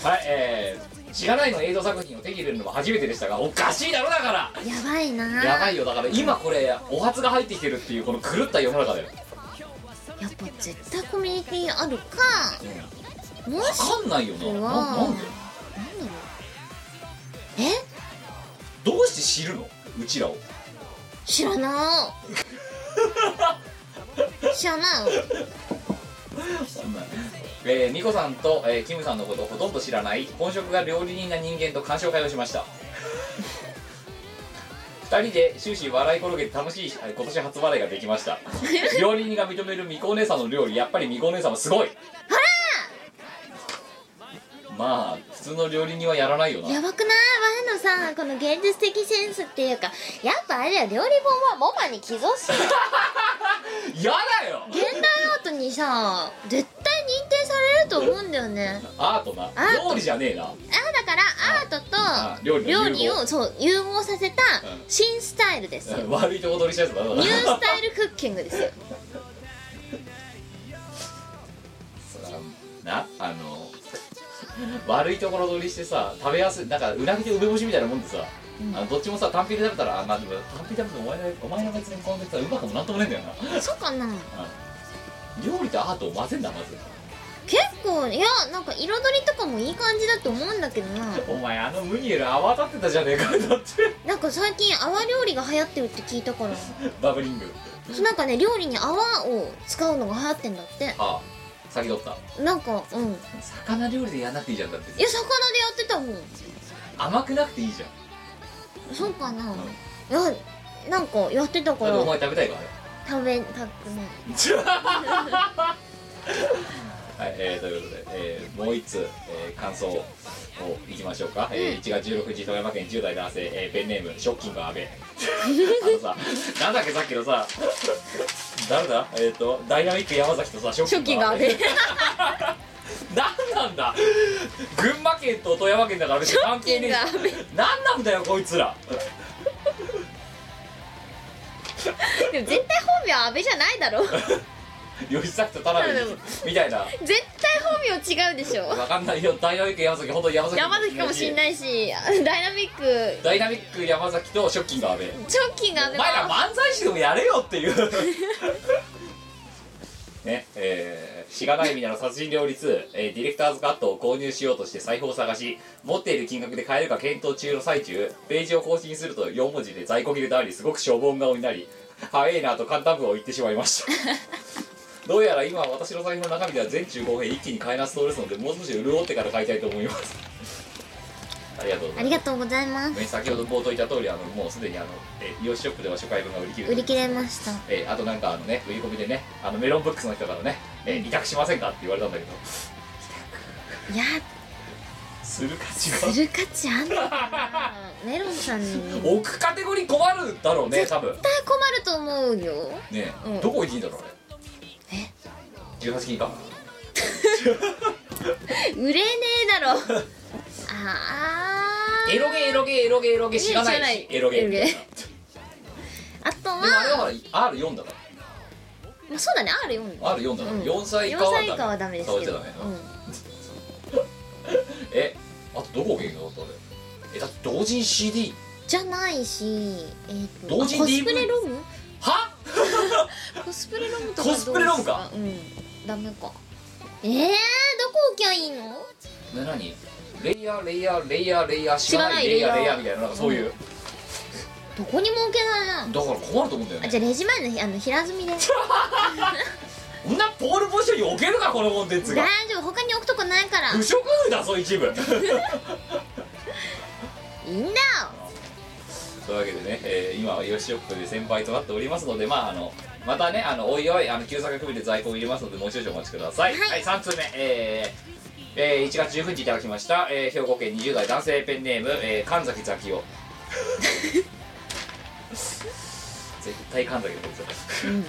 [SPEAKER 1] はいえー、知らないの映像作品を手に入れるのも初めてでしたがおかしいだろだから
[SPEAKER 3] やばいな
[SPEAKER 1] やば
[SPEAKER 3] や
[SPEAKER 1] いよだから今これお初が入ってきてるっていうこの狂った世の中だよ
[SPEAKER 3] っぱ絶対コミュニティあるかも
[SPEAKER 1] わ
[SPEAKER 3] し
[SPEAKER 1] かんないよなな
[SPEAKER 3] うわ
[SPEAKER 1] なんで
[SPEAKER 3] 何だろうえ
[SPEAKER 1] どうして知るのうちらを
[SPEAKER 3] 知らない 知らない
[SPEAKER 1] えー、ミコさんと、えーキムさんのことをほとんど知らない本職が料理人な人間と鑑賞会をしました 二人で終始笑い転げて楽しいえー今年初笑いができました 料理人が認めるミコお姉さんの料理やっぱりミコお姉さんはすごいまあ普通の料理人はやらないよな
[SPEAKER 3] やばくない前のさこの現実的センスっていうかやっぱあれだよ料理本はモバに寄贈してる
[SPEAKER 1] やだよ
[SPEAKER 3] 現代アートにさ絶対認定されると思うんだよね
[SPEAKER 1] アートな
[SPEAKER 3] アート
[SPEAKER 1] 料理じゃねえな
[SPEAKER 3] あだからアートと
[SPEAKER 1] 料理の融合
[SPEAKER 3] 料理をそう融合させた新スタイルですよ
[SPEAKER 1] うん悪いとこ取りしたやつだな
[SPEAKER 3] ニュースタイルクッキングですよ
[SPEAKER 1] なあの悪いところ取りしてさ食べやすいなんかうなぎと梅干しみたいなもんでさ、あのどっちもさ単品で食べたらあまあでも単品で食べてもお前のお前の別にこの時さうまくもなんともねえんだよな
[SPEAKER 3] そうかな
[SPEAKER 1] 料理とアートを混ぜんだまず
[SPEAKER 3] 結構いやなんか彩りとかもいい感じだと思うんだけどな
[SPEAKER 1] お前あのムニエル泡立ってたじゃねえかだって
[SPEAKER 3] なんか最近泡料理が流行ってるって聞いたから
[SPEAKER 1] バブリング
[SPEAKER 3] そうなんかね料理に泡を使うのが流行ってんだって
[SPEAKER 1] ああ先取った
[SPEAKER 3] なんかうんい
[SPEAKER 1] 魚料理でやんなくていいじゃんだって
[SPEAKER 3] や魚でやってたもん
[SPEAKER 1] 甘くなくていいじゃん
[SPEAKER 3] そうかな、
[SPEAKER 1] ん
[SPEAKER 3] いやなんかやってたか
[SPEAKER 1] だってお
[SPEAKER 3] ら
[SPEAKER 1] 前食べたいからあれ
[SPEAKER 3] 食べたくない
[SPEAKER 1] はい、えーということで、えーもう一つ、えー感想をいきましょうか、えー1月16日富山県10代男性、えーペンネームショッキング阿 部あのさなんだっけさっきのさ誰だえっ、とダイナミック山崎とさショッキング阿部
[SPEAKER 3] ショッキ
[SPEAKER 1] 何 なんだ群馬県と富山県だから別に関係ねえ
[SPEAKER 3] ショッキング
[SPEAKER 1] 何なんだよこいつ ら
[SPEAKER 3] でも絶対本名は安倍じゃないだろ
[SPEAKER 1] 吉崎と田辺みたいな
[SPEAKER 3] 絶対本名違うでしょ
[SPEAKER 1] わかんないよダイナミック山崎本当に山崎
[SPEAKER 3] 山崎かもしんないしダイナミック
[SPEAKER 1] ダイナミック山崎とショッキング阿部
[SPEAKER 3] チョッキンが安
[SPEAKER 1] お
[SPEAKER 3] 倍
[SPEAKER 1] 前ら漫才師でもやれよっていうねえー、しがないみなの殺人料理2、えーディレクターズカットを購入しようとして財布を探し持っている金額で買えるか検討中の最中ページを更新すると4文字で在庫切れとありすごく消防顔になり早いなと簡単部を言ってしまいましたどうやら今私の財布の中身では全中5編一気に買えなそうですのでもう少し潤ってから買いたいと思いますありがとうござ
[SPEAKER 3] あ
[SPEAKER 1] いま
[SPEAKER 3] り
[SPEAKER 1] す
[SPEAKER 3] がとうございます
[SPEAKER 1] ね先ほど冒頭言った通りあのもうすでにあのえイオシショップでは初回分が売り切れて
[SPEAKER 3] 売り切れました
[SPEAKER 1] えーあとなんかあのね売り込みでねあのメロンブックスの人からね、えー委託しませんかって言われたんだけど
[SPEAKER 3] いや
[SPEAKER 1] するか
[SPEAKER 3] す
[SPEAKER 1] 違う
[SPEAKER 3] る価値あんのか なメロンさんに絶対
[SPEAKER 1] 置くカテゴリー困るだろうね多分
[SPEAKER 3] 困ると思うよ
[SPEAKER 1] ね、
[SPEAKER 3] うん
[SPEAKER 1] どこ行っていいんだろうあれ18金か
[SPEAKER 3] 売れねえだろあー
[SPEAKER 1] エロゲエロゲエロゲエロゲ知らない
[SPEAKER 3] 知らない
[SPEAKER 1] しエロゲ
[SPEAKER 3] エロゲ
[SPEAKER 1] みたいな
[SPEAKER 3] あと
[SPEAKER 1] でもあれは
[SPEAKER 3] は
[SPEAKER 1] ほら R4 だか
[SPEAKER 3] まあ、そうだね R4
[SPEAKER 1] ら R4 だから、
[SPEAKER 3] うん
[SPEAKER 1] 4歳以
[SPEAKER 3] 4
[SPEAKER 1] 下はダメ
[SPEAKER 3] 歳以下はダメですけど、
[SPEAKER 1] 触っちゃダメ
[SPEAKER 3] うん
[SPEAKER 1] えあとどこがいいのだってあれえだって同人 CD
[SPEAKER 3] じゃないし、えー、と
[SPEAKER 1] 同時
[SPEAKER 3] あ
[SPEAKER 1] に
[SPEAKER 3] コスプレ
[SPEAKER 1] DV
[SPEAKER 3] ロム
[SPEAKER 1] は
[SPEAKER 3] コスプレロムとかどう
[SPEAKER 1] コスプレロムか
[SPEAKER 3] うんダメかえー、どこ置きゃいいの
[SPEAKER 1] な何レイヤーレイヤーレイヤーレイヤー知
[SPEAKER 3] 知
[SPEAKER 1] ら
[SPEAKER 3] ら
[SPEAKER 1] な
[SPEAKER 3] ないい
[SPEAKER 1] レイヤーレ
[SPEAKER 3] レ
[SPEAKER 1] イ
[SPEAKER 3] イ
[SPEAKER 1] ヤ
[SPEAKER 3] ヤ
[SPEAKER 1] ー
[SPEAKER 3] ー
[SPEAKER 1] みたいななんかそういう、
[SPEAKER 3] どこにも置けないな
[SPEAKER 1] だから困ると思うんだよね
[SPEAKER 3] あじゃあレジ前のあの平積みで
[SPEAKER 1] こんなポールポジションに置けるかこのコンテンツが
[SPEAKER 3] 大丈夫他に置くとこないからい
[SPEAKER 1] 不織布だぞ一部
[SPEAKER 3] いんだよ
[SPEAKER 1] というわけでね、えー今はヨシショップで先輩となっておりますのでまああのまたねあのおいおいあの旧作組で在庫を入れますのでもう少々お待ちください
[SPEAKER 3] はい
[SPEAKER 1] はい、3通目えーえー1月19日いただきました、えー兵庫県20代男性ペンネーム、えー神崎ザキオ 絶対神崎のことだ
[SPEAKER 3] うん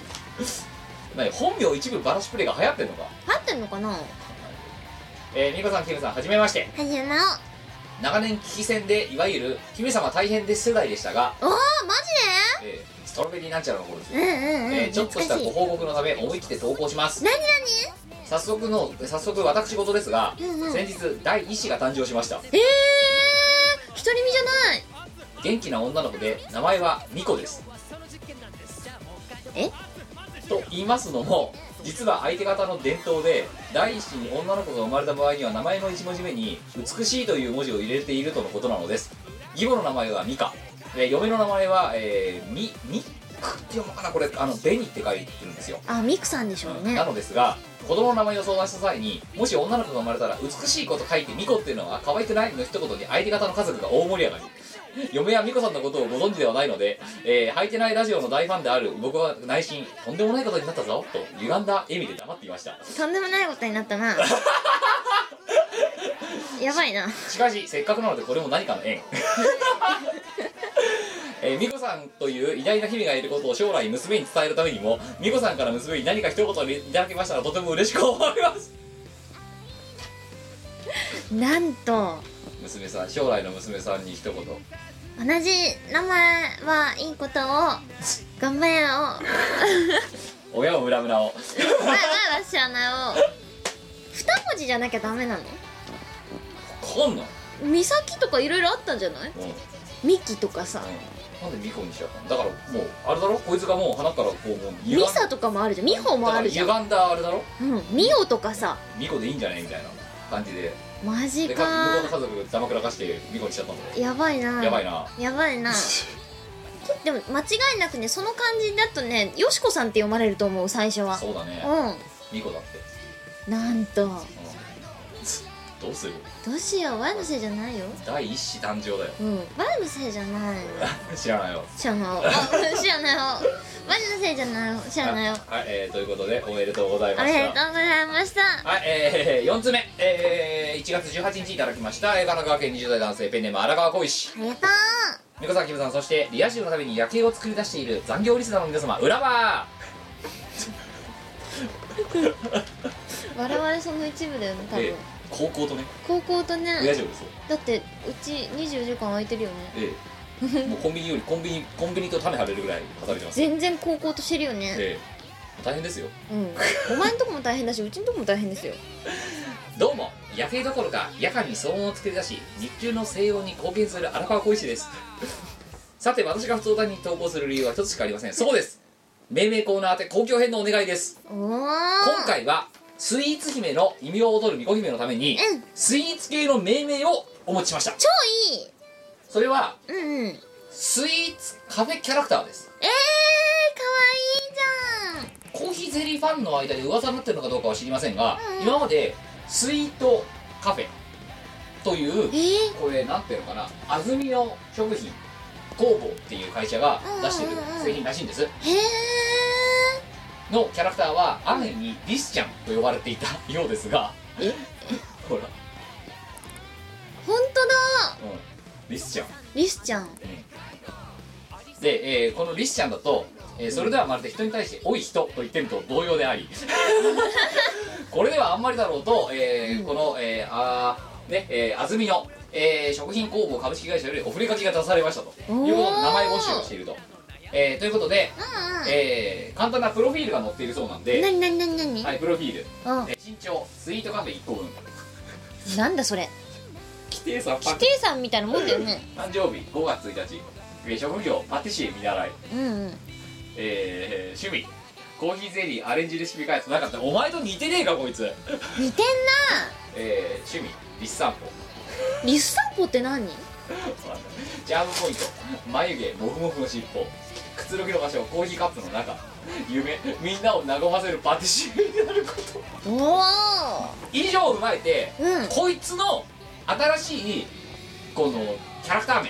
[SPEAKER 1] 何本名一部バラシプレイが流行ってんのか
[SPEAKER 3] 流行ってんのかな
[SPEAKER 1] えー、美香さんキムさんはじめまして
[SPEAKER 3] はじめま
[SPEAKER 1] 長年危機戦でいわゆる姫様大変です世代でしたが、
[SPEAKER 3] おおーマ
[SPEAKER 1] えー、ストロベリーなんちゃらの頃です
[SPEAKER 3] ジでうんうんうん、
[SPEAKER 1] えーちょっとした
[SPEAKER 3] 懐かし
[SPEAKER 1] ご
[SPEAKER 3] い
[SPEAKER 1] 報告のため思い切って投稿します
[SPEAKER 3] 何
[SPEAKER 1] 早速の早速私事ですが、
[SPEAKER 3] うんうん
[SPEAKER 1] 先日第一子が誕生しました
[SPEAKER 3] 何えー、独り身じゃない
[SPEAKER 1] 元気な女の子で名前はミコです
[SPEAKER 3] え
[SPEAKER 1] と言いますのも実は相手方の伝統で第一子に女の子が生まれた場合には名前の1文字目に「美しい」という文字を入れているとのことなのです義母の名前はミカえー嫁の名前は、えー、ミミックって読むのかなこれあの「ベニ」って書いてるんですよ
[SPEAKER 3] あミクさんでしょうね
[SPEAKER 1] なのですが子供の名前を相談した際にもし女の子が生まれたら美しいこと書いてミコっていうのは可愛くないの一言に相手方の家族が大盛り上がり嫁やミコさんのことをご存知ではないので、えー、履いてないラジオの大ファンである僕は内心とんでもないことになったぞと歪んだ笑みで黙っていました
[SPEAKER 3] とんでもないことになった なやばいな
[SPEAKER 1] しかしせっかくなのでこれも何かの縁 えー、美子さんという偉大な姫がいることを将来娘に伝えるためにも美子さんから娘に何か一言いただけましたらとても嬉しく思います
[SPEAKER 3] なんと
[SPEAKER 1] 娘さん将来の娘さんに一言
[SPEAKER 3] 同じ名前はいいことを頑張れよわい
[SPEAKER 1] 親をムラムラを
[SPEAKER 3] わいは知らないを二文字じゃなきゃダメなの
[SPEAKER 1] こんの、
[SPEAKER 3] 美咲とかいろいろあったんじゃない
[SPEAKER 1] うんうん、
[SPEAKER 3] ミキとかさ
[SPEAKER 1] なんでミコにしちゃったのだからもうあれだろこいつがもう鼻からこうもう
[SPEAKER 3] ミサとかもあるじゃんミホもあるじゃん
[SPEAKER 1] だから歪んだあれだろ
[SPEAKER 3] うんミオとかさ
[SPEAKER 1] ミコでいいんじゃないみたいな感じで
[SPEAKER 3] マジ
[SPEAKER 1] で
[SPEAKER 3] か
[SPEAKER 1] か向こうの家族ざまくらかしてミコにしちゃったんだろ
[SPEAKER 3] やばいな
[SPEAKER 1] やばいな
[SPEAKER 3] やば いなでも間違いなくねその感じだとねよしこさんって読まれると思う最初は
[SPEAKER 1] そうだね
[SPEAKER 3] う
[SPEAKER 1] ミコだって、
[SPEAKER 3] んなんと
[SPEAKER 1] うん、どうする
[SPEAKER 3] どうしようワイのせいじゃないよ
[SPEAKER 1] 第一子誕生だよ
[SPEAKER 3] うんワイのせいじゃないの
[SPEAKER 1] 知らないよ
[SPEAKER 3] 知ら ないよあ知らないよワイのせいじゃないよ知らないよ
[SPEAKER 1] はい、えーということでおめでとうござい
[SPEAKER 3] あ
[SPEAKER 1] ま
[SPEAKER 3] り
[SPEAKER 1] し
[SPEAKER 3] が
[SPEAKER 1] た
[SPEAKER 3] とうございました
[SPEAKER 1] はい、えー、4つ目、 えー、1月18日いただきました、えー神奈川県20代男性ペンネーム荒川浩一
[SPEAKER 3] ありがと
[SPEAKER 1] 美子さんキムさんそしてリア充のために夜景を作り出している残業リスナーの皆様裏は
[SPEAKER 3] う我々その一部だよね多
[SPEAKER 1] えー
[SPEAKER 3] 分、
[SPEAKER 1] 高校とね
[SPEAKER 3] 高校と
[SPEAKER 1] 親
[SPEAKER 3] ね
[SPEAKER 1] 嬢ですよ
[SPEAKER 3] だってうち24時間空いてるよね
[SPEAKER 1] え えもうコンビニよりコンビニコンビニと種張れるぐらい働いてます
[SPEAKER 3] 全然高校としてるよね
[SPEAKER 1] ええ大変ですよ
[SPEAKER 3] うんお前んとこも大変だしうちんとこも大変ですよ
[SPEAKER 1] どうも夜景どころか夜間に騒音を作り出し日中の静養に貢献する荒川浩一です さて私が普通歌に投稿する理由は一つしかありませんそうです命名コーナー宛て公共編のお願いです
[SPEAKER 3] おお
[SPEAKER 1] 今回はスイーツ姫の異名を踊る巫女姫のために、
[SPEAKER 3] うん
[SPEAKER 1] スイーツ系の命名をお持ちしました
[SPEAKER 3] 超いい
[SPEAKER 1] それは
[SPEAKER 3] うんうんえー、
[SPEAKER 1] スイーツカフェキャラクターです
[SPEAKER 3] かわいい
[SPEAKER 1] コーヒーゼリーファンの間で噂になってるのかどうかは知りませんが、今までスイートカフェという
[SPEAKER 3] じゃんえー、
[SPEAKER 1] これなんていうのかな安曇野食品工房っていう会社が出してる製品らしいんです
[SPEAKER 3] へ
[SPEAKER 1] のキャラクターはアンヘにリスちゃんと呼ばれていたようですが
[SPEAKER 3] え
[SPEAKER 1] ほら、
[SPEAKER 3] ー、ほんとだ
[SPEAKER 1] うん、リスちゃん
[SPEAKER 3] リスちゃん
[SPEAKER 1] で、えーこのリスちゃんだと、えーそれではまるで人に対して「おい人」と言ってると同様で ありこれではあんまりだろうと、えーこの、えーあーねえー安曇野、えー食品工房株式会社よりおふれ書きが出されましたと
[SPEAKER 3] おー
[SPEAKER 1] いうことで名前募集をしていると、えーということで、えー簡単なプロフィールが載っているそうなん
[SPEAKER 3] な
[SPEAKER 1] で、
[SPEAKER 3] になになになに
[SPEAKER 1] はい、プロフィール、
[SPEAKER 3] あ
[SPEAKER 1] えー身長スイートカフェ1個分
[SPEAKER 3] なんだそれ
[SPEAKER 1] 規定さパ
[SPEAKER 3] キ
[SPEAKER 1] ッ
[SPEAKER 3] テイさんみたいなもんだよね
[SPEAKER 1] 誕生日5月1日、えー職業パティシエ見習い
[SPEAKER 3] うんうん
[SPEAKER 1] えー、趣味コーヒーゼリーアレンジレシピ開発なかったお前と似てねえかこいつ、
[SPEAKER 3] 似てん
[SPEAKER 1] えー、趣味リス散歩
[SPEAKER 3] なリス散歩って何
[SPEAKER 1] ジャームポイント眉毛モフモフの尻尾くつろぎの場所コーヒーカップの中夢みんなを和ませるパティシエになること
[SPEAKER 3] おお
[SPEAKER 1] 以上を踏まえて、
[SPEAKER 3] うん
[SPEAKER 1] こいつの新しいこのキャラクター名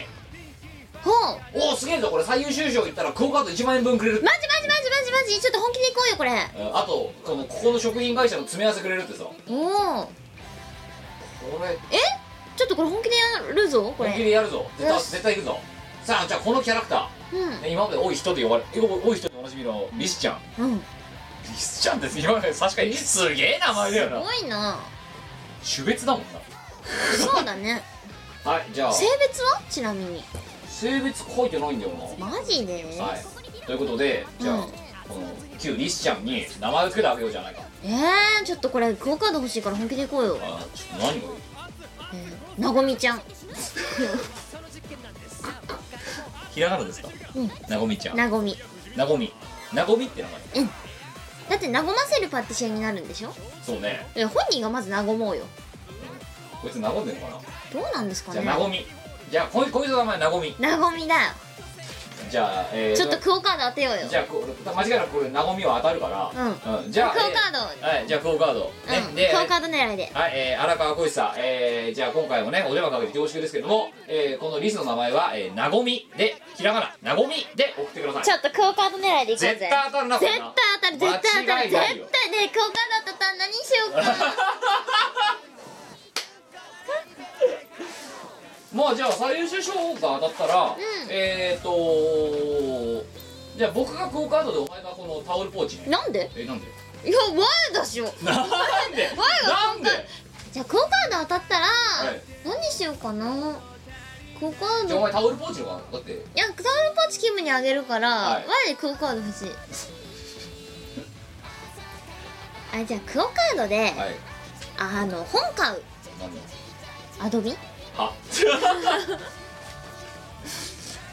[SPEAKER 3] ほう
[SPEAKER 1] おおすげえぞこれ最優秀賞いったらクオカード1万円分くれる
[SPEAKER 3] マジマジマジマジマジちょっと本気でいこうよこれ
[SPEAKER 1] うんあとこのここの食品会社の詰め合わせくれるってさこ
[SPEAKER 3] おお
[SPEAKER 1] れ
[SPEAKER 3] ちょっとこれ本気でやるぞこ
[SPEAKER 1] 本気
[SPEAKER 3] れ
[SPEAKER 1] でやるぞ絶対
[SPEAKER 3] よし
[SPEAKER 1] 絶対行くぞさあじゃあこのキャラクター、
[SPEAKER 3] う
[SPEAKER 1] ね、今まで多い人で呼ばれお多い人でおなじみのリスちゃん
[SPEAKER 3] んうんす
[SPEAKER 1] リスちゃんです今まで確かにすげえ名前だよな
[SPEAKER 3] ごいな
[SPEAKER 1] 種別だもん
[SPEAKER 3] そうだ ね
[SPEAKER 1] なはいじゃあ
[SPEAKER 3] 性別はちなみに
[SPEAKER 1] 性別書いてないんだよな
[SPEAKER 3] マジで
[SPEAKER 1] はいということでじゃあ、
[SPEAKER 3] うん
[SPEAKER 1] この旧リスちゃんに名前を付けてあげようじゃないか
[SPEAKER 3] えー、ちょっとこれクオカード欲しいから本気でいこうよ
[SPEAKER 1] あちょっと何がいい
[SPEAKER 3] なごみちゃん
[SPEAKER 1] ひらがなですか
[SPEAKER 3] うん
[SPEAKER 1] なごみちゃん
[SPEAKER 3] なごみ
[SPEAKER 1] なごみなごみって名前
[SPEAKER 3] だって和ませるパティシエになるんでしょ
[SPEAKER 1] そうね
[SPEAKER 3] いや本人がまず和もうよ
[SPEAKER 1] こいつなごんでんのかな
[SPEAKER 3] どうなんですか
[SPEAKER 1] じゃ
[SPEAKER 3] ね
[SPEAKER 1] あなごみじゃあこいこいつの名前なごみ
[SPEAKER 3] なごみだよ
[SPEAKER 1] じゃあえー、
[SPEAKER 3] ちょっとクオカード当てようよ
[SPEAKER 1] じゃあこう間違いなくこれなごみは当たるからうん、じゃあ
[SPEAKER 3] クオカー
[SPEAKER 1] えーはいじゃあクオカード、
[SPEAKER 3] ドうん
[SPEAKER 1] ねで
[SPEAKER 3] クオカード狙いで
[SPEAKER 1] はい、えー、荒川浩一さん、えー、じゃあ今回もねお電話かけて恐縮ですけども、えー、このリスの名前は、えー、なごみでひらがななごみで送ってください
[SPEAKER 3] ちょっとクオカード狙いでいこうぜ
[SPEAKER 1] 絶対当たるなこれ
[SPEAKER 3] 絶
[SPEAKER 1] な
[SPEAKER 3] 対当たる絶対当たる
[SPEAKER 1] 間違い
[SPEAKER 3] 絶
[SPEAKER 1] な
[SPEAKER 3] 対
[SPEAKER 1] い
[SPEAKER 3] ね
[SPEAKER 1] よ
[SPEAKER 3] クオカード当たったら何しようか
[SPEAKER 1] まあじゃあ最優秀賞が当たったら、えーとじゃあ僕がクオカードでお前がこのタオルポーチね
[SPEAKER 3] なんで
[SPEAKER 1] え なんで
[SPEAKER 3] いや前だしよ
[SPEAKER 1] なんでなんで
[SPEAKER 3] じゃあクオカード当たったら、
[SPEAKER 1] い
[SPEAKER 3] 何しようかなクオカー
[SPEAKER 1] じゃあお
[SPEAKER 3] ド
[SPEAKER 1] 前タオルポーチの方がだって
[SPEAKER 3] いやタオルパッチキムにあげるから、
[SPEAKER 1] はい
[SPEAKER 3] 前でクオカード欲しいあじゃあクオカードで、
[SPEAKER 1] はい
[SPEAKER 3] あの本買う
[SPEAKER 1] なんで
[SPEAKER 3] アドビ
[SPEAKER 1] は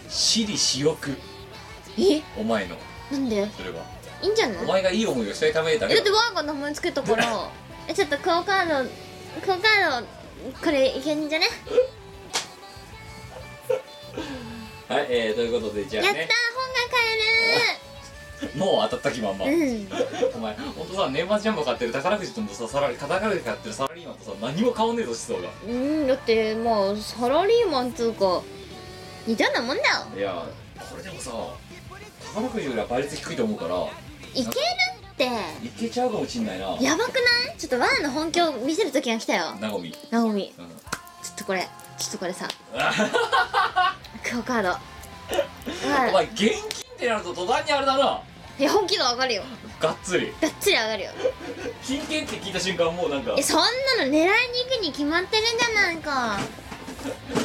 [SPEAKER 1] 私利私欲
[SPEAKER 3] え
[SPEAKER 1] お前の
[SPEAKER 3] なんで
[SPEAKER 1] それはい
[SPEAKER 3] いんじゃない
[SPEAKER 1] お前がいい思いをしたいためだ
[SPEAKER 3] だ
[SPEAKER 1] け
[SPEAKER 3] っ
[SPEAKER 1] だ
[SPEAKER 3] てワーが名前つけたからえちょっとクオカードクオカードこれいけんじゃね
[SPEAKER 1] はいえー、ということでじゃ
[SPEAKER 3] や
[SPEAKER 1] あ
[SPEAKER 3] ったー
[SPEAKER 1] ね
[SPEAKER 3] 本
[SPEAKER 1] もう当たった気まんま、
[SPEAKER 3] が買えるー
[SPEAKER 1] お前お父さん年末ジャンボ買ってる宝くじとのさサラリー宝くじ買ってるサラリーマンとさ何も変わんねえぞ思想が
[SPEAKER 3] うん、うん、だってまあサラリーマンつうか似たようなもんだよ
[SPEAKER 1] いやこれでもさ宝くじよりは倍率低いと思うから
[SPEAKER 3] いけるって
[SPEAKER 1] いけちゃうかもしんないな
[SPEAKER 3] やばくないちょっとワーの本気を見せる時が来たよ
[SPEAKER 1] なごみ
[SPEAKER 3] ナオミ
[SPEAKER 1] うん
[SPEAKER 3] ちょっとこれちょっとこれさクオカード
[SPEAKER 1] お
[SPEAKER 3] は
[SPEAKER 1] 前現金ってなると途端にあれだない
[SPEAKER 3] いや本気度上がるよ
[SPEAKER 1] がっつり
[SPEAKER 3] がっつり上が るよ
[SPEAKER 1] 金券って聞いた瞬間もうなんか
[SPEAKER 3] えそんなの狙いに行くに決まってるんじゃないか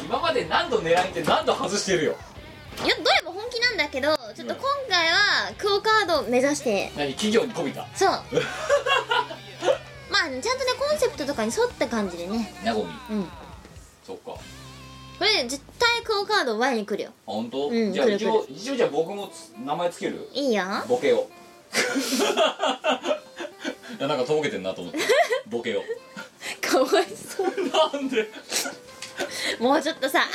[SPEAKER 1] 今まで何度狙いって何度外してるよ
[SPEAKER 3] いやどれも本気なんだけどちょっと今回はクオカードを目指して
[SPEAKER 1] 何企業に媚びた
[SPEAKER 3] そうまあちゃんとねコンセプトとかに沿った感じでね
[SPEAKER 1] なごみ
[SPEAKER 3] うんこ
[SPEAKER 1] そっかあ
[SPEAKER 3] れ絶対クオカード Y に来るよ
[SPEAKER 1] 本当、
[SPEAKER 3] うん
[SPEAKER 1] じゃあ
[SPEAKER 3] くるく
[SPEAKER 1] 一
[SPEAKER 3] る
[SPEAKER 1] 応一応じゃあ僕もつ名前つける
[SPEAKER 3] い いよ
[SPEAKER 1] ボケをいやなんかとぼけてんなと 思ってボケを
[SPEAKER 3] かわいそう
[SPEAKER 1] なんで
[SPEAKER 3] もうちょっとさ愛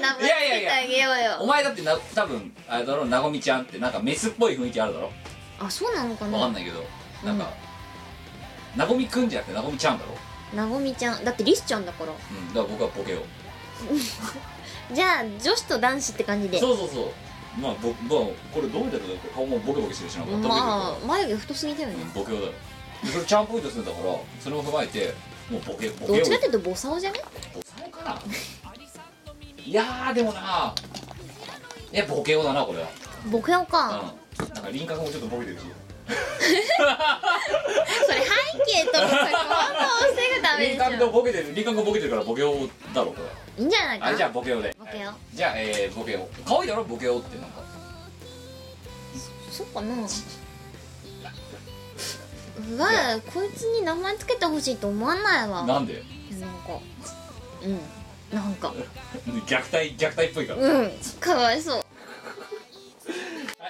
[SPEAKER 3] のある名前つ
[SPEAKER 1] いやい
[SPEAKER 3] けて
[SPEAKER 1] や
[SPEAKER 3] あげようよ
[SPEAKER 1] お前だってな多分あれだろなごみちゃんってなんかメスっぽい雰囲気あるだろ
[SPEAKER 3] あそうなのか
[SPEAKER 1] わかんな
[SPEAKER 3] な
[SPEAKER 1] いけどなんか、なごみくんじゃなくてなごみちゃんだろ
[SPEAKER 3] なごみちゃんだってリスちゃんだから
[SPEAKER 1] うんだから僕はボケを
[SPEAKER 3] じゃあ女子と男子って感じで
[SPEAKER 1] そうそうそうまあ僕、まあ、これどう見たらだって顔もボケボケしてるしなんかボケボケだから
[SPEAKER 3] まあ眉毛太すぎだよね
[SPEAKER 1] ボケをだよでそれチャームポイントするんだからそれも踏まえてもうボケボ
[SPEAKER 3] どっ
[SPEAKER 1] ケを
[SPEAKER 3] ちかっていうとボサオじゃね
[SPEAKER 1] ボサオかないやーでもなえボケをだなこれは
[SPEAKER 3] ボケオか
[SPEAKER 1] うんなんか輪郭もちょっとボケてるし
[SPEAKER 3] それ背景とかさ混同を防ぐた
[SPEAKER 1] 輪
[SPEAKER 3] めでし
[SPEAKER 1] 郭と
[SPEAKER 3] ょ
[SPEAKER 1] ボケてる輪郭もボケてるからボケをだろこれ
[SPEAKER 3] いいんじゃない
[SPEAKER 1] あ
[SPEAKER 3] か
[SPEAKER 1] れじゃあボケをで
[SPEAKER 3] ボケを
[SPEAKER 1] じゃあえー、ボケを可愛いだろボケをってなんか
[SPEAKER 3] そうかなうわこいつに名前つけてほしいと思わないわ
[SPEAKER 1] なんで
[SPEAKER 3] いやなんかうんなんか
[SPEAKER 1] 虐待虐待っぽいから、はい
[SPEAKER 3] うんかわいそう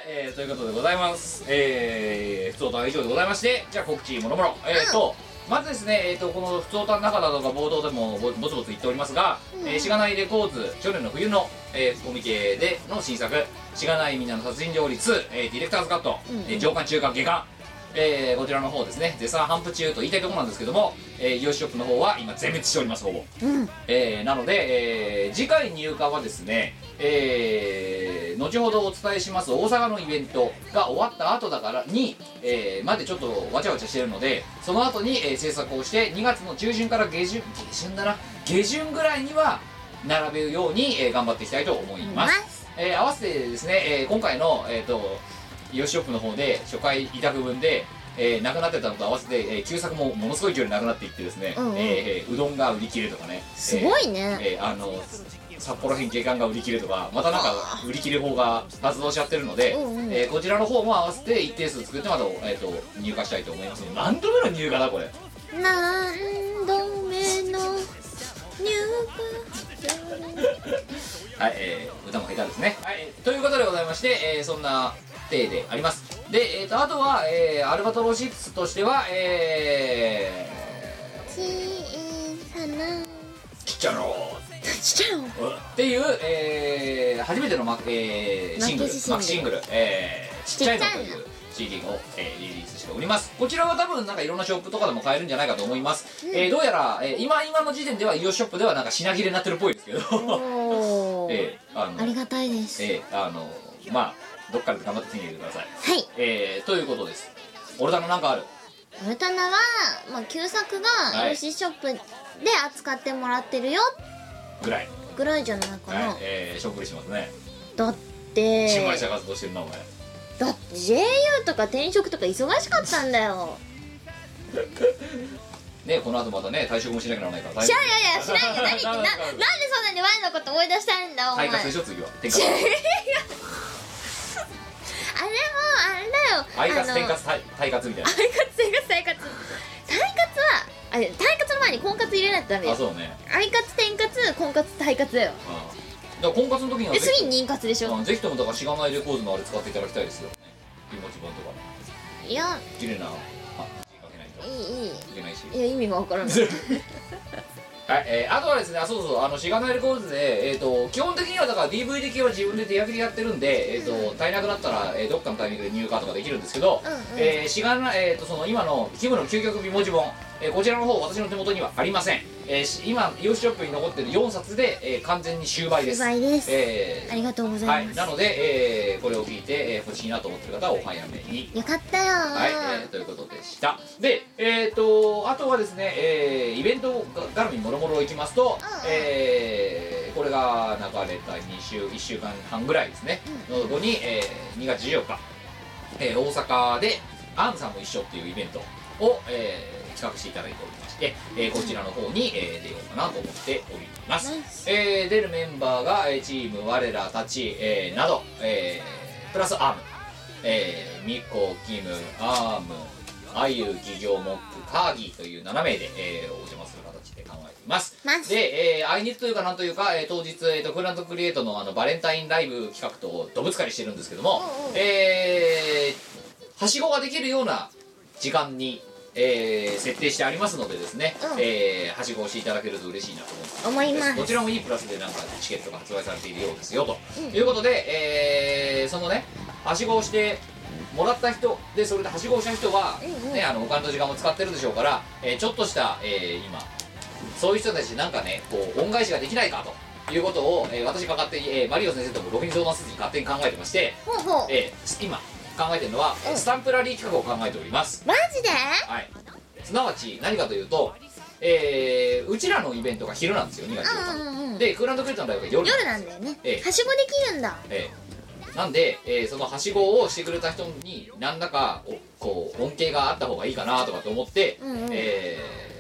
[SPEAKER 1] えー、ということでございますえー、普通とは以上でございましてじゃあ告知もろもろえー、と、まずですね、えー、とこの「ふつおた」の中などが冒頭でもぼぼつぼつ言っておりますが、えーしがないレコーズ去年の冬の、えーコミケでの新作「しがないみんなの殺人料理2」えーディレクターズカット、
[SPEAKER 3] うんうん
[SPEAKER 1] えー上巻中巻下巻えーこちらの方ですね絶賛頒布中と言いたいところなんですけども、えー、イオシショップの方は今全滅しておりますほぼ
[SPEAKER 3] うん
[SPEAKER 1] えーなので、えー次回入荷はですね、えー後ほどお伝えします大阪のイベントが終わった後だからに、えーまでちょっとわちゃわちゃしてるのでその後に、えー制作をして2月の中旬から下旬下旬だな下旬ぐらいには並べるように、えー頑張っていきたいと思い
[SPEAKER 3] い
[SPEAKER 1] ま、
[SPEAKER 3] ますす
[SPEAKER 1] えー合わせてですね、えー今回の、えー、とヨシショップの方で初回委託分でえー、なくなってたのと合わせて、えー、旧作もものすごい勢いでなくなっていってですね、
[SPEAKER 3] うんうん
[SPEAKER 1] えーえーうどんが売り切れとかね
[SPEAKER 3] すごい
[SPEAKER 1] えー
[SPEAKER 3] ね
[SPEAKER 1] えーあの札幌編下巻が売り切れとかまたなんか売り切れ法が発動しちゃってるので、
[SPEAKER 3] うんうん
[SPEAKER 1] えーこちらの方も合わせて一定数作ってまた、えー、と入荷したいと思います何度目の入荷だこれ
[SPEAKER 3] 何度目の入
[SPEAKER 1] はい、えー歌も下手ですね、はい、ということでございまして、えーそんな体でありますで、えーとあとは、えーアルバトロシックスとしてはえ
[SPEAKER 3] 小さな
[SPEAKER 1] ー、ちっちゃの
[SPEAKER 3] ちっちゃいの
[SPEAKER 1] っていう、えー初めてのマ,、えーシングル
[SPEAKER 3] マッケージシングル
[SPEAKER 1] マクシングル、えーちっちゃいのという CD を、えーリリースしておりますこちらは多分なんかいろんなショップとかでも買えるんじゃないかと思います、えーどうやら、えー今今の時点ではイオシショップではなんか品切れになってるっぽいですけど、
[SPEAKER 3] お ー
[SPEAKER 1] えーあの
[SPEAKER 3] ありがたいです
[SPEAKER 1] えーあのまあどっからで頑張って手に入れてください
[SPEAKER 3] はい
[SPEAKER 1] えー、ということですオルタナなんかある
[SPEAKER 3] オルタナは、まあ、旧作
[SPEAKER 1] は
[SPEAKER 3] が
[SPEAKER 1] い
[SPEAKER 3] ヨシショップで扱ってもらってるよ
[SPEAKER 1] ぐらい、
[SPEAKER 3] ぐらいじゃないかな、
[SPEAKER 1] はいえー、しょんぶりしますね
[SPEAKER 3] だって
[SPEAKER 1] 新会社活動してるなお前
[SPEAKER 3] だって JU とか転職とか忙しかったんだ よ
[SPEAKER 1] ねこの後またね退職もしなきゃならないから
[SPEAKER 3] い
[SPEAKER 1] 退
[SPEAKER 3] やいやいやしないよ何言ってななんでそんなに前のこと思い出したいんだお前
[SPEAKER 1] 退
[SPEAKER 3] あ
[SPEAKER 1] 活
[SPEAKER 3] れ
[SPEAKER 1] でし
[SPEAKER 3] も
[SPEAKER 1] ょ次は転
[SPEAKER 3] 違う
[SPEAKER 1] 活
[SPEAKER 3] あ
[SPEAKER 1] 相
[SPEAKER 3] れだよ
[SPEAKER 1] 活
[SPEAKER 3] あ
[SPEAKER 1] 転
[SPEAKER 3] の
[SPEAKER 1] 活退退活みたい
[SPEAKER 3] 生活生活生活体活はあれ体活の前に婚活入れないとダ
[SPEAKER 1] な
[SPEAKER 3] メよ
[SPEAKER 1] あそうね
[SPEAKER 3] 愛活転活婚活体活だよ
[SPEAKER 1] うんだから婚活の時には
[SPEAKER 3] で
[SPEAKER 1] ぜ
[SPEAKER 3] 次に妊活でし
[SPEAKER 1] ひ
[SPEAKER 3] ょ
[SPEAKER 1] うんぜひともだからしがないレコードのあれ使っていただきたいですよね気持ち分とか
[SPEAKER 3] いや
[SPEAKER 1] 綺麗なあかけないと
[SPEAKER 3] い
[SPEAKER 1] い
[SPEAKER 3] いい
[SPEAKER 1] けないし
[SPEAKER 3] いいや意味がわからない
[SPEAKER 1] はい、えーあとはですね、あそうそう、あの、しがないレコードで、えっ、と、基本的にはだから DVD 系は自分で手焼きでやってるんで、えっ、と、足りなくなったら、えーどっかのタイミングで入荷とかできるんですけど、
[SPEAKER 3] うんうん
[SPEAKER 1] えーしがない、えっ、と、その今の、キムの究極美文字本、えーこちらの方、私の手元にはありません。えーし今、イオシショップに残ってる4冊で、えー完全に終売です。
[SPEAKER 3] 終売です
[SPEAKER 1] えー
[SPEAKER 3] ありがとうご
[SPEAKER 1] は
[SPEAKER 3] ざいま
[SPEAKER 1] い、
[SPEAKER 3] す、
[SPEAKER 1] なので、えーこれを聞いて、えー欲しいなと思ってる方はお早めに。
[SPEAKER 3] よかったよ
[SPEAKER 1] はい、えーということでしたでえっ、とあとはですね、えーイベントが絡みもろもろいきますと、えーこれが流れた2週1週間半ぐらいですね、の後に、えー2月14日、えー大阪で「アンさんも一緒」っていうイベントを、えー企画していただいておりまして、えーこちらの方に、えー出ようかなと思っております、
[SPEAKER 3] ナイス
[SPEAKER 1] えー出るメンバーがえーチーム我らたち、えーなど、えープラスアーム、えーミコキムアームあゆ企業モックカーギーという7名で、えーお邪魔する形で考えています
[SPEAKER 3] ます
[SPEAKER 1] で、えー、アイニットというかなんというか、えー当日、えーとクラントクリエイトのあのバレンタインライブ企画とどぶつかりしてるんですけども、えーはしごができるような時間に、えー設定してありますのでですね、
[SPEAKER 3] うん
[SPEAKER 1] えーはしごをしていただけると嬉しいなと思います
[SPEAKER 3] 思います
[SPEAKER 1] こちらもいいプラスでなんかチケットが発売されているようですよと、いうことで、えーそのねはしごをしてもらった人でそれではしごをした人は、
[SPEAKER 3] うんうん
[SPEAKER 1] ね、あのお金と時間も使ってるでしょうから、えーちょっとした、えー今そういう人たちなんかねこう恩返しができないかということを、えー私が勝手に、えーマリオ先生ともロビン相談筋に勝手に考えてまして、
[SPEAKER 3] ほうほう
[SPEAKER 1] えー今考えてるのは、
[SPEAKER 3] うん
[SPEAKER 1] スタンプラリー企画を考えております
[SPEAKER 3] マジで
[SPEAKER 1] はい、すなわち何かというと、えーうちらのイベントが昼なんですよ2月
[SPEAKER 3] う
[SPEAKER 1] 8
[SPEAKER 3] んうんうん
[SPEAKER 1] 日でクラウンドクリエイトのライブが夜
[SPEAKER 3] 夜なんだよね、
[SPEAKER 1] ええ
[SPEAKER 3] はしごできるんだ
[SPEAKER 1] えーなんで、えーそのはしごをしてくれた人に何らかおこう恩恵があった方がいいかなとかと思って、
[SPEAKER 3] うんうん
[SPEAKER 1] えー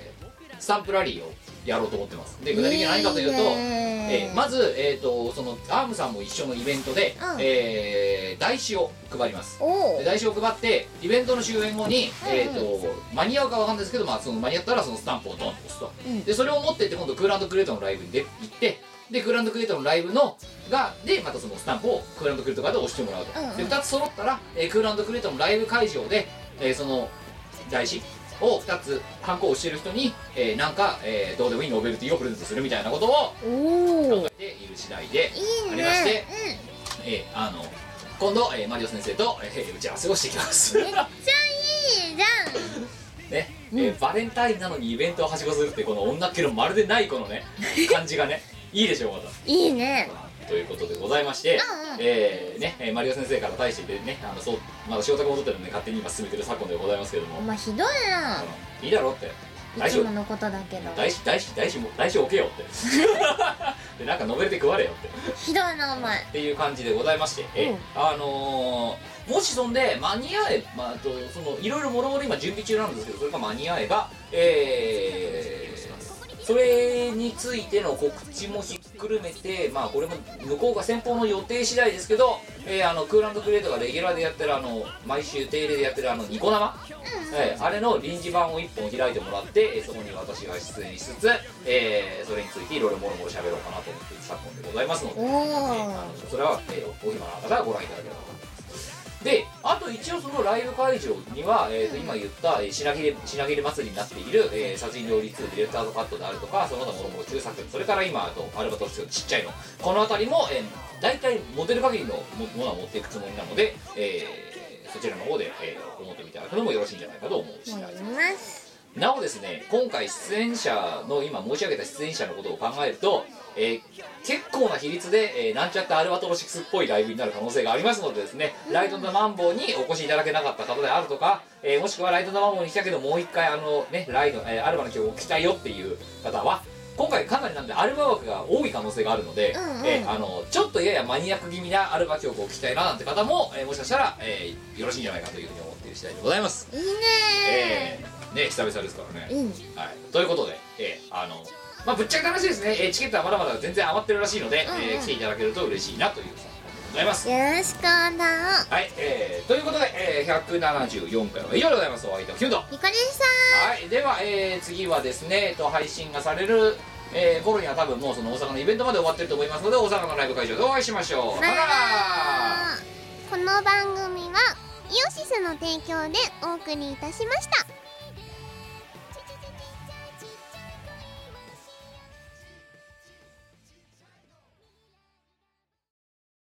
[SPEAKER 1] スタンプラリーをやろうと思ってますで具体的には何かというと、
[SPEAKER 3] いいね
[SPEAKER 1] えーまず、えー、とそのアームさんも一緒のイベントで、
[SPEAKER 3] うん
[SPEAKER 1] えー台紙を配ります
[SPEAKER 3] お
[SPEAKER 1] で
[SPEAKER 3] う
[SPEAKER 1] 台紙を配ってイベントの終演後に、
[SPEAKER 3] うん
[SPEAKER 1] えー、と間に合うかわかんないですけど、まあ、その間に合ったらそのスタンプをドンと押すと、
[SPEAKER 3] うん
[SPEAKER 1] でそれを持ってって今度クーランドクリエイトのライブにで行ってでクーランドクリエイトのライブのがでまたそのスタンプをクーランドクリエイト側で押してもらうと、
[SPEAKER 3] うんうん
[SPEAKER 1] で2つ揃ったら、えークーランドクリエイトのライブ会場で、えーその台紙を2つハンコを押してる人に、えーなんか、えーどうでもいいノベルティをプレゼントするみたいなことを
[SPEAKER 3] お
[SPEAKER 1] 考
[SPEAKER 3] う
[SPEAKER 1] えている次第で
[SPEAKER 3] いい
[SPEAKER 1] ありまして
[SPEAKER 3] ね、
[SPEAKER 1] えーあの今度、えーマリオ先生と、えー打ち合わせをしてきます。
[SPEAKER 3] うん、じゃあいいじゃん
[SPEAKER 1] ねえーバレンタインなのにイベントをはしごするってこの女っ気のまるでないこの ね感じがねいいでしょうまた
[SPEAKER 3] いいね
[SPEAKER 1] ということでございまして、
[SPEAKER 3] うんうん
[SPEAKER 1] えーねえーマリオ先生から対してねあのそうまだ仕事が戻ってるんで勝手に今進めてる昨今でございますけれども、
[SPEAKER 3] お前ひどいな
[SPEAKER 1] あのいいだろうって
[SPEAKER 3] い
[SPEAKER 1] 大
[SPEAKER 3] つ
[SPEAKER 1] 丈
[SPEAKER 3] も
[SPEAKER 1] 夫
[SPEAKER 3] のことだけど
[SPEAKER 1] 大事大事大事も大事置けよって でなんかノベルテ食われよって
[SPEAKER 2] ひどいなお前
[SPEAKER 1] っていう感じでございまして、え
[SPEAKER 2] うん
[SPEAKER 1] あのーもしそんで間に合えば、まあ、とそのいろいろもろもろ今準備中なんですけどそれが間に合えばえーそれについての告知もひっくるめて、まあ、これも向こうが先方の予定次第ですけど、えーあのクーランドグレードがレギュラーでやってるあの毎週定例でやってるあのニコ生、はい、あれの臨時版を1本開いてもらって、えーそこに私が出演しつつ、えーそれについていろいろもろもろ喋ろうかなと思っている昨今でございますので
[SPEAKER 2] お
[SPEAKER 1] あ
[SPEAKER 2] ー
[SPEAKER 1] のそれは、えー、お暇な方がご覧いただければと思いますであと一応そのライブ会場には、えーと今言ったえー品切れ品切れ祭りになっている、えー、殺人料理2ディレクターズカットであるとかその他もろもろ中作それから今あとアルバトスちっちゃいのこの辺りも、えー、大体モデル限りのもものは持っていくつもりなので、えーそちらの方で、えー、思ってみていただくのもよろしいんじゃないかと思う次第
[SPEAKER 2] や
[SPEAKER 1] です
[SPEAKER 2] ります
[SPEAKER 1] なおですね今回出演者の今申し上げた出演者のことを考えると、えー結構な比率で、えーなんちゃってアルバトロシックスっぽいライブになる可能性がありますのでですね、ライト・のマンボウにお越しいただけなかった方であるとか、えーもしくはライト・のマンボウに来たけどもう一回あのねライド、えーアルバの曲を聴きたいよっていう方は今回かなりなんでアルバ枠が多い可能性があるので、
[SPEAKER 2] うんうん
[SPEAKER 1] えーあのちょっとややマニアック気味なアルバ曲を聴きたいななんて方も、えーもしかしたら、えーよろしいんじゃないかというふうに思っている次第でございます。
[SPEAKER 2] いいね
[SPEAKER 1] えーね久々ですからね、
[SPEAKER 2] ーうん
[SPEAKER 1] はい、ということで、えーあのまあぶっちゃけた話ですね、えーチケットはまだまだ全然余ってるらしいので、
[SPEAKER 2] うんうん
[SPEAKER 1] えー来ていただけると嬉しいなという参考でございます
[SPEAKER 2] よろしくな
[SPEAKER 1] はい、えーということで、えー174回は以上でございますお相手はキュンドは
[SPEAKER 2] ニコでし
[SPEAKER 1] いでは、えー次はですね、えーと配信がされる、えー頃には多分もうその大阪のイベントまで終わってると思いますので大阪のライブ会場でお会いしましょう
[SPEAKER 3] さよなら
[SPEAKER 1] ら
[SPEAKER 3] この番組はイオシスの提供でお送りいたしました